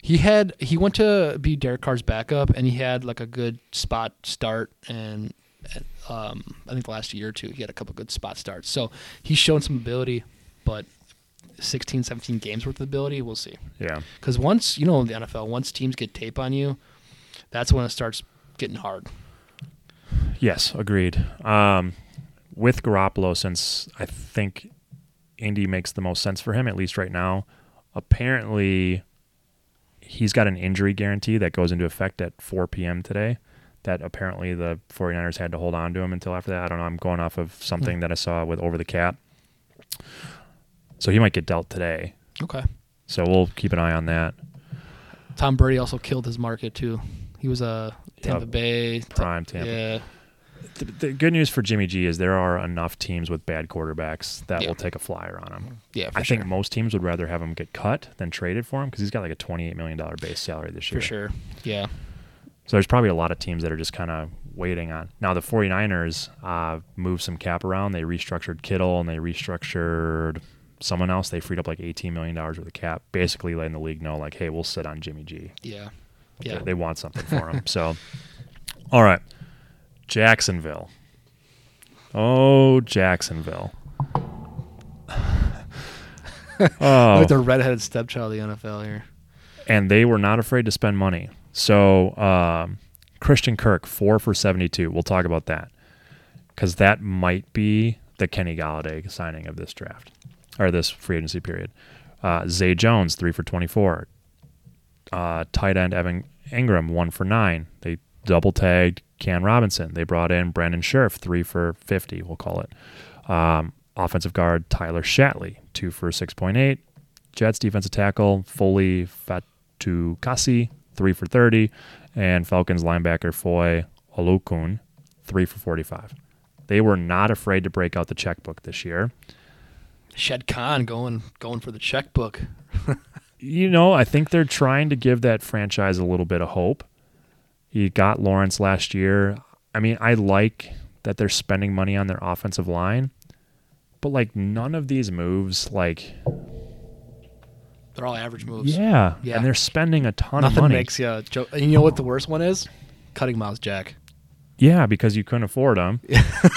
Speaker 2: He had he went to be Derek Carr's backup, and he had like a good spot start, and um, I think the last year or two he had a couple good spot starts. So he's shown some ability, but 16, 17 games worth of ability, we'll see.
Speaker 1: Yeah.
Speaker 2: Because once you know in the NFL, once teams get tape on you, that's when it starts getting hard.
Speaker 1: Yes. Agreed. Um, with Garoppolo, since I think Indy makes the most sense for him, at least right now, apparently he's got an injury guarantee that goes into effect at 4 p.m. today. That apparently the 49ers had to hold on to him until after that. I don't know. I'm going off of something that I saw with Over the Cap. So he might get dealt today.
Speaker 2: Okay.
Speaker 1: So we'll keep an eye on that.
Speaker 2: Tom Brady also killed his market too. He was a Tampa
Speaker 1: Yeah,
Speaker 2: Bay
Speaker 1: prime Tampa.
Speaker 2: Yeah.
Speaker 1: The, the good news for Jimmy G is there are enough teams with bad quarterbacks that
Speaker 2: Yeah.
Speaker 1: will take a flyer on him.
Speaker 2: Yeah. For
Speaker 1: I
Speaker 2: sure.
Speaker 1: think most teams would rather have him get cut than traded for him because he's got like a $28 million base salary this
Speaker 2: for
Speaker 1: year.
Speaker 2: sure. Yeah.
Speaker 1: So there's probably a lot of teams that are just kind of waiting on. Now, the 49ers uh, moved some cap around. They restructured Kittle and they restructured someone else. They freed up like $18 million worth of cap, basically letting the league know, like, hey, we'll sit on Jimmy G.
Speaker 2: Yeah.
Speaker 1: They-
Speaker 2: Yeah.
Speaker 1: They want something for him. so, all right. Jacksonville. Oh, Jacksonville. oh,
Speaker 2: Like the redheaded stepchild of the NFL here.
Speaker 1: and they were not afraid to spend money. So, um, Christian Kirk, four for 72. We'll talk about that because that might be the Kenny Galladay signing of this draft or this free agency period. Uh, Zay Jones, three for 24. Uh, tight end Evan Ingram, one for nine. They double tagged Can Robinson. They brought in Brandon Scherf, three for 50, we'll call it. Um, offensive guard Tyler Shatley, two for 6.8. Jets defensive tackle Foley Fatukasi, three for 30. And Falcons linebacker Foy Olukun, three for 45. They were not afraid to break out the checkbook this year.
Speaker 2: Shed Khan going going for the checkbook.
Speaker 1: you know, I think they're trying to give that franchise a little bit of hope. He got Lawrence last year. I mean, I like that they're spending money on their offensive line, but like none of these moves, like
Speaker 2: They're all average moves.
Speaker 1: yeah,
Speaker 2: Yeah.
Speaker 1: and they're spending a ton of
Speaker 2: Nothing
Speaker 1: money.
Speaker 2: makes you joke. And you know what the worst one is? Cutting Miles Jack.
Speaker 1: yeah, because you couldn't afford them.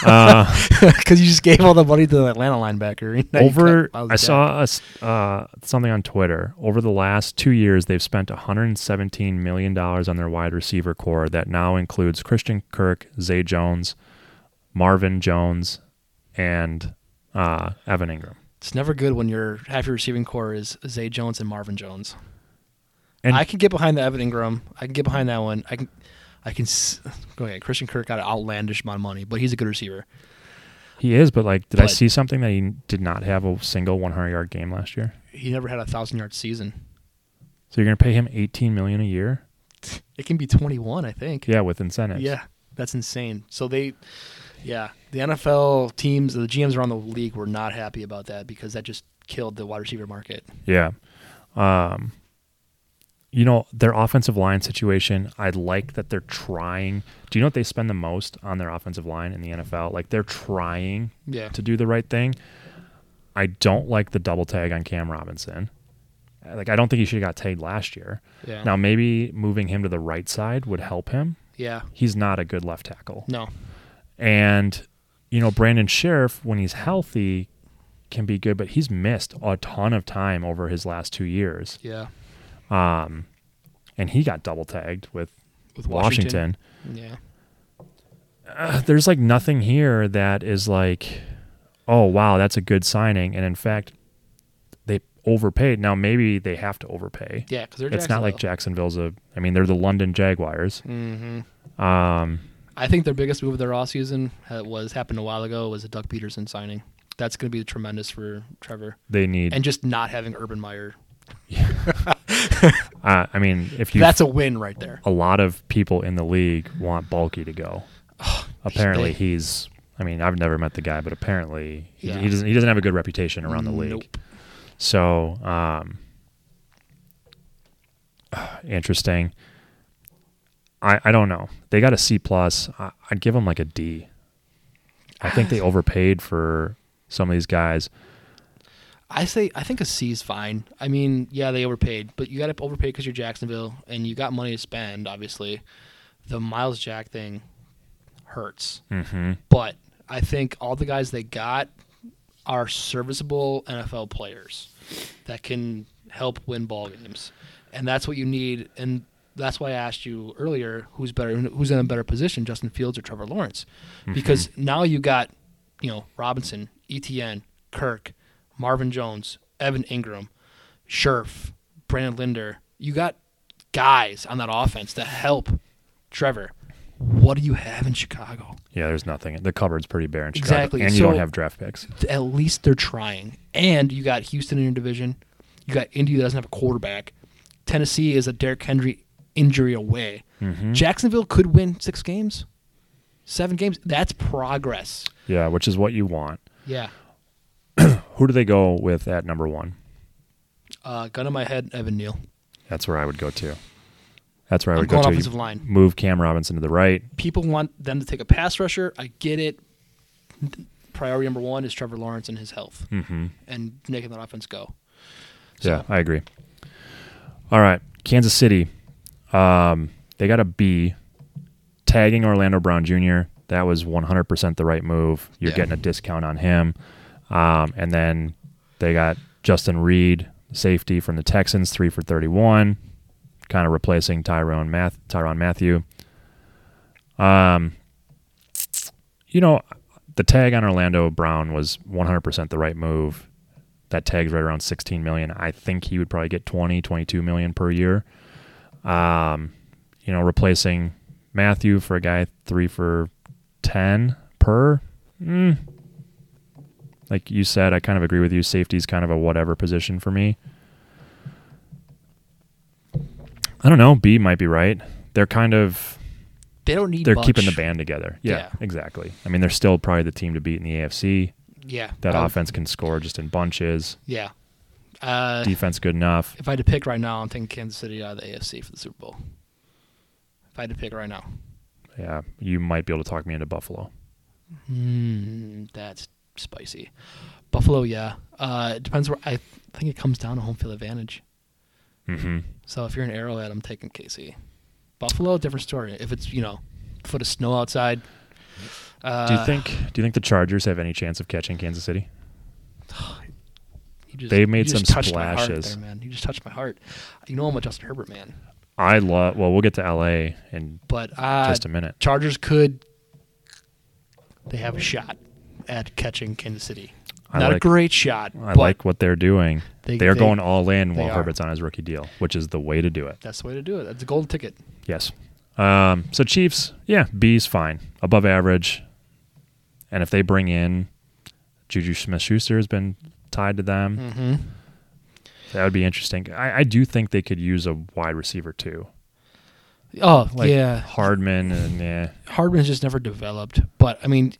Speaker 1: uh,
Speaker 2: Because you just gave all the money to the Atlanta linebacker. and now you
Speaker 1: over
Speaker 2: cut Miles
Speaker 1: I
Speaker 2: Jack.
Speaker 1: saw us uh, something on Twitter. Over the last two years, they've spent 117 million dollars on their wide receiver core that now includes Christian Kirk, Zay Jones, Marvin Jones, and uh, Evan Ingram.
Speaker 2: It's never good when your half your receiving core is Zay Jones and Marvin Jones.
Speaker 1: And-
Speaker 2: I can get behind the Evan Ingram. I can get behind that one. I can, I can. s- Go ahead. Christian Kirk got an outlandish amount of money, but he's a good receiver.
Speaker 1: He is, but like, did I
Speaker 2: But-
Speaker 1: see something that he did not have a single 100 yard game last year?
Speaker 2: He never had a thousand yard season.
Speaker 1: So you're gonna pay him 18 million a year?
Speaker 2: It can be twenty one, I think.
Speaker 1: Yeah, with incentives.
Speaker 2: Yeah, that's insane. So they, yeah, the NFL teams, the GMs around the league were not happy about that because that just killed the wide receiver market.
Speaker 1: Yeah. Um, you know, their offensive line situation, I like that they're trying. Do you know what they spend the most on their offensive line in the NFL? Like they're trying
Speaker 2: Yeah,
Speaker 1: to do the right thing. I don't like the double tag on Cam Robinson. Like I don't think he should have got tagged last year.
Speaker 2: yeah,
Speaker 1: Now maybe moving him to the right side would help him.
Speaker 2: yeah.
Speaker 1: He's not a good left tackle.
Speaker 2: No,
Speaker 1: And, you know, Brandon Sheriff, when he's healthy, can be good, but he's missed a ton of time over his last two years.
Speaker 2: yeah,
Speaker 1: Um, and he got double tagged with,
Speaker 2: With
Speaker 1: Washington.
Speaker 2: Washington. yeah,
Speaker 1: Uh, There's like nothing here that is like, oh, wow, that's a good signing. And in fact, they overpaid. Now, maybe they have to overpay.
Speaker 2: yeah. Because they're
Speaker 1: It's not like Jacksonville's a, I mean, they're the London Jaguars.
Speaker 2: Mm-hmm.
Speaker 1: Um,
Speaker 2: I think their biggest move of their offseason ha- was happened a while ago was a Doug Peterson signing. That's going to be tremendous for Trevor,
Speaker 1: they need,
Speaker 2: and just not having Urban Meyer.
Speaker 1: Uh, I mean, if you
Speaker 2: That's a win right there.
Speaker 1: a lot of people in the league want Bulky to go. apparently,
Speaker 2: they-
Speaker 1: he's. I mean, I've never met the guy, but apparently he-
Speaker 2: Yeah.
Speaker 1: he doesn't. He doesn't have a good reputation around the league.
Speaker 2: Nope.
Speaker 1: So, um, interesting. I I don't know. They got a C plus. I, I'd give them like a D. I think they overpaid for some of these guys.
Speaker 2: I say I think a C is fine. I mean, yeah, they overpaid, but you got to overpay because you're Jacksonville and you got money to spend. Obviously, the Miles Jack thing hurts,
Speaker 1: Mm-hmm.
Speaker 2: but I think all the guys they got are serviceable NFL players that can help win ball games, and that's what you need. And that's why I asked you earlier who's better, who's in a better position, Justin Fields or Trevor Lawrence, because now you got you know Robinson, ETN, Kirk, Marvin Jones, Evan Ingram, Scherf, Brandon Linder. You got guys on that offense to help Trevor. What do you have in Chicago?
Speaker 1: Yeah, there's nothing. The cupboard's pretty bare in Chicago,
Speaker 2: Exactly.
Speaker 1: and you don't
Speaker 2: So-
Speaker 1: have draft picks.
Speaker 2: at least they're trying. And you got Houston in your division. You got Indy that doesn't have a quarterback. Tennessee is a Derrick Henry injury away.
Speaker 1: Hmm. Mm-hmm.
Speaker 2: Jacksonville could win six games, seven games. That's progress.
Speaker 1: Yeah, which is what you want.
Speaker 2: Yeah.
Speaker 1: Who do they go with at number one?
Speaker 2: Uh, gun in my head, Evan Neal.
Speaker 1: That's where I would go to. That's where I
Speaker 2: I'm
Speaker 1: would go
Speaker 2: going
Speaker 1: to.
Speaker 2: offensive
Speaker 1: You
Speaker 2: line.
Speaker 1: Move Cam Robinson to the right.
Speaker 2: People want them to take a pass rusher. I get it. Priority number one is Trevor Lawrence and his health
Speaker 1: Mm-hmm.
Speaker 2: and making that offense go.
Speaker 1: Yeah, I agree. All right, Kansas City. Um, they got a B. Tagging Orlando Brown Jr. That was 100% the right move. You're
Speaker 2: Yeah.
Speaker 1: getting a discount on him. Um, and then they got Justin Reed, safety from the Texans, three for 31, kind of replacing Tyrone Math- Tyron Matthew. Um, you know, the tag on Orlando Brown was 100% the right move. That tag's right around 16 million. I think he would probably get 20, 22 million per year. Um, you know, replacing Matthew for a guy three for 10 per. Mm. Like you said, I kind of agree with you. Safety's kind of a whatever position for me. I don't know. B might be right. They're kind of
Speaker 2: They don't need
Speaker 1: they're
Speaker 2: much.
Speaker 1: keeping the band together. Yeah,
Speaker 2: Yeah.
Speaker 1: exactly. I mean, they're still probably the team to beat in the AFC.
Speaker 2: Yeah.
Speaker 1: That
Speaker 2: I would-
Speaker 1: offense can score just in bunches.
Speaker 2: Yeah. Uh,
Speaker 1: Defense good enough.
Speaker 2: If I had to pick right now, I'm taking Kansas City out of the AFC for the Super Bowl. If I had to pick right now,
Speaker 1: Yeah, you might be able to talk me into Buffalo.
Speaker 2: mm, that's spicy. Buffalo, yeah. Uh, it depends where. I think it comes down to home field advantage.
Speaker 1: Mm-hmm.
Speaker 2: So if you're an Arrowhead, I'm taking KC. Buffalo, different story. If it's you know, foot of snow outside. Uh,
Speaker 1: Do you think Do you think the Chargers have any chance of catching Kansas City?
Speaker 2: you just-
Speaker 1: they made
Speaker 2: you just
Speaker 1: some
Speaker 2: touched my heart
Speaker 1: splashes.
Speaker 2: there, man? You just touched my heart. You know I'm a Justin Herbert man,
Speaker 1: I love. Well, we'll get to LA in
Speaker 2: but uh,
Speaker 1: just a minute.
Speaker 2: Chargers could they have a shot at catching Kansas City.
Speaker 1: I
Speaker 2: Not
Speaker 1: like-
Speaker 2: a great shot,
Speaker 1: I
Speaker 2: but
Speaker 1: like what they're doing.
Speaker 2: They-
Speaker 1: They, are
Speaker 2: they-
Speaker 1: going all in while
Speaker 2: they are.
Speaker 1: Herbert's on his rookie deal, which is the way to do it.
Speaker 2: that's the way to do it. That's a golden ticket.
Speaker 1: Yes. Um, so Chiefs, yeah, B's fine, above average, and if they bring in Juju Smith-Schuster has been tied to them,
Speaker 2: Mm-hmm.
Speaker 1: that would be interesting. I, I do think they could use a wide receiver too,
Speaker 2: Oh
Speaker 1: like
Speaker 2: yeah,
Speaker 1: Hardman and yeah,
Speaker 2: Hardman's just never developed. But I mean,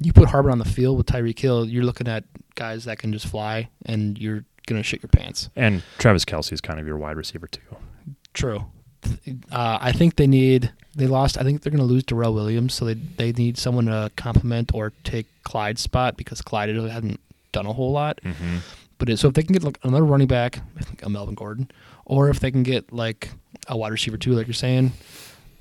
Speaker 2: you put Hardman on the field with Tyreek Hill, you're looking at guys that can just fly, and you're gonna shit your pants.
Speaker 1: and Travis Kelsey is kind of your wide receiver too.
Speaker 2: True. Uh, I think they need. They lost. I think they're going to lose Darrell Williams, so they they need someone to complement or take Clyde's spot because Clyde really hasn't done a whole lot.
Speaker 1: Mm-hmm.
Speaker 2: But it, so if they can get like another running back, I think a Melvin Gordon, or if they can get like a wide receiver too, like you're saying,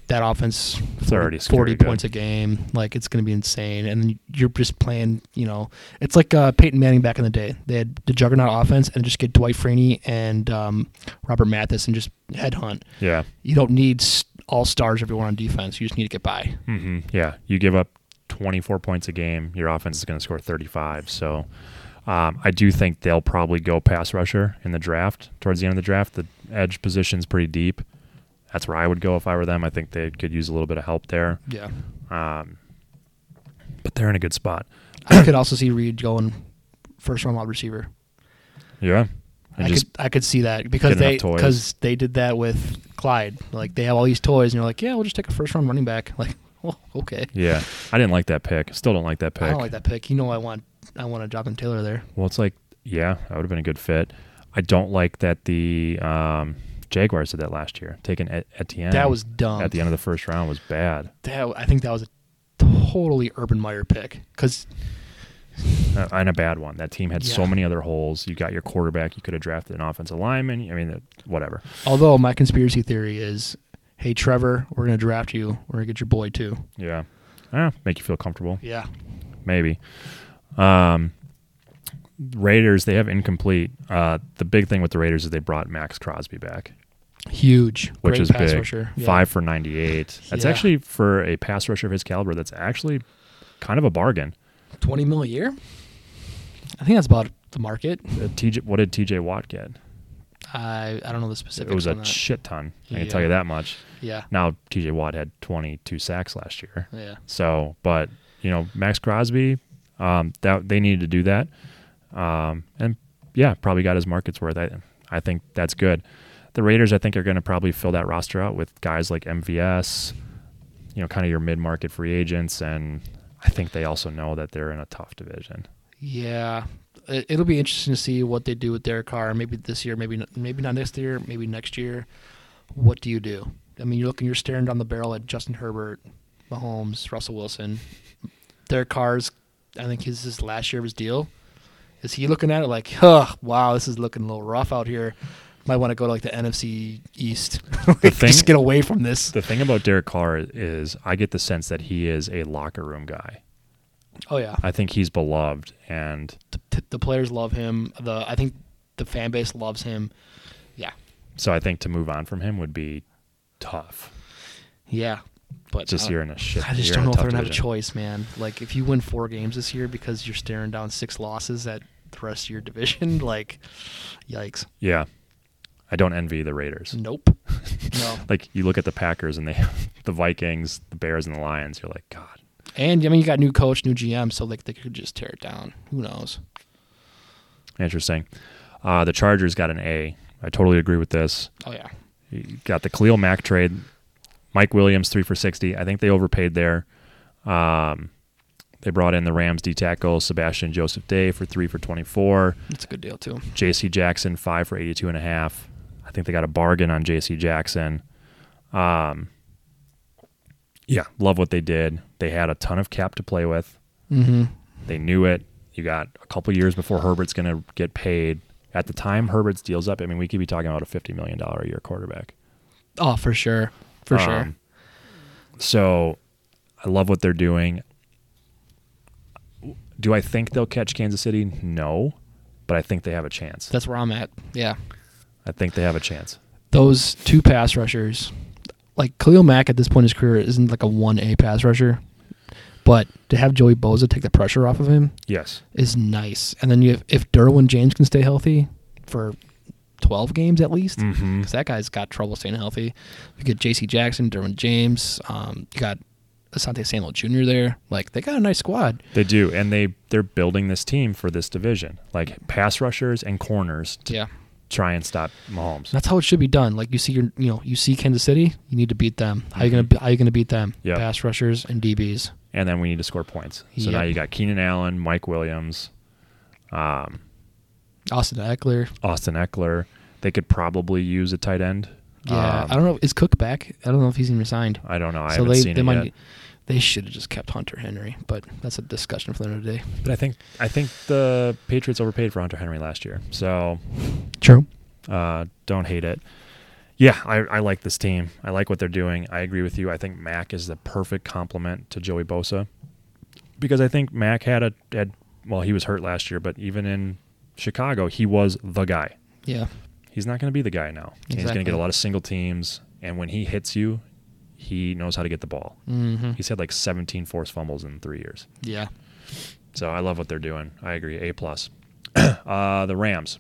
Speaker 2: that offense
Speaker 1: already
Speaker 2: 40,
Speaker 1: scary
Speaker 2: 40
Speaker 1: good.
Speaker 2: points a game, like it's going to be insane. And you're just playing, you know, it's like uh, Peyton Manning back in the day. They had the juggernaut offense and just get Dwight Freeney and um, Robert Mathis and just headhunt.
Speaker 1: Yeah,
Speaker 2: You don't need s- all stars everywhere on defense. You just need to get by.
Speaker 1: hmm yeah. You give up 24 points a game, your offense is going to score 35. So um, I do think they'll probably go pass rusher in the draft towards the end of the draft. The edge position's pretty deep. That's where I would go if I were them. I think they could use a little bit of help there.
Speaker 2: Yeah.
Speaker 1: Um, but they're in a good spot.
Speaker 2: I could also see Reed going first round wide receiver.
Speaker 1: Yeah. and
Speaker 2: I
Speaker 1: just
Speaker 2: could I could see that because
Speaker 1: get enough
Speaker 2: they
Speaker 1: toys.
Speaker 2: because they did that with Clyde. Like they have all these toys, and you're like, yeah, we'll just take a first round running back. Like, well, okay.
Speaker 1: yeah, I didn't like that pick. Still don't like that pick.
Speaker 2: I don't like that pick. You know, I want I want to drop in Taylor there.
Speaker 1: Well, it's like, yeah, that would have been a good fit. I don't like that the um, Jaguars did that last year, taking Et- Etienne.
Speaker 2: That was dumb.
Speaker 1: at the end of the first round was bad.
Speaker 2: that I think that was a totally Urban Meyer pick because
Speaker 1: Uh, and a bad one. That team had so
Speaker 2: Yeah.
Speaker 1: many other holes. You got your quarterback. You could have drafted an offensive lineman. I mean, that- whatever.
Speaker 2: although my conspiracy theory is, hey Trevor, we're gonna draft you. We're gonna get your boy too.
Speaker 1: Yeah. Eh, make you feel comfortable.
Speaker 2: Yeah,
Speaker 1: Maybe. Um, Raiders, they have incomplete. Uh, the big thing with the Raiders is they brought Max Crosby back,
Speaker 2: huge.
Speaker 1: which
Speaker 2: Great
Speaker 1: is
Speaker 2: pass
Speaker 1: big.
Speaker 2: rusher. Yeah.
Speaker 1: Five for 98. That's
Speaker 2: Yeah.
Speaker 1: actually, for a pass rusher of his caliber, that's actually kind of a bargain.
Speaker 2: 20 mil a year. I think that's about the market.
Speaker 1: Uh, TJ, what did TJ Watt get?
Speaker 2: I I don't know the
Speaker 1: It
Speaker 2: specifics.
Speaker 1: was
Speaker 2: on
Speaker 1: a
Speaker 2: that.
Speaker 1: shit ton. I can tell
Speaker 2: Yeah.
Speaker 1: you that much.
Speaker 2: yeah,
Speaker 1: Now TJ Watt had 22 sacks last year.
Speaker 2: yeah.
Speaker 1: So, but you know, Max Crosby, um, that they needed to do that, um, and yeah, probably got his market's worth. I I think that's good. The Raiders, I think, are going to probably fill that roster out with guys like MVS, you know, kind of your mid-market free agents, and I think they also know that they're in a tough division.
Speaker 2: Yeah, It- it'll be interesting to see what they do with Derek Carr. Maybe this year, maybe n- maybe not next year, maybe next year. What do you do? I mean, you're looking, you're staring down the barrel at Justin Herbert, Mahomes, Russell Wilson. Derek Carr's, I think his his last year of his deal. Is he looking at it like, huh, wow, this is looking a little rough out here? Might want to go to like the NFC East. like,
Speaker 1: thing-
Speaker 2: just get away from this.
Speaker 1: The thing about Derek Carr is, I get the sense that he is a locker room guy.
Speaker 2: Oh yeah,
Speaker 1: I think he's beloved, and
Speaker 2: the, the players love him. The I think the fan base loves him. Yeah,
Speaker 1: so I think to move on from him would be tough.
Speaker 2: yeah. But uh,
Speaker 1: Just
Speaker 2: I-
Speaker 1: you're in a shit.
Speaker 2: I just
Speaker 1: you're
Speaker 2: don't
Speaker 1: in
Speaker 2: know if
Speaker 1: tough
Speaker 2: they're gonna have a
Speaker 1: division.
Speaker 2: choice, man. Like if you win four games this year because you're staring down six losses at the rest of your division, like, yikes.
Speaker 1: Yeah. I don't envy the Raiders.
Speaker 2: Nope. No.
Speaker 1: Like you look at the Packers and they the Vikings, the Bears and the Lions, you're like, God.
Speaker 2: And I mean, you got new coach, new GM, so like they could just tear it down. Who knows?
Speaker 1: Interesting. Uh, the Chargers got an A. I totally agree with this.
Speaker 2: Oh yeah.
Speaker 1: You got the Khalil Mack trade. Mike Williams, three for sixty. I think they overpaid there. Um, they brought in the Rams D tackle, Sebastian Joseph Day for three for twenty four.
Speaker 2: It's a good deal too.
Speaker 1: JC Jackson five for eighty two and a half. I think they got a bargain on JC Jackson. Um, yeah, love what they did. They had a ton of cap to play with.
Speaker 2: Mm-hmm.
Speaker 1: They knew it. You got a couple years before Herbert's going to get paid. At the time Herbert's deals up, I mean, we could be talking about a fifty million dollar a year quarterback
Speaker 2: Oh, for sure. For sure.
Speaker 1: Um, So, I love what they're doing. Do I think they'll catch Kansas City? No, but I think they have a chance.
Speaker 2: That's where I'm at. Yeah.
Speaker 1: I think they have a chance.
Speaker 2: those two pass rushers, like Khalil Mack at this point in his career isn't like a one A pass rusher, but to have Joey Boza take the pressure off of him
Speaker 1: Yes.
Speaker 2: is nice. And then you have, if Derwin James can stay healthy for twelve games at least, because
Speaker 1: Mm-hmm.
Speaker 2: that guy's got trouble staying healthy. You get J.C. Jackson, Derwin James, um, you got Asante Samuel Jr. there. Like they got a nice squad.
Speaker 1: They do, and they they're building this team for this division, like pass rushers and corners to
Speaker 2: Yeah.
Speaker 1: try and stop Mahomes.
Speaker 2: That's how it should be done. Like you see your, you know, you see Kansas City, you need to beat them. How you
Speaker 1: Mm-hmm.
Speaker 2: gonna how you gonna beat them?
Speaker 1: Yep.
Speaker 2: Pass rushers and DBs.
Speaker 1: And then we need to score points. So now
Speaker 2: Yep.
Speaker 1: you got Keenan Allen, Mike Williams, um,
Speaker 2: Austin Eckler,
Speaker 1: Austin Eckler. They could probably use a tight end.
Speaker 2: Yeah,
Speaker 1: Um,
Speaker 2: I don't know. Is Cook back? I don't know if he's even resigned.
Speaker 1: I don't know. I
Speaker 2: so
Speaker 1: haven't
Speaker 2: they
Speaker 1: seen
Speaker 2: they
Speaker 1: it
Speaker 2: might
Speaker 1: yet.
Speaker 2: they should have just kept Hunter Henry, but that's a discussion for another day.
Speaker 1: But I think I think the Patriots overpaid for Hunter Henry last year. So
Speaker 2: True.
Speaker 1: Uh, don't hate it. Yeah, I, I like this team. I like what they're doing. I agree with you. I think Mac is the perfect complement to Joey Bosa because I think Mac had a had well, he was hurt last year, but even in Chicago, he was the guy.
Speaker 2: Yeah.
Speaker 1: He's not going to be the guy now. And He's going to
Speaker 2: Exactly.
Speaker 1: get a lot of single teams, and when he hits you, he knows how to get the ball.
Speaker 2: Mm-hmm.
Speaker 1: He's had like 17 forced fumbles in three years.
Speaker 2: Yeah.
Speaker 1: So I love what they're doing. I agree. A plus. uh, the Rams.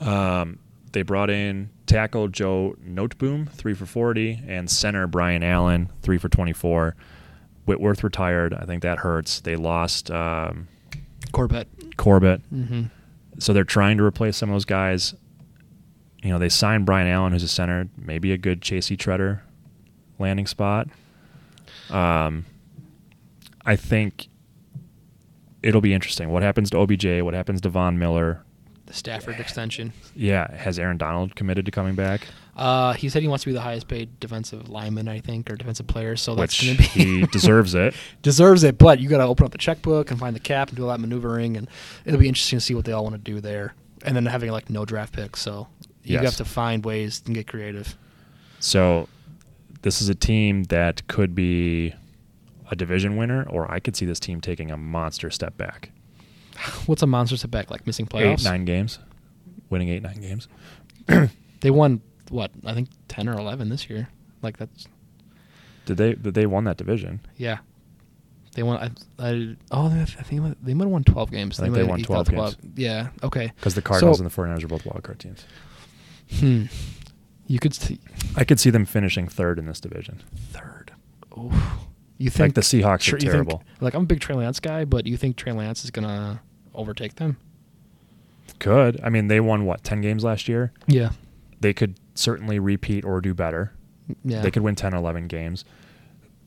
Speaker 1: Um, they brought in tackle Joe Noteboom, three for forty, and center Brian Allen, three for twenty-four. Whitworth retired. I think that hurts. They lost um,
Speaker 2: Corbett.
Speaker 1: Corbett.
Speaker 2: Mm-hmm.
Speaker 1: So they're trying to replace some of those guys. You know, they signed Brian Allen, who's a center, maybe a good Chasey Treader landing spot. Um, I think it'll be interesting. What happens to OBJ? What happens to Von Miller?
Speaker 2: The Stafford extension.
Speaker 1: Yeah, has Aaron Donald committed to coming back?
Speaker 2: Uh, he said he wants to be the highest paid defensive lineman, I think, or defensive player. So Oh, that's
Speaker 1: Which
Speaker 2: going to be
Speaker 1: he deserves it.
Speaker 2: deserves it. But you got to open up the checkbook and find the cap and do all that maneuvering, and it'll be interesting to see what they all want to do there. And then having like no draft picks, so you
Speaker 1: Yes.
Speaker 2: have to find ways and get creative.
Speaker 1: So this is a team that could be a division winner, or I could see this team taking a monster step back.
Speaker 2: What's a monster setback like missing playoffs?
Speaker 1: Eight, nine games. Winning eight, nine games.
Speaker 2: They won what I think ten or eleven this year. Like that's
Speaker 1: Did they did they won that division?
Speaker 2: yeah. They won. I, I oh they- I think they might have won twelve games.
Speaker 1: I think
Speaker 2: might
Speaker 1: they
Speaker 2: have
Speaker 1: won
Speaker 2: eked
Speaker 1: 12
Speaker 2: out the
Speaker 1: games.
Speaker 2: wild- Yeah. Okay.
Speaker 1: Because the Cardinals
Speaker 2: Eh, So-
Speaker 1: and the 49ers are both wildcard teams.
Speaker 2: Hmm. You could see
Speaker 1: I could see them finishing third in this division.
Speaker 2: third. Oof. You think
Speaker 1: Like the Seahawks
Speaker 2: Sure,
Speaker 1: are
Speaker 2: you think-
Speaker 1: terrible.
Speaker 2: like I'm a big Trey Lance guy, but you think Trey Lance is gonna overtake them?
Speaker 1: Could. I mean, they won what, 10 games last year?
Speaker 2: Yeah.
Speaker 1: They could certainly repeat or do better.
Speaker 2: Yeah.
Speaker 1: They could win 10 or 11 games.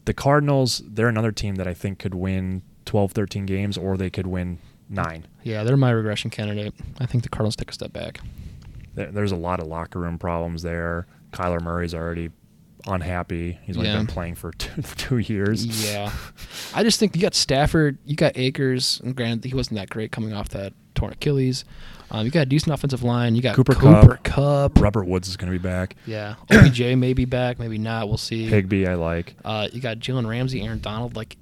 Speaker 1: The Cardinals, they're another team that I think could win 12, 13 games, or they could win nine.
Speaker 2: Yeah, they're my regression candidate. I think the Cardinals take a step back.
Speaker 1: There- There's a lot of locker room problems there. Kyler Murray's already unhappy. He's only
Speaker 2: Yeah.
Speaker 1: been playing for two, two years.
Speaker 2: Yeah. I just think you got Stafford, you got Akers, and granted he wasn't that great coming off that torn Achilles. Um, you got a decent offensive line. You got
Speaker 1: Cooper
Speaker 2: Cooper Cup.
Speaker 1: Robert Woods is going to be back.
Speaker 2: Yeah. OBJ may be back, maybe not. We'll see.
Speaker 1: Higby, I like.
Speaker 2: Uh, you got Jalen Ramsey, Aaron Donald. Like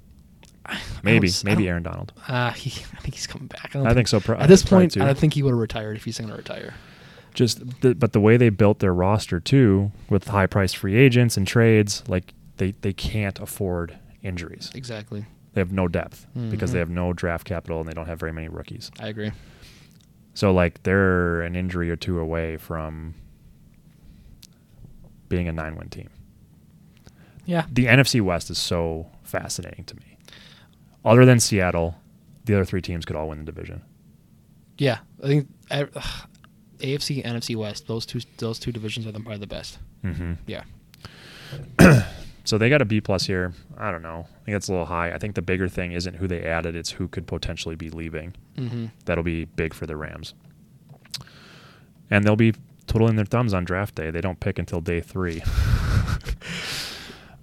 Speaker 2: I- I don't
Speaker 1: Maybe,
Speaker 2: s- I
Speaker 1: maybe
Speaker 2: don't-
Speaker 1: Aaron Donald.
Speaker 2: Uh, he, I think he's coming back. don't
Speaker 1: I think so, pro-
Speaker 2: At this
Speaker 1: probably
Speaker 2: point,
Speaker 1: too.
Speaker 2: I think he would have retired if he's going to retire.
Speaker 1: Just, the, but the way they built their roster too, with high-priced free agents and trades, like they they can't afford injuries.
Speaker 2: Exactly.
Speaker 1: They have no depth because
Speaker 2: Mhm.
Speaker 1: they have no draft capital and they don't have very many rookies.
Speaker 2: I agree.
Speaker 1: So like they're an injury or two away from being a nine win team.
Speaker 2: Yeah.
Speaker 1: The NFC West is so fascinating to me. Other than Seattle, the other three teams could all win the division.
Speaker 2: Yeah. I think uh, I, ugh, AFC, NFC West, those two those two divisions are the, are the best.
Speaker 1: Mm-hmm.
Speaker 2: Yeah.
Speaker 1: So they got a B plus here. I don't know. I think that's a little high. I think the bigger thing isn't who they added; it's who could potentially be leaving.
Speaker 2: Mm-hmm.
Speaker 1: That'll be big for the Rams. And they'll be twiddling their thumbs on draft day. They don't pick until day three.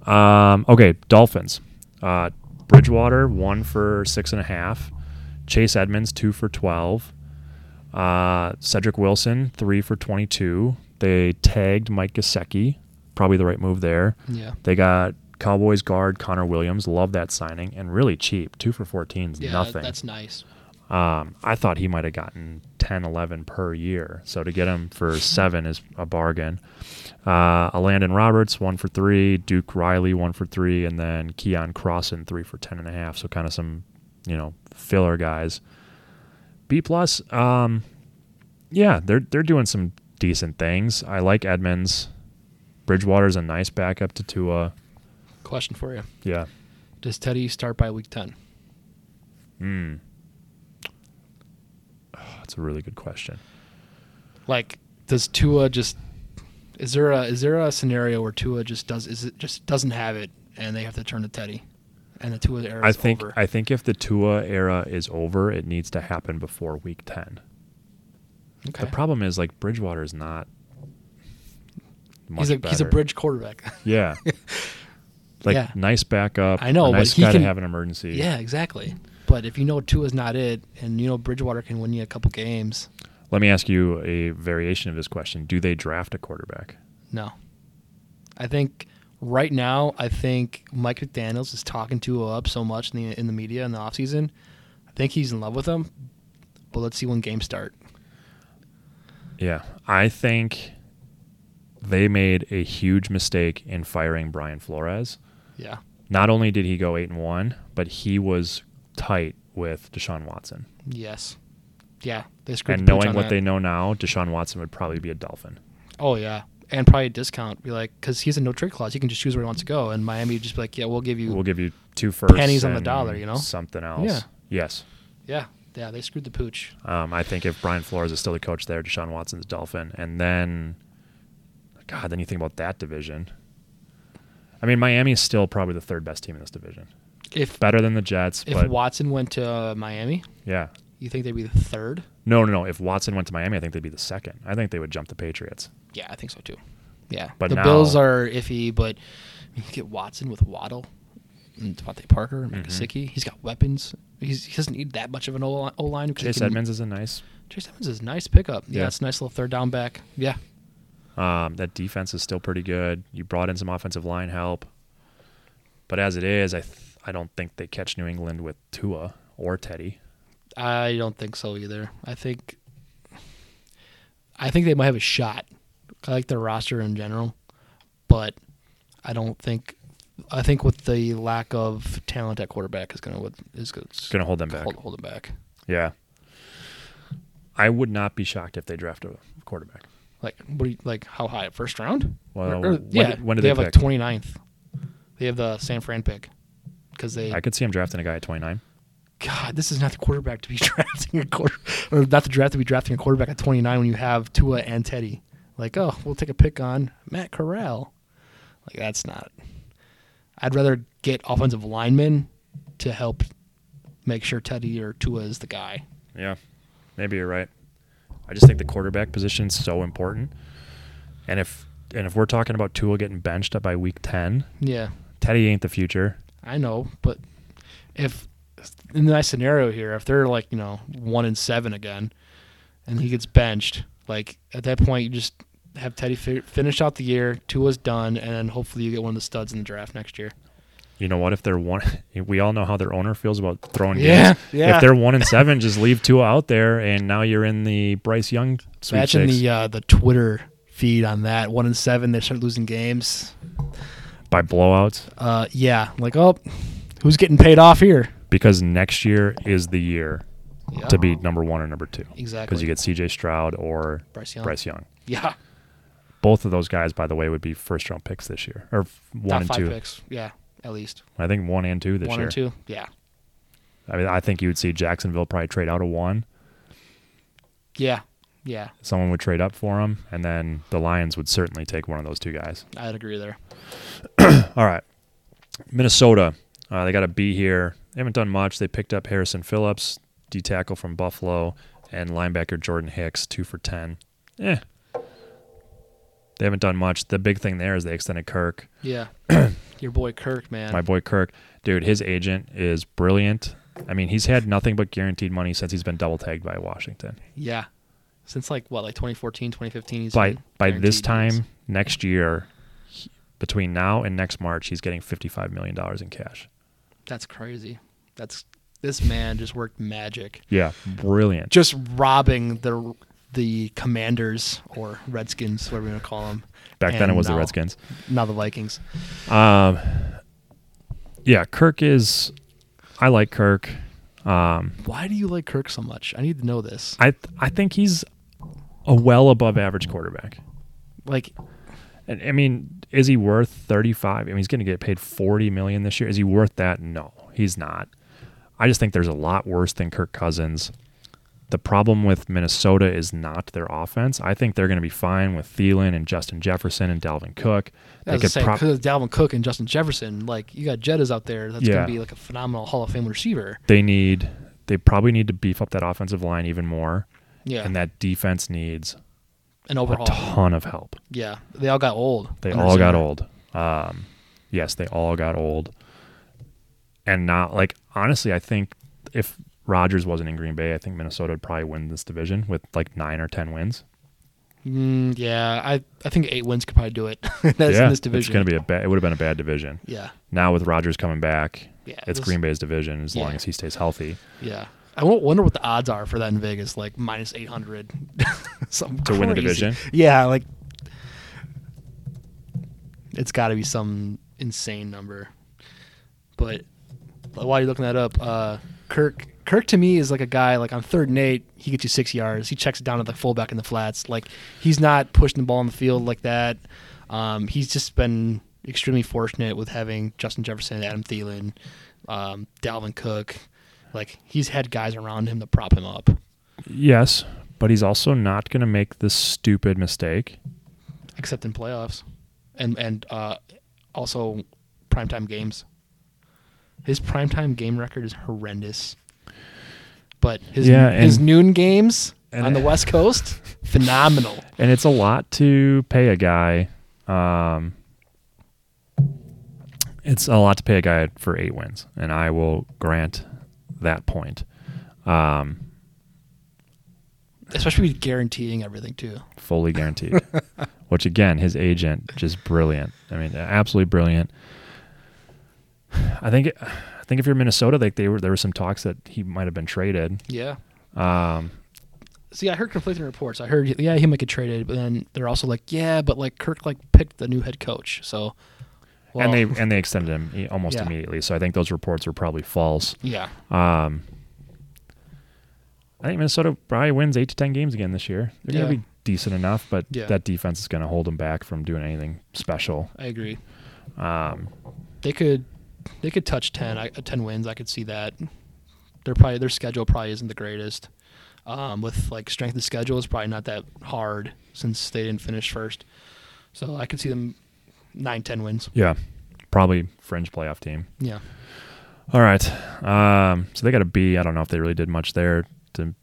Speaker 1: um, okay, Dolphins. Uh, Bridgewater, one for six and a half. Chase Edmonds, two for 12. Uh, Cedric Wilson, three for 22. They tagged Mike Gasecki. Probably the right move there.
Speaker 2: Yeah.
Speaker 1: They got Cowboys guard Connor Williams. Love that signing. And really cheap. Two for 14 is
Speaker 2: Yeah.
Speaker 1: nothing.
Speaker 2: That's nice.
Speaker 1: Um, I thought he might have gotten 10, 11 per year. So to get him for seven is a bargain. Uh, Landon Roberts, one for three. Duke Riley, one for three. And then Keon Crossan, three for 10 and a half. So kind of some, you know, filler guys. B plus, um, yeah, they're, they're doing some decent things. I like Edmonds. Bridgewater's a nice backup to Tua.
Speaker 2: Question for you:
Speaker 1: Yeah.
Speaker 2: Does Teddy start by week ten?
Speaker 1: Hmm. That's a really good question.
Speaker 2: Like, does Tua just? Is there a is there a scenario where Tua just does is it just doesn't have it and they have to turn to Teddy, and the Tua era
Speaker 1: I
Speaker 2: is
Speaker 1: think
Speaker 2: over?
Speaker 1: I think if the Tua era is over, it needs to happen before week ten.
Speaker 2: okay.
Speaker 1: The problem is like Bridgewater is not. Much
Speaker 2: he's a he's a
Speaker 1: better.
Speaker 2: bridge quarterback.
Speaker 1: Yeah. Like
Speaker 2: Yeah.
Speaker 1: nice backup.
Speaker 2: I know,
Speaker 1: a
Speaker 2: but
Speaker 1: nice
Speaker 2: he
Speaker 1: guy
Speaker 2: can-
Speaker 1: to have an emergency.
Speaker 2: Yeah, exactly. But if you know two is not it, and you know Bridgewater can win you a couple games,
Speaker 1: Let me ask you a variation of this question: Do they draft a quarterback?
Speaker 2: no. I think right now, I think Mike McDaniel's is talking to up so much in the in the media in the offseason. I think he's in love with him, but let's see when games start.
Speaker 1: Yeah, I think they made a huge mistake in firing Brian Flores.
Speaker 2: Yeah,
Speaker 1: Not only did he go eight and one, but he was tight with Deshaun Watson.
Speaker 2: yes, yeah. They screwed.
Speaker 1: and
Speaker 2: the pooch
Speaker 1: knowing
Speaker 2: on
Speaker 1: what
Speaker 2: that.
Speaker 1: they know now, Deshaun Watson would probably be a Dolphin.
Speaker 2: Oh yeah, and probably a discount. Be like, because he's a no trade clause, he can just choose where he wants to go. And Miami would just be like, yeah, we'll give you.
Speaker 1: We'll give you two firsts,
Speaker 2: Pennies on the
Speaker 1: and
Speaker 2: dollar, you know?
Speaker 1: something else.
Speaker 2: Yeah.
Speaker 1: Yes,
Speaker 2: yeah, Yeah, they screwed the pooch.
Speaker 1: Um, I think if Brian Flores is still the coach there, Deshaun Watson's Dolphin, and then, God, then you think about that division. I mean, Miami is still probably the third best team in this division,
Speaker 2: If
Speaker 1: better than the Jets.
Speaker 2: if
Speaker 1: but
Speaker 2: Watson went to uh, Miami,
Speaker 1: yeah,
Speaker 2: you think they'd be the third?
Speaker 1: no, no, no. If Watson went to Miami, I think they'd be the second. I think they would jump the Patriots.
Speaker 2: Yeah, I think so too. Yeah,
Speaker 1: But
Speaker 2: the
Speaker 1: now-
Speaker 2: Bills are iffy, but you get Watson with Waddle and Devontae Parker, and
Speaker 1: Mhm.
Speaker 2: McKissick. He's got weapons. He's, he doesn't need that much of an O line.
Speaker 1: Chase Edmonds is a nice.
Speaker 2: Chase Edmonds is a nice pickup. Yeah,
Speaker 1: Yeah.
Speaker 2: it's a nice little third down back. Yeah,
Speaker 1: Um, that defense is still pretty good. You brought in some offensive line help, but as it is, I th- I don't think they catch New England with Tua or Teddy.
Speaker 2: I don't think so either. I think I think they might have a shot. I like their roster in general, but I don't think I think with the lack of talent at quarterback is gonna is gonna,
Speaker 1: It's going to hold them back.
Speaker 2: hold, hold them back.
Speaker 1: Yeah. I would not be shocked if they draft a quarterback.
Speaker 2: Like what? Do you, like how high? First round?
Speaker 1: Well,
Speaker 2: Or- or-
Speaker 1: when,
Speaker 2: yeah.
Speaker 1: did- when did
Speaker 2: they
Speaker 1: they,
Speaker 2: have
Speaker 1: pick?
Speaker 2: like 29th? They have the San Fran pick because they.
Speaker 1: I could see him drafting a guy at 29.
Speaker 2: God, this is not the quarterback to be drafting a quarter, or not the draft to be drafting a quarterback at 29 when you have Tua and Teddy. Like, oh, we'll take a pick on Matt Corral. Like, that's not. I'd rather get offensive linemen to help make sure Teddy or Tua is the guy.
Speaker 1: Yeah. Maybe you're right. I just think the quarterback position is so important. And if and if we're talking about Tua getting benched up by week 10,
Speaker 2: Yeah,
Speaker 1: Teddy ain't the future.
Speaker 2: I know, but if in that scenario here, if they're like you know one and seven again, and he gets benched, like at that point you just have Teddy fi- finish out the year. Tua's done, and then hopefully you get one of the studs in the draft next year.
Speaker 1: You know what? If they're one, we all know how their owner feels about throwing
Speaker 2: Yeah,
Speaker 1: games.
Speaker 2: yeah.
Speaker 1: If they're one and seven, just leave Tua out there, and now you're in the Bryce Young
Speaker 2: Imagine
Speaker 1: sweepstakes
Speaker 2: the uh, the Twitter feed on that one and seven. They start losing games.
Speaker 1: by blowouts.
Speaker 2: Uh, yeah, like oh, who's getting paid off here?
Speaker 1: because next year is the year
Speaker 2: Yeah.
Speaker 1: to be number one or number two. Because
Speaker 2: Oh. Exactly.
Speaker 1: you get CJ Stroud or
Speaker 2: Bryce Young.
Speaker 1: Bryce Young.
Speaker 2: Yeah,
Speaker 1: Both of those guys, by the way, would be first round picks this year, or f-
Speaker 2: top
Speaker 1: one and
Speaker 2: five
Speaker 1: two.
Speaker 2: picks. Yeah, at least
Speaker 1: I think one and two this
Speaker 2: one
Speaker 1: year.
Speaker 2: or two. Yeah,
Speaker 1: I mean, I think you would see Jacksonville probably trade out of one.
Speaker 2: yeah, yeah.
Speaker 1: Someone would trade up for him, and then the Lions would certainly take one of those two guys.
Speaker 2: I'd agree there.
Speaker 1: All right, Minnesota. Uh, they got to be here. They haven't done much. They picked up Harrison Phillips, D tackle from Buffalo, and linebacker Jordan Hicks, two for ten. Eh. They haven't done much. The big thing there is they extended Kirk.
Speaker 2: Yeah. Your boy Kirk, man.
Speaker 1: My boy Kirk, dude, his agent is brilliant. I mean, he's had nothing but guaranteed money since he's been double tagged by Washington.
Speaker 2: yeah. Since like what, like 2014, 2015? He's
Speaker 1: by
Speaker 2: been
Speaker 1: by this
Speaker 2: guaranteed
Speaker 1: time
Speaker 2: deals.
Speaker 1: next year, he- between now and next March, he's getting fifty five million dollars in cash.
Speaker 2: That's crazy. That's this man just worked magic.
Speaker 1: Yeah, brilliant.
Speaker 2: Just robbing the the Commanders or Redskins, whatever you want to call them.
Speaker 1: Back then it
Speaker 2: And uh,
Speaker 1: was the
Speaker 2: now-
Speaker 1: Redskins.
Speaker 2: Now the Vikings.
Speaker 1: Um, yeah, Kirk is. I like Kirk. Um,
Speaker 2: Why do you like Kirk so much? I need to know this.
Speaker 1: I th- I think he's a well above average quarterback.
Speaker 2: Like,
Speaker 1: And I mean, is he worth thirty five? I mean, he's going to get paid forty million this year. Is he worth that? No, he's not. I just think there's a lot worse than Kirk Cousins. The problem with Minnesota is not their offense. I think they're going to be fine with Thielen and Justin Jefferson and Dalvin Cook.
Speaker 2: I was saying,
Speaker 1: prop-
Speaker 2: because Dalvin Cook and Justin Jefferson, like you got Jettas out there. That's
Speaker 1: Yeah.
Speaker 2: gonna be like a phenomenal Hall of Fame receiver.
Speaker 1: they need they probably need to beef up that offensive line even more.
Speaker 2: Yeah,
Speaker 1: and that defense needs
Speaker 2: an
Speaker 1: a
Speaker 2: overhaul.
Speaker 1: ton of help.
Speaker 2: yeah, they all got old.
Speaker 1: They
Speaker 2: under
Speaker 1: all got
Speaker 2: center.
Speaker 1: old. Um, yes, they all got old. And not like honestly, I think if Rodgers wasn't in Green Bay, I think Minnesota would probably win this division with like nine or ten wins.
Speaker 2: Mm, yeah, I, I think eight wins could probably do it. That's in this division.
Speaker 1: it's going to be a bad. It would have been a bad division.
Speaker 2: yeah,
Speaker 1: Now with Rodgers coming back,
Speaker 2: yeah.
Speaker 1: it's
Speaker 2: this-
Speaker 1: Green Bay's division as long
Speaker 2: Yeah.
Speaker 1: as he stays healthy.
Speaker 2: Yeah, I wo- wonder what the odds are for that in Vegas, like minus eight hundred. Something
Speaker 1: To win the
Speaker 2: crazy.
Speaker 1: division?
Speaker 2: Yeah, like it's got to be some insane number. But while you're looking that up, uh, Kirk. Kirk to me is like a guy like on third and eight, he gets you six yards. He checks it down to the fullback in the flats. Like he's not pushing the ball in the field like that. Um, he's just been extremely fortunate with having Justin Jefferson, Adam Thielen, um, Dalvin Cook, Like he's had guys around him to prop him up.
Speaker 1: Yes, but he's also not going to make this stupid mistake.
Speaker 2: except in playoffs, and and uh, also primetime games. His primetime game record is horrendous, but his
Speaker 1: Yeah,
Speaker 2: his
Speaker 1: and-
Speaker 2: noon games
Speaker 1: and-
Speaker 2: on the West Coast phenomenal.
Speaker 1: And it's a lot to pay a guy. Um, it's a lot to pay a guy for eight wins, and I will grant that point. Um,
Speaker 2: Especially with guaranteeing everything too.
Speaker 1: fully guaranteed. Which again, his agent just brilliant. I mean, absolutely brilliant. I think I think if you're Minnesota, like they were, there were some talks that he might have been traded.
Speaker 2: Yeah.
Speaker 1: Um,
Speaker 2: See, I heard conflicting reports. I heard, yeah, he might get traded, but then they're also like, yeah, but like Kirk like picked the new head coach, so. well,
Speaker 1: and they and they extended him i- almost
Speaker 2: Yeah.
Speaker 1: immediately. So I think those reports were probably false.
Speaker 2: yeah,
Speaker 1: Um, I think Minnesota probably wins eight to ten games again this year. They're
Speaker 2: Yeah.
Speaker 1: going to be decent enough, but
Speaker 2: Yeah.
Speaker 1: that defense is going to hold them back from doing anything special.
Speaker 2: I agree.
Speaker 1: Um,
Speaker 2: they could they could touch 10 I, 10 wins i could see that they're probably their schedule probably isn't the greatest um, with like strength of schedule it's probably not that hard since they didn't finish first so i could see them 9 10 wins
Speaker 1: yeah, probably fringe playoff team.
Speaker 2: yeah
Speaker 1: All right. Um, so they got a B. I don't know if they really did much there to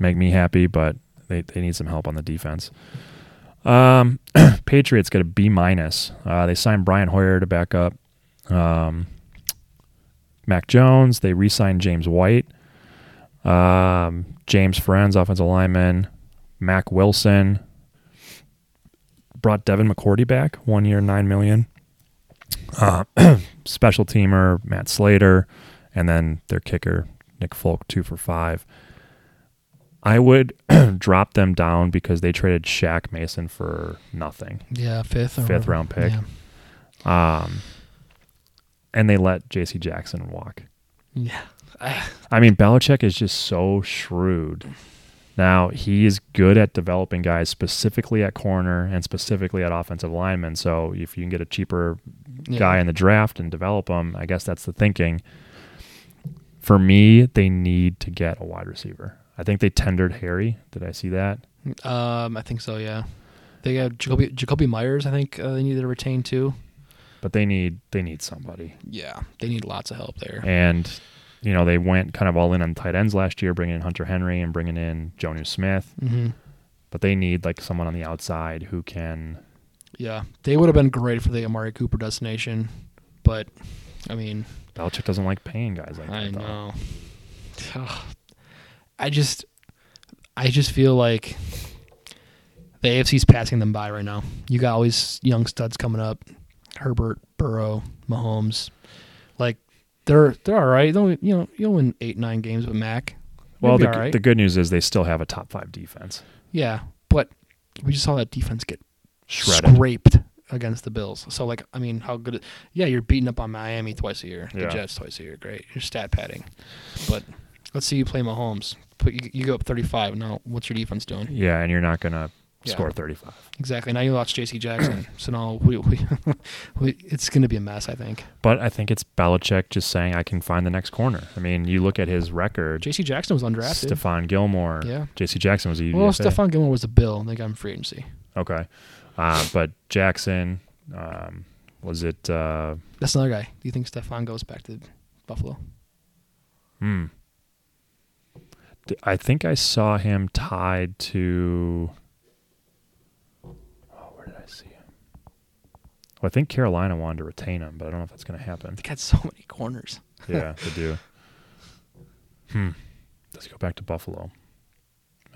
Speaker 1: make me happy, but they, they need some help on the defense. Um, Patriots got a B minus. Uh, they signed Brian Hoyer to back up um, Mac Jones. They re-signed James White, um, James Friends, offensive lineman, Mac Wilson. Brought Devin McCourty back one year, nine million special teamer Matt Slater, and then their kicker Nick Folk two for five. I would drop them down because they traded Shaq Mason for nothing,
Speaker 2: yeah fifth
Speaker 1: fifth round pick,
Speaker 2: yeah,
Speaker 1: um, and they let J.C. Jackson walk.
Speaker 2: yeah.
Speaker 1: I mean, Belichick is just so shrewd. Now he is good at developing guys specifically at corner and specifically at offensive linemen. So if you can get a cheaper
Speaker 2: Yeah.
Speaker 1: guy in the draft and develop him, I guess that's the thinking. For me, they need to get a wide receiver. I think they tendered Harry. Did I see that?
Speaker 2: um i think so yeah they have jacoby, jacoby myers i think uh, they need to retain too
Speaker 1: But they need they need somebody.
Speaker 2: yeah they need lots of help there
Speaker 1: And you know they went kind of all in on tight ends last year, bringing in Hunter Henry and bringing in Jonu Smith.
Speaker 2: mm-hmm.
Speaker 1: But they need like someone on the outside who can
Speaker 2: yeah they would have been great for the amari cooper destination but i mean
Speaker 1: Belichick doesn't like paying guys like
Speaker 2: I
Speaker 1: that. though.
Speaker 2: know. Ugh. I just, I just feel like the AFC's passing them by right now. You got all these young studs coming up: Herbert, Burrow, Mahomes. Like they're they're all right. They'll, you know you'll win eight nine games with Mac.
Speaker 1: Well,
Speaker 2: They'll be
Speaker 1: the,
Speaker 2: all right.
Speaker 1: the good news is they still have a top five defense.
Speaker 2: yeah, but we just saw that defense get
Speaker 1: Shredded.
Speaker 2: scraped against the Bills. So like, I mean, how good? Yeah, you're beating up on Miami twice a year, the
Speaker 1: Yeah.
Speaker 2: Jets twice a year. Great, you're stat padding. But let's see you play Mahomes. Put you, you go up 35. Now what's your defense doing?
Speaker 1: Yeah, and you're not gonna
Speaker 2: Yeah.
Speaker 1: score 35.
Speaker 2: Exactly. Now you lost J.C. Jackson. so now we, we, we, it's going to be a mess. I think
Speaker 1: But I think it's Belichick just saying I can find the next corner. I mean, you look at his record.
Speaker 2: J.C. Jackson was undrafted.
Speaker 1: Stephon Gilmore.
Speaker 2: Yeah.
Speaker 1: J.C. Jackson was a UDFA.
Speaker 2: well, Stephon Gilmore was a Bill, and they got him free agency.
Speaker 1: Okay. Uh, but Jackson, um, was it? Uh,
Speaker 2: That's another guy. Do you think Stephon goes back to Buffalo?
Speaker 1: hmm. D- I think I saw him tied to. Oh, where did I see him? Well, I think Carolina wanted to retain him, but I don't know if that's going to happen.
Speaker 2: They got so many corners.
Speaker 1: Yeah, they do. Hmm. Let's go back to Buffalo.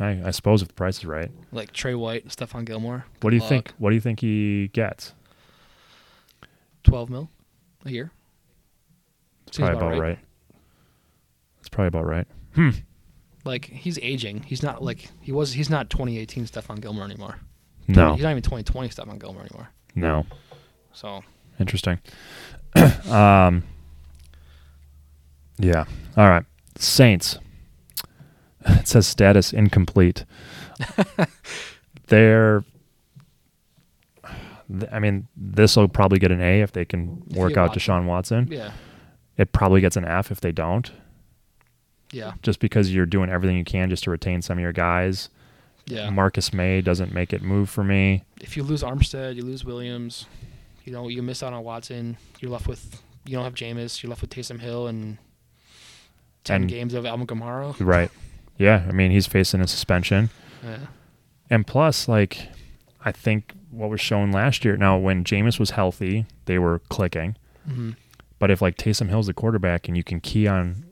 Speaker 1: I, I suppose if the price is right.
Speaker 2: Like Trey White, Stephon Gilmore.
Speaker 1: What do you
Speaker 2: Good
Speaker 1: think?
Speaker 2: luck.
Speaker 1: What do you think he gets?
Speaker 2: 12 mil a year.
Speaker 1: It's probably about, right. It's probably about right. Hmm.
Speaker 2: Like he's aging. He's not like he was. He's not 2018 Stephon Gilmore anymore.
Speaker 1: No,
Speaker 2: he's not even 2020 Stephon Gilmore anymore.
Speaker 1: no.
Speaker 2: So
Speaker 1: Interesting. um. Yeah. All right. Saints. It says status incomplete. They're. th- I mean, this will probably get an A if they can
Speaker 2: If you
Speaker 1: work
Speaker 2: get
Speaker 1: out
Speaker 2: Watson.
Speaker 1: Deshaun Watson.
Speaker 2: yeah,
Speaker 1: it probably gets an F if they don't,
Speaker 2: Yeah.
Speaker 1: just because you're doing everything you can just to retain some of your guys.
Speaker 2: Yeah.
Speaker 1: Marcus May doesn't make it move for me.
Speaker 2: if you lose Armstead, you lose Williams, you know, you miss out on Watson, you're left with you don't have Jameis, you're left with Taysom Hill and ten
Speaker 1: And-
Speaker 2: games of Alvin Kamara.
Speaker 1: Right. Yeah. I mean, he's facing a suspension.
Speaker 2: Yeah.
Speaker 1: And plus, like, I think what was shown last year now, when Jameis was healthy, they were clicking.
Speaker 2: Mhm.
Speaker 1: But if, like, Taysom Hill's the quarterback and you can key on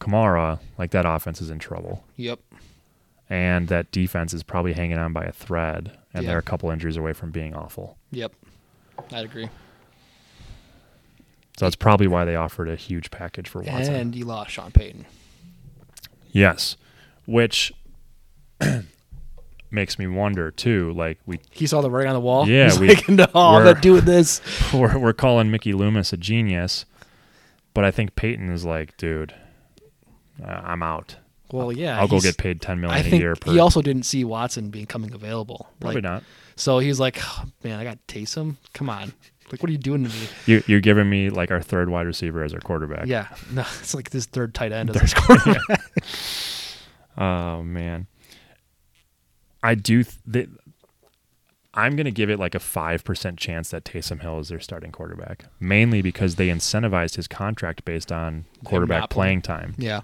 Speaker 1: Kamara, like, that offense is in trouble.
Speaker 2: Yep.
Speaker 1: And that defense is probably hanging on by a thread. And
Speaker 2: Yeah.
Speaker 1: they're a couple injuries away from being awful.
Speaker 2: Yep. I'd agree.
Speaker 1: So that's probably why they offered a huge package for Watson.
Speaker 2: And you lost Sean Payton.
Speaker 1: Yes. Which makes me wonder, too. Like, we
Speaker 2: He saw the writing on the wall.
Speaker 1: Yeah,
Speaker 2: He's
Speaker 1: we-
Speaker 2: like, no, I'm
Speaker 1: we're-
Speaker 2: not doing this.
Speaker 1: we're, we're calling Mickey Loomis a genius, but I think Peyton is like, dude, uh, I'm out.
Speaker 2: Well, yeah.
Speaker 1: I'll go
Speaker 2: he's-
Speaker 1: get paid ten million
Speaker 2: I
Speaker 1: a
Speaker 2: think
Speaker 1: year per.
Speaker 2: he also didn't see Watson being coming available.
Speaker 1: probably
Speaker 2: like,
Speaker 1: not.
Speaker 2: So he was like, "Oh, man, I got Taysom. Come on. Like, what are you doing to me?
Speaker 1: You, you're giving me like our third wide receiver as our quarterback.
Speaker 2: Yeah. No, it's like this third tight end. Third quarterback.
Speaker 1: Oh man, I do. Th- th- I'm gonna give it like a five percent chance that Taysom Hill is their starting quarterback, mainly because they incentivized his contract based on quarterback
Speaker 2: not
Speaker 1: playing
Speaker 2: playing.
Speaker 1: time,
Speaker 2: yeah.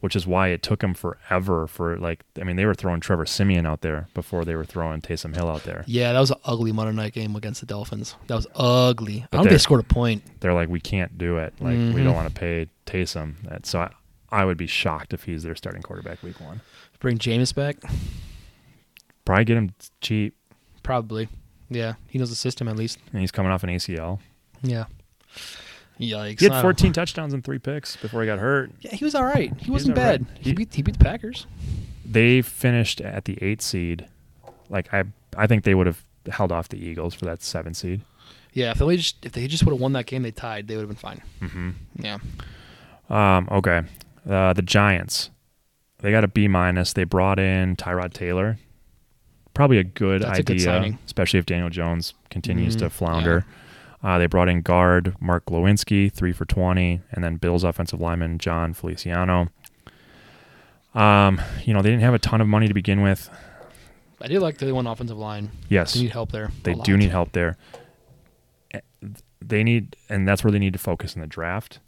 Speaker 1: which is why it took him forever for like. I mean, they were throwing Trevor Simeon out there before they were throwing Taysom Hill out there.
Speaker 2: Yeah, that was an ugly Monday night game against the Dolphins. That was ugly. I
Speaker 1: But
Speaker 2: don't think
Speaker 1: they're-
Speaker 2: they scored a point.
Speaker 1: they're like, we can't do it. Like, we
Speaker 2: Mhm.
Speaker 1: don't want to pay Taysom. That, so I, I would be shocked if he's their starting quarterback week one.
Speaker 2: Bring Jameis back,
Speaker 1: Probably get him cheap,
Speaker 2: probably. Yeah, he knows the system at least.
Speaker 1: and he's coming off an ACL.
Speaker 2: Yeah. Yikes!
Speaker 1: He
Speaker 2: I
Speaker 1: had
Speaker 2: don't-
Speaker 1: 14 touchdowns and three picks before he got hurt.
Speaker 2: Yeah, he was all right. He wasn't
Speaker 1: all right.
Speaker 2: bad. He
Speaker 1: He-
Speaker 2: beat he beat the Packers.
Speaker 1: They finished at the eight seed. Like, I, I think they would have held off the Eagles for that seven seed.
Speaker 2: Yeah, if they just if they just would have won that game, they tied. They would have been fine.
Speaker 1: Mm-hmm.
Speaker 2: Yeah.
Speaker 1: Um, okay. Uh, the Giants. They got a B minus. They brought in Tyrod Taylor. Probably a good
Speaker 2: That's a good
Speaker 1: idea,
Speaker 2: signing.
Speaker 1: especially if Daniel Jones continues
Speaker 2: Mhm.
Speaker 1: to flounder. Uh, they brought in guard Mark Lewinsky, three for 20, and then Bills offensive lineman John Feliciano. Um, you know, they didn't have a ton of money to begin with.
Speaker 2: I do like the one offensive line.
Speaker 1: Yes,
Speaker 2: They need help there. a
Speaker 1: they
Speaker 2: lot.
Speaker 1: do need help there. Eh, They need, and that's where they need to focus in the draft.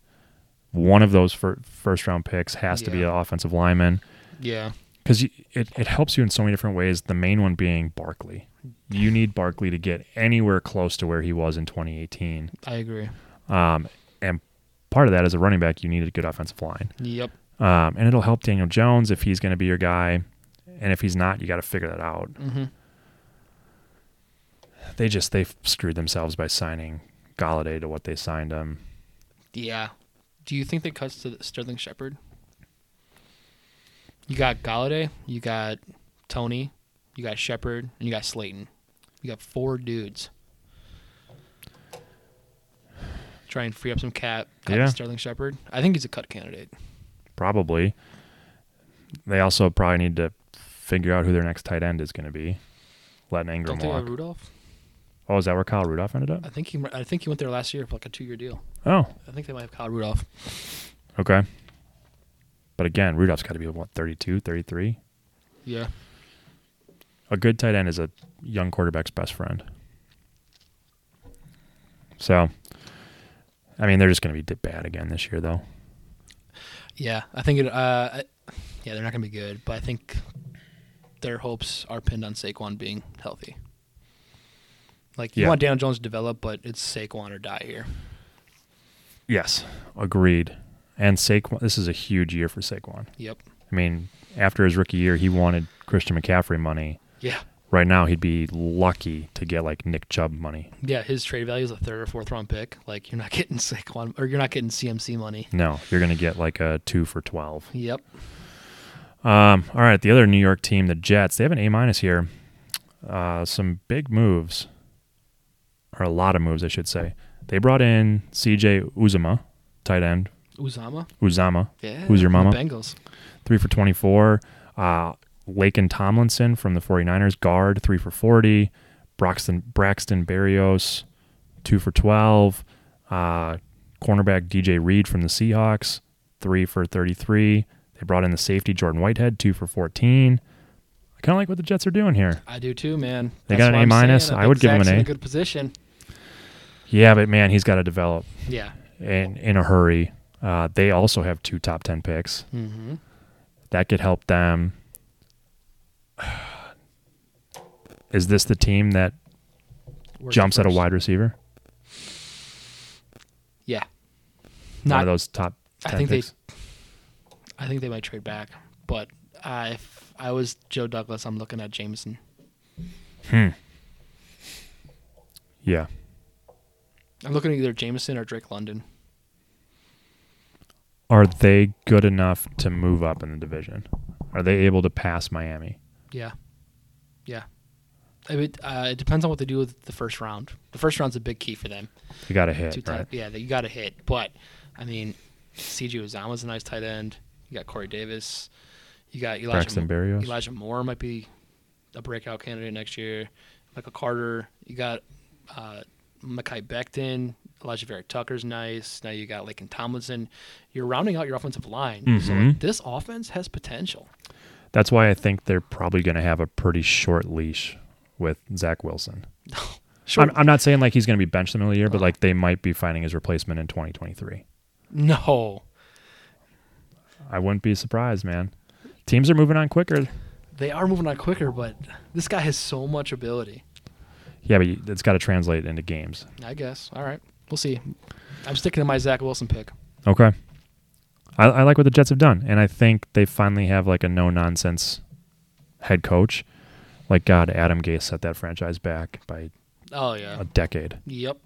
Speaker 1: One of those fir- first round picks has to be an
Speaker 2: Yeah.
Speaker 1: offensive lineman
Speaker 2: Yeah.
Speaker 1: because it, it helps you in so many different ways. The main one being Barkley. You need Barkley to get anywhere close to where he was in 2018.
Speaker 2: I agree.
Speaker 1: Um, and part of that as a running back, you need a good offensive line.
Speaker 2: Yep.
Speaker 1: Um, and it'll help Daniel Jones if he's going to be your guy. And if he's not, you got to figure that out.
Speaker 2: Mm-hmm.
Speaker 1: They just they screwed themselves by signing Galladay to what they signed him.
Speaker 2: Yeah. Do you think that cuts to Sterling Shepard? You got Galladay, you got Tony, you got Shepard, and you got Slayton. You got four dudes. Try and free up some cap. Cut
Speaker 1: Yeah.
Speaker 2: Sterling Shepard. I think he's a cut candidate.
Speaker 1: Probably. They also probably need to figure out who their next tight end is going to be. Letting Ingram
Speaker 2: Don't they have
Speaker 1: walk.
Speaker 2: Rudolph?
Speaker 1: Oh, is that where Kyle Rudolph ended up?
Speaker 2: I think he. I think he went there last year for like a two-year deal.
Speaker 1: Oh,
Speaker 2: I think they might have Kyle Rudolph.
Speaker 1: Okay. But again, Rudolph's got to be what 32, 33.
Speaker 2: Yeah.
Speaker 1: A good tight end is a young quarterback's best friend. So, I mean, they're just going to be di- bad again this year, though.
Speaker 2: Yeah, I think it. Uh, I- yeah, they're not going to be good, but I think their hopes are pinned on Saquon being healthy. Like you
Speaker 1: Yeah.
Speaker 2: want Daniel Jones to develop, but it's Saquon or die here.
Speaker 1: Yes, agreed. And Saquon, this is a huge year for Saquon.
Speaker 2: Yep.
Speaker 1: I mean, after his rookie year, he wanted Christian McCaffrey money.
Speaker 2: Yeah.
Speaker 1: Right now, he'd be lucky to get like Nick Chubb money.
Speaker 2: Yeah. His trade value is a third or fourth round pick. Like you're not getting Saquon or you're not getting CMC money.
Speaker 1: No, you're going to get like a two for 12.
Speaker 2: Yep.
Speaker 1: Um, all right, the other New York team, the Jets, they have an A minus here. Uh, some big moves, or a lot of moves, I should say. They brought in C.J. Uzama, tight end.
Speaker 2: Uzama.
Speaker 1: Uzama,
Speaker 2: Yeah.
Speaker 1: Who's your
Speaker 2: the
Speaker 1: mama?
Speaker 2: Bengals.
Speaker 1: three for 24. Uh, Lake and Tomlinson from the 49ers, guard, three for 40. Braxton, Braxton Berrios, two for 12. Uh, cornerback DJ Reed from the Seahawks, three for 33. They brought in the safety Jordan Whitehead, two for 14. I kind of like what the Jets are doing here.
Speaker 2: I do too, man.
Speaker 1: They got an
Speaker 2: why
Speaker 1: A
Speaker 2: I'm saying.
Speaker 1: minus.
Speaker 2: I
Speaker 1: I would give him
Speaker 2: Zach's
Speaker 1: an
Speaker 2: in
Speaker 1: A.
Speaker 2: a good position.
Speaker 1: Yeah, but man, he's got to develop
Speaker 2: Yeah.
Speaker 1: in, in a hurry. Uh, they also have two top 10 picks.
Speaker 2: Mm-hmm.
Speaker 1: That could help them. Is this the team that jumps at a wide receiver?
Speaker 2: Yeah.
Speaker 1: One
Speaker 2: Not.
Speaker 1: of those top
Speaker 2: I
Speaker 1: 10
Speaker 2: think
Speaker 1: picks?
Speaker 2: I think they might trade back, but uh, if I was Joe Douglas, I'm looking at Jameson.
Speaker 1: Hmm. yeah.
Speaker 2: I'm looking at either Jameson or Drake London.
Speaker 1: Are they good enough to move up in the division? Are they able to pass Miami?
Speaker 2: Yeah. Yeah. I mean, uh, it depends on what they do with the first round. The first round's a big key for them.
Speaker 1: They got to hit,
Speaker 2: Two tight,
Speaker 1: right?
Speaker 2: Yeah, that you got to hit. But I mean, C.J. Uzama's a nice tight end. You got Corey Davis. You got Elijah.
Speaker 1: Braxton Berrios.
Speaker 2: Elijah Moore might be a breakout candidate next year. Michael Carter. You got uh, Makai Becton. Elijah Vera Tucker's nice. Now you got Lakin Tomlinson. You're rounding out your offensive line. So
Speaker 1: Mhm.
Speaker 2: this offense has potential.
Speaker 1: That's why I think they're probably going to have a pretty short leash with Zach Wilson.
Speaker 2: Sure.
Speaker 1: I'm, I'm not saying like he's going to be benched in the middle of the year,
Speaker 2: Oh.
Speaker 1: but like they might be finding his replacement in 2023.
Speaker 2: no.
Speaker 1: I wouldn't be surprised, man. Teams are moving on quicker.
Speaker 2: They are moving on quicker, but this guy has so much ability.
Speaker 1: Yeah, but you- it's got to translate into games.
Speaker 2: I guess. All right. We'll see. I'm sticking to my Zach Wilson pick.
Speaker 1: Okay. I, I like what the Jets have done, and I think they finally have like a no nonsense head coach. Like God, Adam Gase set that franchise back by
Speaker 2: Oh yeah.
Speaker 1: a decade.
Speaker 2: Yep.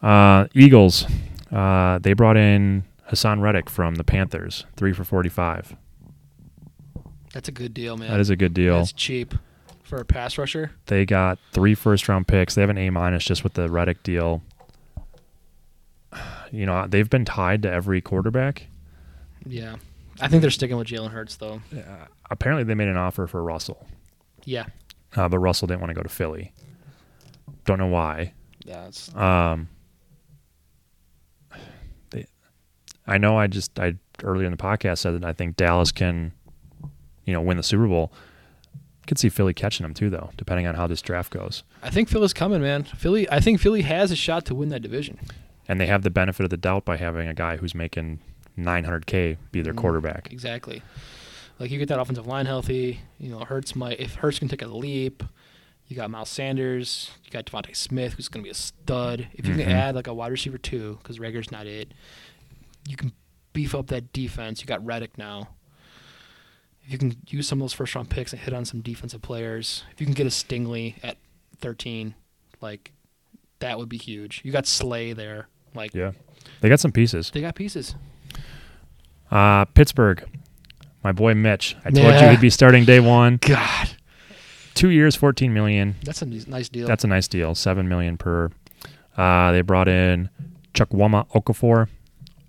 Speaker 1: Uh, Eagles, uh, they brought in Hassan Reddick from the Panthers, three for forty-five.
Speaker 2: That's a good deal, man.
Speaker 1: That is a good deal.
Speaker 2: That's cheap for a pass rusher.
Speaker 1: They got three first round picks. They have an A minus just with the Reddick deal. You know, they've been tied to every quarterback.
Speaker 2: Yeah. I think they're sticking with Jalen Hurts though.
Speaker 1: Apparently, they made an offer for Russell,
Speaker 2: Yeah.
Speaker 1: uh, but Russell didn't want to go to Philly. Don't know why.
Speaker 2: Yeah. It's,
Speaker 1: Um, they, I know. I just I earlier in the podcast said that I think Dallas can, you know, win the Super Bowl. Could see Philly catching them too, though, depending on how this draft goes.
Speaker 2: I think Philly's coming, man. Philly. I think Philly has a shot to win that division.
Speaker 1: And they have the benefit of the doubt by having a guy who's making 900k be their
Speaker 2: Mm.
Speaker 1: quarterback.
Speaker 2: Exactly. Like you get that offensive line healthy. You know, Hurts might if Hurts can take a leap. You got Miles Sanders. You got Devontae Smith, who's going to be a stud. If you
Speaker 1: Mhm.
Speaker 2: can add like a wide receiver too, because Rager's not it. You can beef up that defense. You got Reddick now. If you can use some of those first round picks and hit on some defensive players, if you can get a Stingley at 13, like that would be huge. You got Slay there. Like
Speaker 1: Yeah, they got some pieces.
Speaker 2: they got pieces.
Speaker 1: Uh, Pittsburgh, my boy Mitch. I told you
Speaker 2: Yeah.
Speaker 1: he'd be starting day one.
Speaker 2: God,
Speaker 1: Two years, 14 million.
Speaker 2: that's a nice nice deal.
Speaker 1: That's a nice deal. Seven million per. Uh, they brought in Chukwuma Okafor,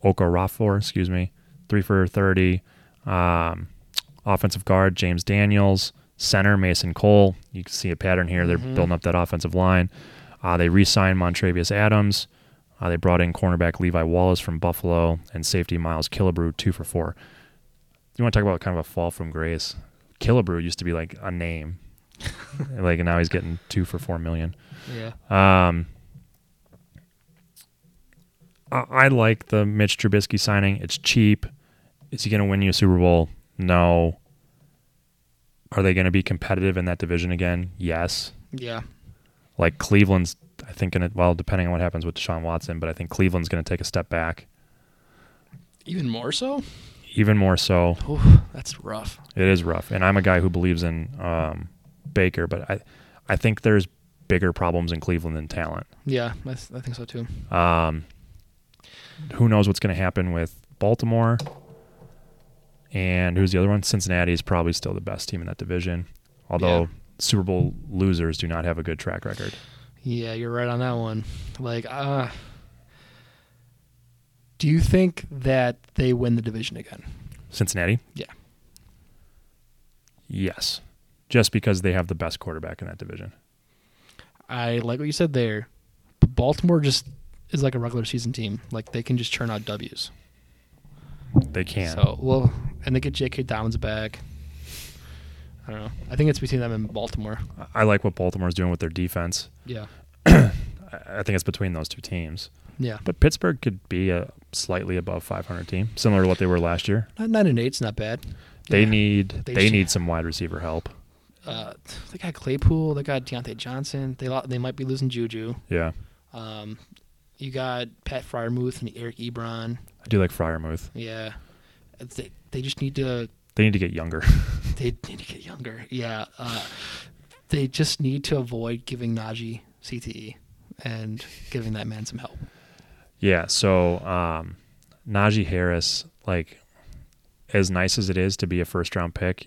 Speaker 1: Okorafor, excuse me, three for thirty. Um, offensive guard James Daniels, center Mason Cole. You can see a pattern here. They're
Speaker 2: Mhm.
Speaker 1: building up that offensive line. Uh, they re-signed Montrevious Adams. Uh, they brought in cornerback Levi Wallace from Buffalo and safety Miles Killebrew, two for four. You want to talk about kind of a fall from grace? Killebrew used to be like a name, like and now he's getting two for four million.
Speaker 2: yeah.
Speaker 1: Um, I, I like the Mitch Trubisky signing. It's cheap. Is he going to win you a Super Bowl? No. Are they going to be competitive in that division again? Yes.
Speaker 2: Yeah.
Speaker 1: Like Cleveland's, I think, going to, well, depending on what happens with Deshaun Watson, but I think Cleveland's going to take a step back.
Speaker 2: Even more so?
Speaker 1: Even more so,
Speaker 2: Oof, that's rough.
Speaker 1: it is rough. And I'm a guy who believes in um, Baker, but I, I think there's bigger problems in Cleveland than talent.
Speaker 2: Yeah, I, th- I think so too.
Speaker 1: Um, who knows what's going to happen with Baltimore? And who's the other one? Cincinnati is probably still the best team in that division, although
Speaker 2: Yeah.
Speaker 1: Super Bowl losers do not have a good track record.
Speaker 2: Yeah, you're right on that one. Like, uh, do you think that they win the division again?
Speaker 1: Cincinnati?
Speaker 2: Yeah.
Speaker 1: Yes. Just because they have the best quarterback in that division.
Speaker 2: I like what you said there. But Baltimore just is like a regular season team. Like they can just churn out W's.
Speaker 1: They can.
Speaker 2: So well, and they get J.K. Dobbins back. I don't know. I think it's between them and Baltimore.
Speaker 1: I- I like what Baltimore's doing with their defense.
Speaker 2: Yeah.
Speaker 1: I I think it's between those two teams.
Speaker 2: Yeah.
Speaker 1: But Pittsburgh could be a slightly above 500 team, similar to what they were last year.
Speaker 2: Nine, nine and eight's not bad.
Speaker 1: They
Speaker 2: Yeah.
Speaker 1: need
Speaker 2: They
Speaker 1: they,
Speaker 2: just-
Speaker 1: need some wide receiver help.
Speaker 2: Uh, they got Claypool. They got Deontay Johnson. They lo- they might be losing Juju.
Speaker 1: Yeah,
Speaker 2: Um, you got Pat Fryermuth and Eric Ebron.
Speaker 1: I do like Fryermuth.
Speaker 2: Yeah. They, they just need to
Speaker 1: They need to get younger.
Speaker 2: they need to get younger. Yeah. Uh, they just need to avoid giving Najee CTE and giving that man some help.
Speaker 1: yeah. So um, Najee Harris, like as nice as it is to be a first round pick,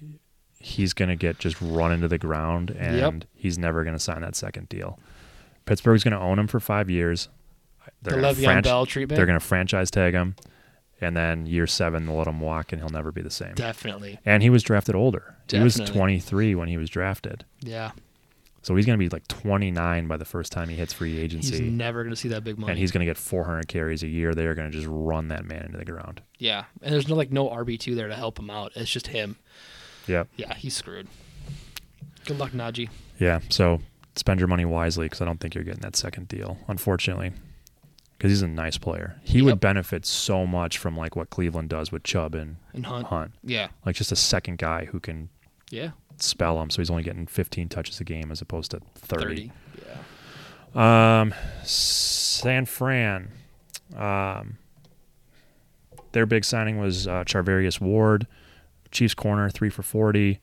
Speaker 1: he's gonna get just run into the ground, and he's never gonna sign that second deal. Pittsburgh's gonna own him for five years.
Speaker 2: The
Speaker 1: They're gonna
Speaker 2: Le'Veon
Speaker 1: franch-
Speaker 2: Bell treatment.
Speaker 1: They're gonna franchise tag him, and then year seven they'll let him walk, and he'll never be the same.
Speaker 2: Definitely.
Speaker 1: and he was drafted older. He was
Speaker 2: Definitely.
Speaker 1: 23 when he was drafted.
Speaker 2: Yeah.
Speaker 1: So he's going to be like 29 by the first time he hits free agency.
Speaker 2: He's never going to see that big money.
Speaker 1: and he's going to get 400 carries a year. They are going to just run that man into the ground.
Speaker 2: yeah. And there's no like no RB2 there to help him out. It's just him.
Speaker 1: Yep.
Speaker 2: Yeah, he's screwed. Good luck, Najee.
Speaker 1: Yeah. So spend your money wisely because I don't think you're getting that second deal, unfortunately, because he's a nice player. He
Speaker 2: Yep.
Speaker 1: would benefit so much from like what Cleveland does with Chubb and
Speaker 2: And Hunt.
Speaker 1: Hunt,
Speaker 2: Yeah.
Speaker 1: like just a second guy who can
Speaker 2: Yeah.
Speaker 1: spell him. So he's only getting 15 touches a game as opposed to 30.
Speaker 2: Yeah.
Speaker 1: Um, San Fran. Um, their big signing was uh, Charvarius Ward, Chiefs corner, three for forty.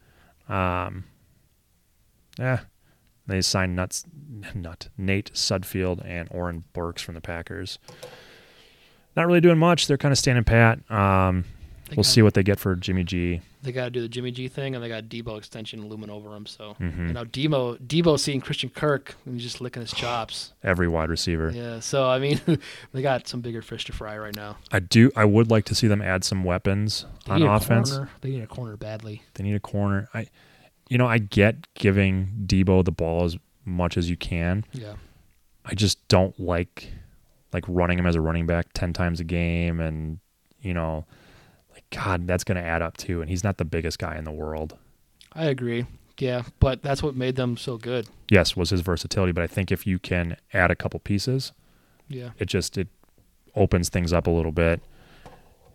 Speaker 1: Um, yeah, they signed nuts, nut Nate Sudfield and Oren Burks from the Packers. Not really doing much. They're kind of standing pat. Um,
Speaker 2: They
Speaker 1: we'll
Speaker 2: got-
Speaker 1: see what they get for Jimmy G.
Speaker 2: They got to do the Jimmy G thing, and they got Debo extension looming over him. So
Speaker 1: Mhm.
Speaker 2: and now Debo, Debo seeing Christian Kirk and he's just licking his chops.
Speaker 1: Every wide receiver.
Speaker 2: yeah. So I mean, they got some bigger fish to fry right now.
Speaker 1: I do. I would like to see them add some weapons
Speaker 2: They
Speaker 1: on
Speaker 2: need a
Speaker 1: offense.
Speaker 2: corner. They need a corner badly.
Speaker 1: They need a corner. I, you know, I get giving Debo the ball as much as you can.
Speaker 2: Yeah.
Speaker 1: I just don't like, like running him as a running back ten times a game, and you know, like God, that's going to add up too. And he's not the biggest guy in the world.
Speaker 2: I agree. Yeah, but that's what made them so good.
Speaker 1: Yes, was his versatility, but I think if you can add a couple pieces,
Speaker 2: Yeah.
Speaker 1: it just it opens things up a little bit.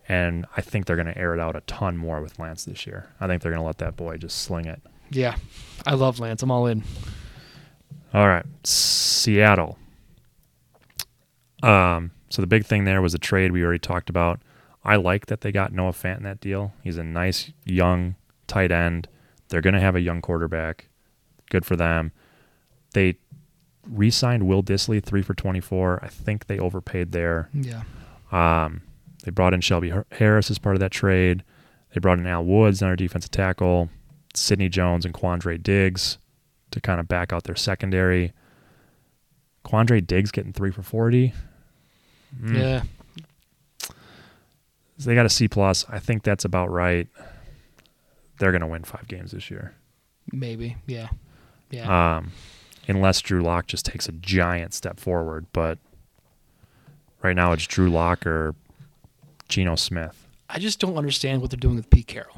Speaker 1: And I think they're going to air it out a ton more with Lance this year. I think they're going to let that boy just sling it.
Speaker 2: Yeah. I love Lance. I'm all in.
Speaker 1: All right, Seattle. Um, so the big thing there was a trade we already talked about. I like that they got Noah Fant in that deal. He's a nice young tight end. They're going to have a young quarterback. Good for them. They re-signed Will Disley three for twenty-four. I think they overpaid there.
Speaker 2: Yeah.
Speaker 1: Um, they brought in Shelby Har- Harris as part of that trade. They brought in Al Woods, another defensive tackle, Sidney Jones, and Quandre Diggs to kind of back out their secondary. Quandre Diggs getting three for 40. Mm.
Speaker 2: Yeah.
Speaker 1: So they got a C plus. I think that's about right. They're going to win five games this year,
Speaker 2: Maybe. Yeah. Yeah.
Speaker 1: um, unless Drew Lock just takes a giant step forward. But right now it's Drew Lock or Geno Smith.
Speaker 2: I just don't understand what they're doing with Pete Carroll.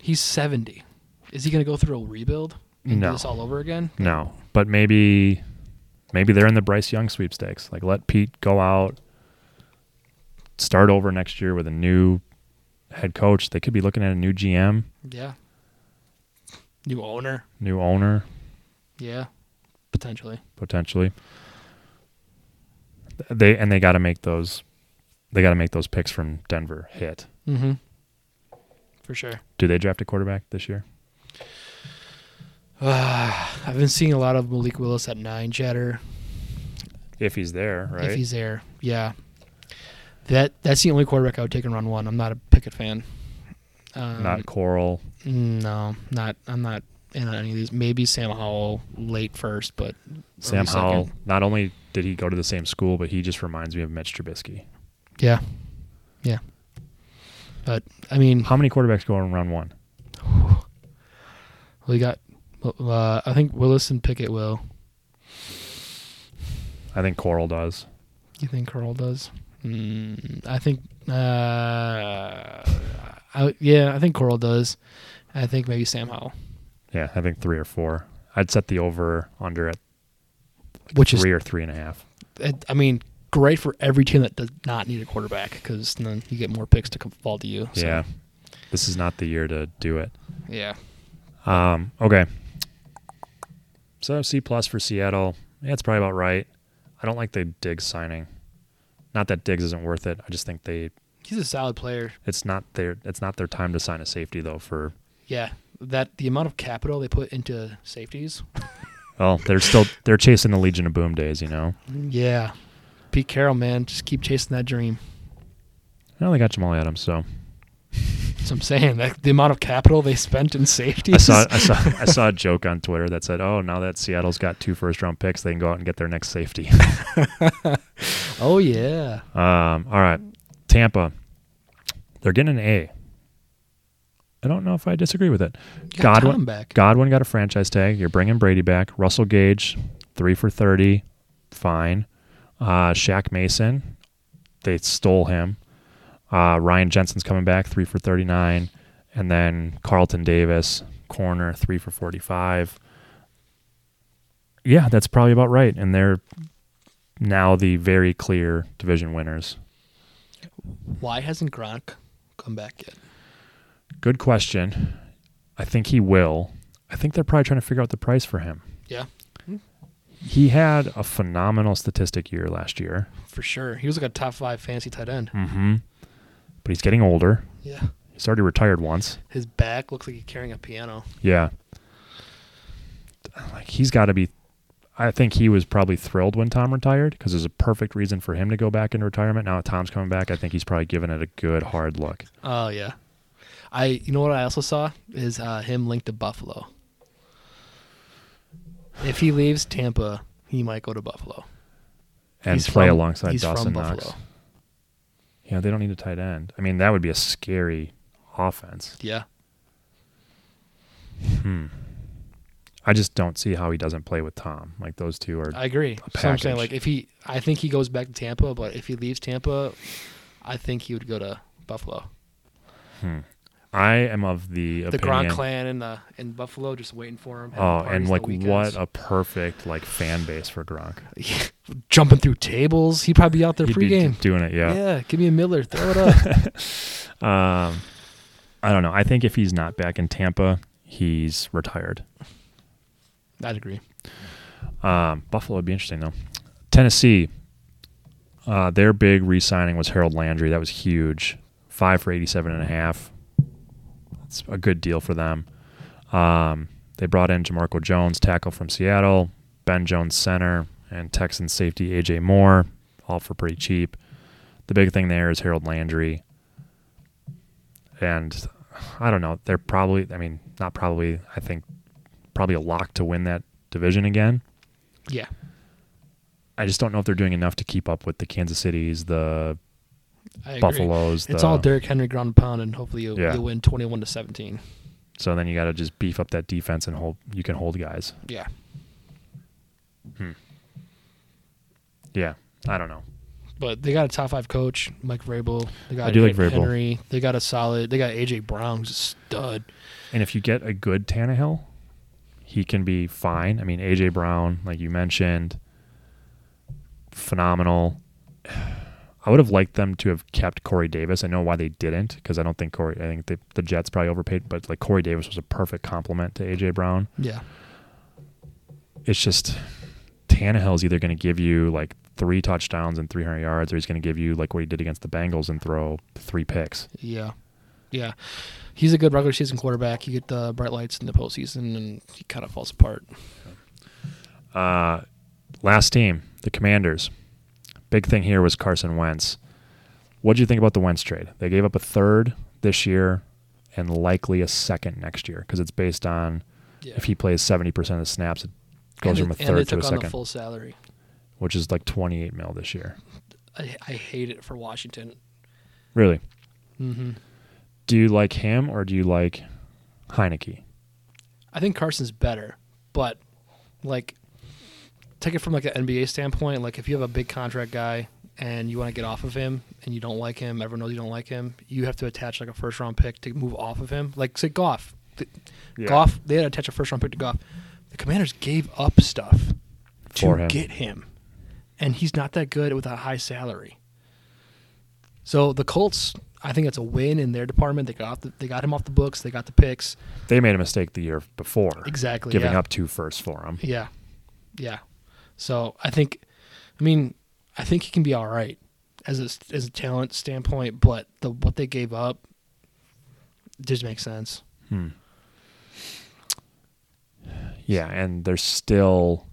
Speaker 2: He's 70. Is he going to go through a rebuild and
Speaker 1: No.
Speaker 2: do this all over again?
Speaker 1: No, but maybe maybe they're in the Bryce Young sweepstakes. Like let Pete go out, start over next year with a new head coach. They could be looking at a new GM,
Speaker 2: Yeah. New owner.
Speaker 1: new owner
Speaker 2: Yeah. Potentially.
Speaker 1: potentially. They and they got to make those they got to make those picks from Denver hit.
Speaker 2: Mm-hmm. For sure.
Speaker 1: Do they draft a quarterback this year?
Speaker 2: I've been seeing a lot of Malik Willis at nine chatter.
Speaker 1: If he's there, right?
Speaker 2: If he's there, yeah. That that's the only quarterback I would take in round one. I'm not a Pickett fan. Um,
Speaker 1: Not Coral.
Speaker 2: no, not I'm not in on any of these. Maybe Sam Howell late first, but
Speaker 1: Sam
Speaker 2: second.
Speaker 1: Howell. Not only did he go to the same school, but he just reminds me of Mitch Trubisky.
Speaker 2: yeah, yeah. But I mean,
Speaker 1: How many quarterbacks go in round one?
Speaker 2: we got. Uh, I think Willis and Pickett will.
Speaker 1: I think Coral does.
Speaker 2: You think Carroll does? Mm, I think. Uh, I, yeah, I think Coral does. I think maybe Sam Howell,
Speaker 1: Yeah, I think three or four. I'd set the over under at
Speaker 2: which is,
Speaker 1: three or three and a half.
Speaker 2: it- I mean, great for every team that does not need a quarterback because then you get more picks to come fall to you. So,
Speaker 1: Yeah, this is not the year to do it.
Speaker 2: yeah.
Speaker 1: Um, okay. So C plus for Seattle. Yeah, it's probably about right. I don't like the Diggs signing. Not that Diggs isn't worth it. I just think they
Speaker 2: He's a solid player.
Speaker 1: it's not their it's not their time to sign a safety though for
Speaker 2: Yeah, that the amount of capital they put into safeties.
Speaker 1: well, they're still they're chasing the Legion of Boom days, you know.
Speaker 2: Yeah, Pete Carroll, man, just keep chasing that dream.
Speaker 1: Now they got Jamal Adams, so
Speaker 2: That's what I'm saying. That the amount of capital they spent in safeties.
Speaker 1: I saw I saw I saw a joke on Twitter that said, "Oh, now that Seattle's got two first round picks, they can go out and get their next safety."
Speaker 2: Oh yeah.
Speaker 1: Um, all right, Tampa. They're getting an A. I don't know if I disagree with it.
Speaker 2: Got
Speaker 1: Godwin
Speaker 2: Tom back.
Speaker 1: Godwin got a franchise tag. You're bringing Brady back. Russell Gage, three for thirty, fine. Uh, Shaq Mason, they stole him. Uh, Ryan Jensen's coming back, three for thirty-nine, and then Carlton Davis, corner, three for forty-five. Yeah, that's probably about right. And they're now the very clear division winners.
Speaker 2: Why hasn't Gronk come back yet?
Speaker 1: Good question. I think he will. I think they're probably trying to figure out the price for him.
Speaker 2: Yeah,
Speaker 1: He had a phenomenal statistic year last year.
Speaker 2: for sure. He was like a top five fantasy tight end.
Speaker 1: Mm-hmm. But he's getting older.
Speaker 2: Yeah.
Speaker 1: He's already retired once.
Speaker 2: His back looks like he's carrying a piano.
Speaker 1: Yeah. Like he's got to be. I think he was probably thrilled when Tom retired because there's a perfect reason for him to go back into retirement. Now that Tom's coming back, I think he's probably giving it a good hard look.
Speaker 2: Oh yeah. I you know what I also saw is uh, him linked to Buffalo. If he leaves Tampa, he might go to Buffalo.
Speaker 1: and
Speaker 2: He's
Speaker 1: play
Speaker 2: from-
Speaker 1: alongside
Speaker 2: he's from
Speaker 1: Dawson Knox.
Speaker 2: Buffalo.
Speaker 1: Yeah, they don't need a tight end. I mean, that would be a scary offense.
Speaker 2: Yeah. Hmm.
Speaker 1: I just don't see how he doesn't play with Tom. Like those two are.
Speaker 2: I agree. So I'm saying
Speaker 1: package.
Speaker 2: like if he I think he goes back to Tampa, but if he leaves Tampa, I think he would go to Buffalo.
Speaker 1: Hmm. I am of the
Speaker 2: The
Speaker 1: opinion.
Speaker 2: Gronk clan in the in Buffalo just waiting for him. having
Speaker 1: Oh,
Speaker 2: parties
Speaker 1: and
Speaker 2: the
Speaker 1: like
Speaker 2: weekends.
Speaker 1: what a perfect like fan base for Gronk.
Speaker 2: jumping through tables. He'd probably be out there
Speaker 1: He'd be
Speaker 2: pregame.
Speaker 1: doing it.
Speaker 2: Yeah.
Speaker 1: Yeah.
Speaker 2: give me a Miller, throw it up.
Speaker 1: Um, I don't know. I think if he's not back in Tampa, he's retired.
Speaker 2: I'd agree.
Speaker 1: Um, Buffalo would be interesting though. Tennessee, uh, their big re-signing was Harold Landry. That was huge. Five for eighty-seven and a half. That's a good deal for them. Um, they brought in Jamarco Jones, tackle from Seattle, Ben Jones, center, and Texan safety AJ Moore, all for pretty cheap. The big thing there is Harold Landry. And I don't know. They're probably. I mean, not probably. I think probably a lock to win that division again.
Speaker 2: Yeah,
Speaker 1: I just don't know if they're doing enough to keep up with the Kansas Cities, the
Speaker 2: I agree.
Speaker 1: Buffaloes.
Speaker 2: It's
Speaker 1: the,
Speaker 2: all Derrick Henry ground and pound, and hopefully you
Speaker 1: Yeah.
Speaker 2: you win twenty-one to seventeen.
Speaker 1: So then you got to just beef up that defense and hold. You can hold guys.
Speaker 2: Yeah, Hmm.
Speaker 1: Yeah, I don't know.
Speaker 2: but they got a top five coach, Mike Vrabel. They got
Speaker 1: I do like
Speaker 2: Derrick
Speaker 1: Vrabel.
Speaker 2: Henry. They got a solid. They got AJ Brown, who's a stud.
Speaker 1: And if you get a good Tannehill, he can be fine. I mean, AJ Brown, like you mentioned, phenomenal. I would have liked them to have kept Corey Davis. I know why they didn't because I don't think Corey. I think the, the Jets probably overpaid, but like Corey Davis was a perfect complement to AJ Brown.
Speaker 2: Yeah,
Speaker 1: it's just Tannehill's either going to give you like three touchdowns and 300 yards, or he's going to give you like what he did against the Bengals and throw three picks.
Speaker 2: yeah, yeah. He's a good regular season quarterback. You get the bright lights in the postseason, and he kind of falls apart.
Speaker 1: Uh, last team, the Commanders. Big thing here was Carson Wentz. What do you think about the Wentz trade? They gave up a third this year and likely a second next year because it's based on
Speaker 2: Yeah.
Speaker 1: if he plays 70% of the snaps, it goes
Speaker 2: and
Speaker 1: from a
Speaker 2: they, and they
Speaker 1: third to
Speaker 2: took
Speaker 1: a
Speaker 2: on the
Speaker 1: second,
Speaker 2: full salary.
Speaker 1: which is like 28 mil this year.
Speaker 2: I, I hate it for Washington.
Speaker 1: Really?
Speaker 2: Mm-hmm.
Speaker 1: Do you like him or do you like Heineke?
Speaker 2: I think Carson's better, but like take it from like an NBA standpoint, like if you have a big contract guy and you want to get off of him and you don't like him, everyone knows you don't like him, you have to attach like a first round pick to move off of him. Like say Goff. Th-
Speaker 1: Yeah.
Speaker 2: Goff, they had to attach a first round pick to Goff. The commanders gave up stuff to
Speaker 1: For him.
Speaker 2: get him. And he's not that good with a high salary. So the Colts, I think it's a win in their department. They got the, they got him off the books, they got the picks.
Speaker 1: They made a mistake the year before.
Speaker 2: Exactly,
Speaker 1: Giving
Speaker 2: yeah.
Speaker 1: up two firsts for him.
Speaker 2: Yeah. Yeah. So I think, I mean, I think he can be all right as a, as a talent standpoint, but the what they gave up just makes sense.
Speaker 1: Hmm. Yeah, and they're still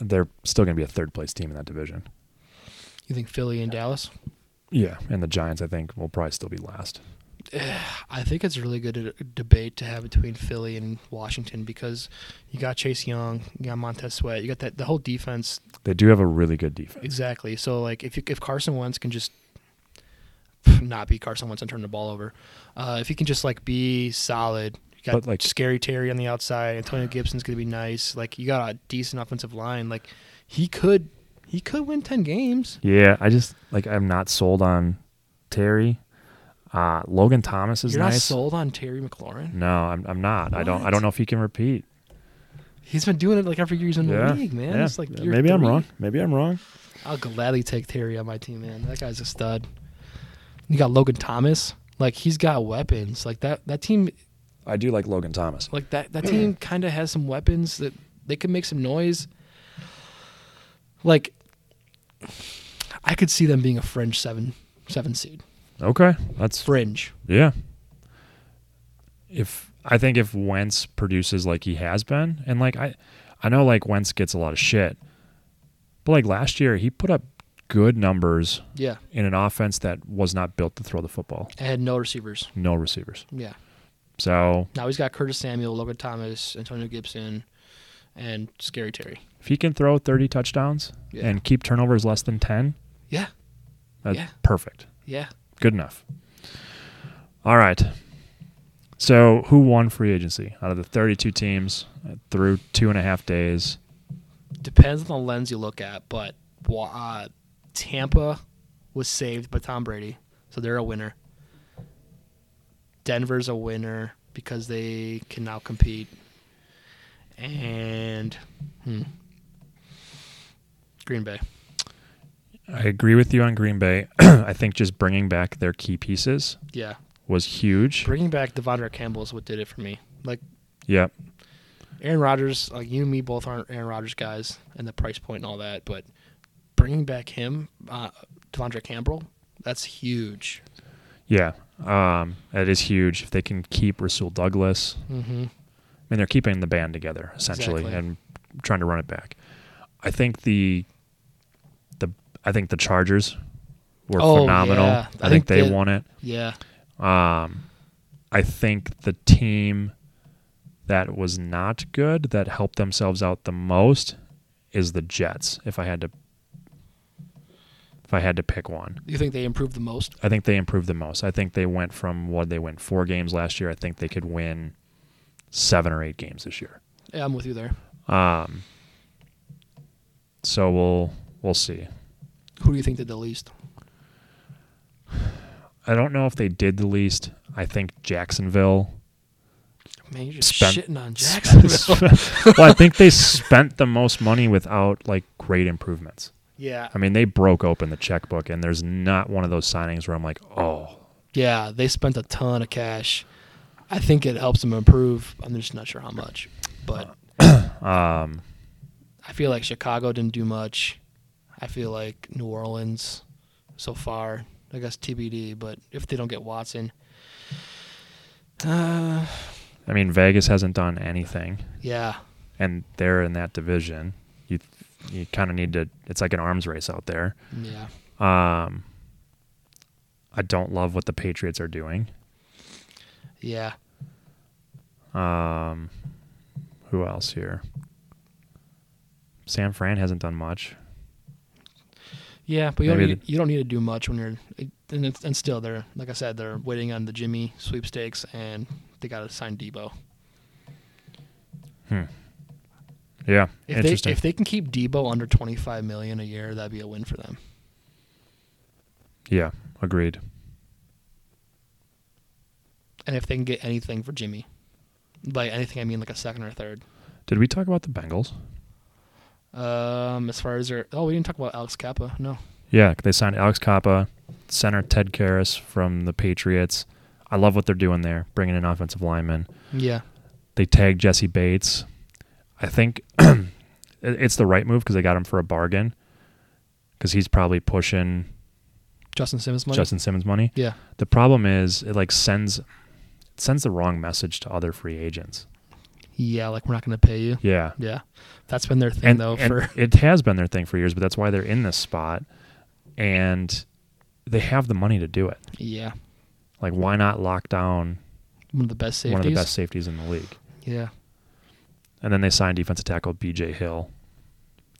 Speaker 1: they're still going to be a third place team in that division.
Speaker 2: You think Philly and Dallas?
Speaker 1: Yeah, and the Giants I think will probably still be last.
Speaker 2: I think it's a really good uh, debate to have between Philly and Washington because you got Chase Young, you got Montez Sweat, you got that the whole defense
Speaker 1: They do have a really good defense.
Speaker 2: Exactly. So like if you, if Carson Wentz can just not be Carson Wentz and turn the ball over, uh, if he can just like be solid, you got
Speaker 1: But, like-
Speaker 2: scary Terry on the outside. Antonio Gibson's gonna be nice. Like you got a decent offensive line. Like he could he could win ten games.
Speaker 1: Yeah, I just like I'm not sold on Terry. Uh, Logan Thomas is
Speaker 2: You're
Speaker 1: nice.
Speaker 2: not sold on Terry McLaurin.
Speaker 1: No, I'm I'm not. I don't I
Speaker 2: What?
Speaker 1: don't know if he can repeat.
Speaker 2: He's been doing it like every year he's in
Speaker 1: yeah.
Speaker 2: the league, man.
Speaker 1: yeah.
Speaker 2: It's like year
Speaker 1: Maybe I'm
Speaker 2: three.
Speaker 1: wrong. Maybe I'm wrong.
Speaker 2: I'll gladly take Terry on my team, man. That guy's a stud. You got Logan Thomas. Like he's got weapons. Like that that team
Speaker 1: I do like Logan Thomas.
Speaker 2: Like that that team kind of has some weapons that they can make some noise. Like I could see them being a fringe seven seven seed.
Speaker 1: Okay. That's
Speaker 2: Fringe.
Speaker 1: Yeah. If I think if Wentz produces like he has been, and like I, I know like Wentz gets a lot of shit, but like last year he put up good numbers
Speaker 2: Yeah.
Speaker 1: in an offense that was not built to throw the football.
Speaker 2: And had no receivers.
Speaker 1: No receivers.
Speaker 2: Yeah.
Speaker 1: So
Speaker 2: Now he's got Curtis Samuel, Logan Thomas, Antonio Gibson, and Scary Terry.
Speaker 1: if he can throw 30 touchdowns
Speaker 2: Yeah.
Speaker 1: and keep turnovers less than 10,
Speaker 2: Yeah.
Speaker 1: that's
Speaker 2: Yeah.
Speaker 1: perfect.
Speaker 2: Yeah.
Speaker 1: Good enough. All right. So who won free agency out of the 32 teams uh, through two and a half days?
Speaker 2: Depends on the lens you look at, but wa- uh, Tampa was saved by Tom Brady, so they're a winner. Denver's a winner because they can now compete. And hmm, Green Bay.
Speaker 1: I agree with you on Green Bay. I think just bringing back their key pieces
Speaker 2: Yeah.
Speaker 1: was huge.
Speaker 2: Bringing back Devondre Campbell is what did it for me. Like,
Speaker 1: Yep.
Speaker 2: Aaron Rodgers, like you and me both aren't Aaron Rodgers guys and the price point and all that, but bringing back him, uh, Devondre Campbell, that's huge.
Speaker 1: Yeah. Um, it is huge if they can keep Rasul Douglas.
Speaker 2: Mm-hmm.
Speaker 1: I mean, they're keeping the band together essentially
Speaker 2: Exactly.
Speaker 1: and trying to run it back. I think the the I think the Chargers were
Speaker 2: Oh,
Speaker 1: phenomenal.
Speaker 2: yeah.
Speaker 1: I,
Speaker 2: I
Speaker 1: think,
Speaker 2: think
Speaker 1: they
Speaker 2: that-
Speaker 1: won it.
Speaker 2: Yeah.
Speaker 1: Um, I think the team that was not good that helped themselves out the most is the Jets. If I had to, if I had to pick one,
Speaker 2: You think they improved the most?
Speaker 1: I think they improved the most. I think they went from what they went four games last year. I think they could win seven or eight games this year.
Speaker 2: Yeah, I'm with you there.
Speaker 1: Um, so we'll we'll see.
Speaker 2: Who do you think did the least?
Speaker 1: I don't know if they did the least. I think Jacksonville
Speaker 2: Man, you're just
Speaker 1: Spent-
Speaker 2: shitting on Jacksonville.
Speaker 1: well, I think they spent the most money without like great improvements.
Speaker 2: yeah.
Speaker 1: I mean, they broke open the checkbook, and there's not one of those signings where I'm like, oh,
Speaker 2: Yeah, they spent a ton of cash. I think it helps them improve. I'm just not sure how much. But
Speaker 1: um,
Speaker 2: I feel like Chicago didn't do much. I feel like New Orleans so far. I guess TBD, but if they don't get Watson. Uh,
Speaker 1: I mean, Vegas hasn't done anything,
Speaker 2: yeah.
Speaker 1: and they're in that division. You, you kind of need to. It's like an arms race out there.
Speaker 2: Yeah.
Speaker 1: Um, I don't love what the Patriots are doing.
Speaker 2: Yeah.
Speaker 1: Um, who else here? San Fran hasn't done much.
Speaker 2: Yeah, but you don't,
Speaker 1: Maybe
Speaker 2: need, you don't need to do much when you're, and, it's, and still they're like I said they're waiting on the Jimmy sweepstakes and they got to sign Debo.
Speaker 1: Hmm. Yeah.
Speaker 2: If they
Speaker 1: Interesting.
Speaker 2: if they can keep Debo under twenty five million a year, that'd be a win for them.
Speaker 1: yeah. Agreed.
Speaker 2: And if they can get anything for Jimmy, by anything I mean like a second or a third.
Speaker 1: Did we talk about the Bengals?
Speaker 2: Um, as far as their oh, we didn't talk about Alex Kappa. No,
Speaker 1: Yeah, they signed Alex Kappa, center Ted Karras from the Patriots. I love what they're doing there, bringing in offensive linemen.
Speaker 2: yeah,
Speaker 1: They tagged Jesse Bates. I think it- it's the right move because they got him for a bargain because he's probably pushing
Speaker 2: Justin Simmons money.
Speaker 1: Justin Simmons money.
Speaker 2: Yeah,
Speaker 1: The problem is it like sends it sends the wrong message to other free agents.
Speaker 2: yeah, like we're not gonna pay you.
Speaker 1: Yeah.
Speaker 2: Yeah, that's been their thing
Speaker 1: and,
Speaker 2: though.
Speaker 1: and
Speaker 2: for
Speaker 1: it has been their thing for years, but that's why they're in this spot, and they have the money to do it.
Speaker 2: yeah,
Speaker 1: Like, why not lock down
Speaker 2: one of the best safeties.
Speaker 1: one of the best safeties in the league?
Speaker 2: Yeah,
Speaker 1: And then they signed defensive tackle B.J. Hill,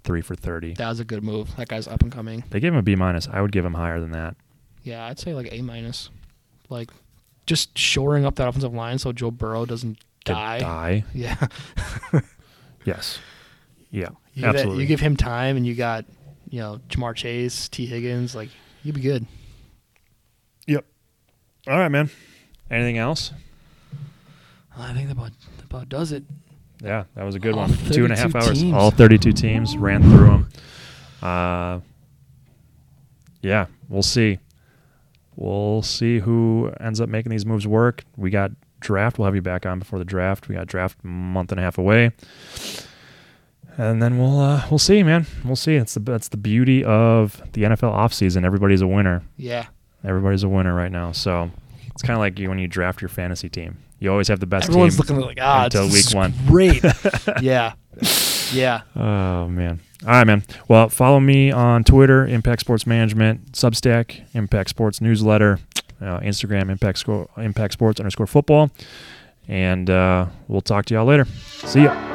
Speaker 1: three for thirty.
Speaker 2: that was a good move. That guy's up and coming.
Speaker 1: They gave him a B minus. I would give him higher than that.
Speaker 2: Yeah, I'd say like A minus, like just shoring up that offensive line so Joe Burrow doesn't
Speaker 1: Could
Speaker 2: die.
Speaker 1: die.
Speaker 2: Yeah,
Speaker 1: Yes. Yeah.
Speaker 2: you give, that,
Speaker 1: absolutely.
Speaker 2: you give him time, and you got you know Jamar Chase, T Higgins, like you'd be good.
Speaker 1: yep. All right, man. Anything else?
Speaker 2: I think that about that about does it.
Speaker 1: Yeah, that was a good
Speaker 2: All
Speaker 1: one. Two and a half
Speaker 2: 32
Speaker 1: hours.
Speaker 2: teams.
Speaker 1: All 32 teams ran through them. Uh, yeah, we'll see. We'll see who ends up making these moves work. We got draft. We'll have you back on before the draft. We got draft month and a half away, and then we'll uh, we'll see, man. We'll see. It's the that's the beauty of the NFL offseason. Everybody's a winner.
Speaker 2: Yeah,
Speaker 1: Everybody's a winner right now. So it's kind of like you, when you draft your fantasy team. You always have the best
Speaker 2: everyone's
Speaker 1: team.
Speaker 2: looking like ah,
Speaker 1: until
Speaker 2: this
Speaker 1: week
Speaker 2: is
Speaker 1: one.
Speaker 2: Great. yeah, yeah.
Speaker 1: Oh man. All right, man. Well, follow me on Twitter, Impact Sports Management, Substack, Impact Sports Newsletter, uh, Instagram, Impact Sco- Impact Sports underscore Football, and uh, we'll talk to y'all later. See ya.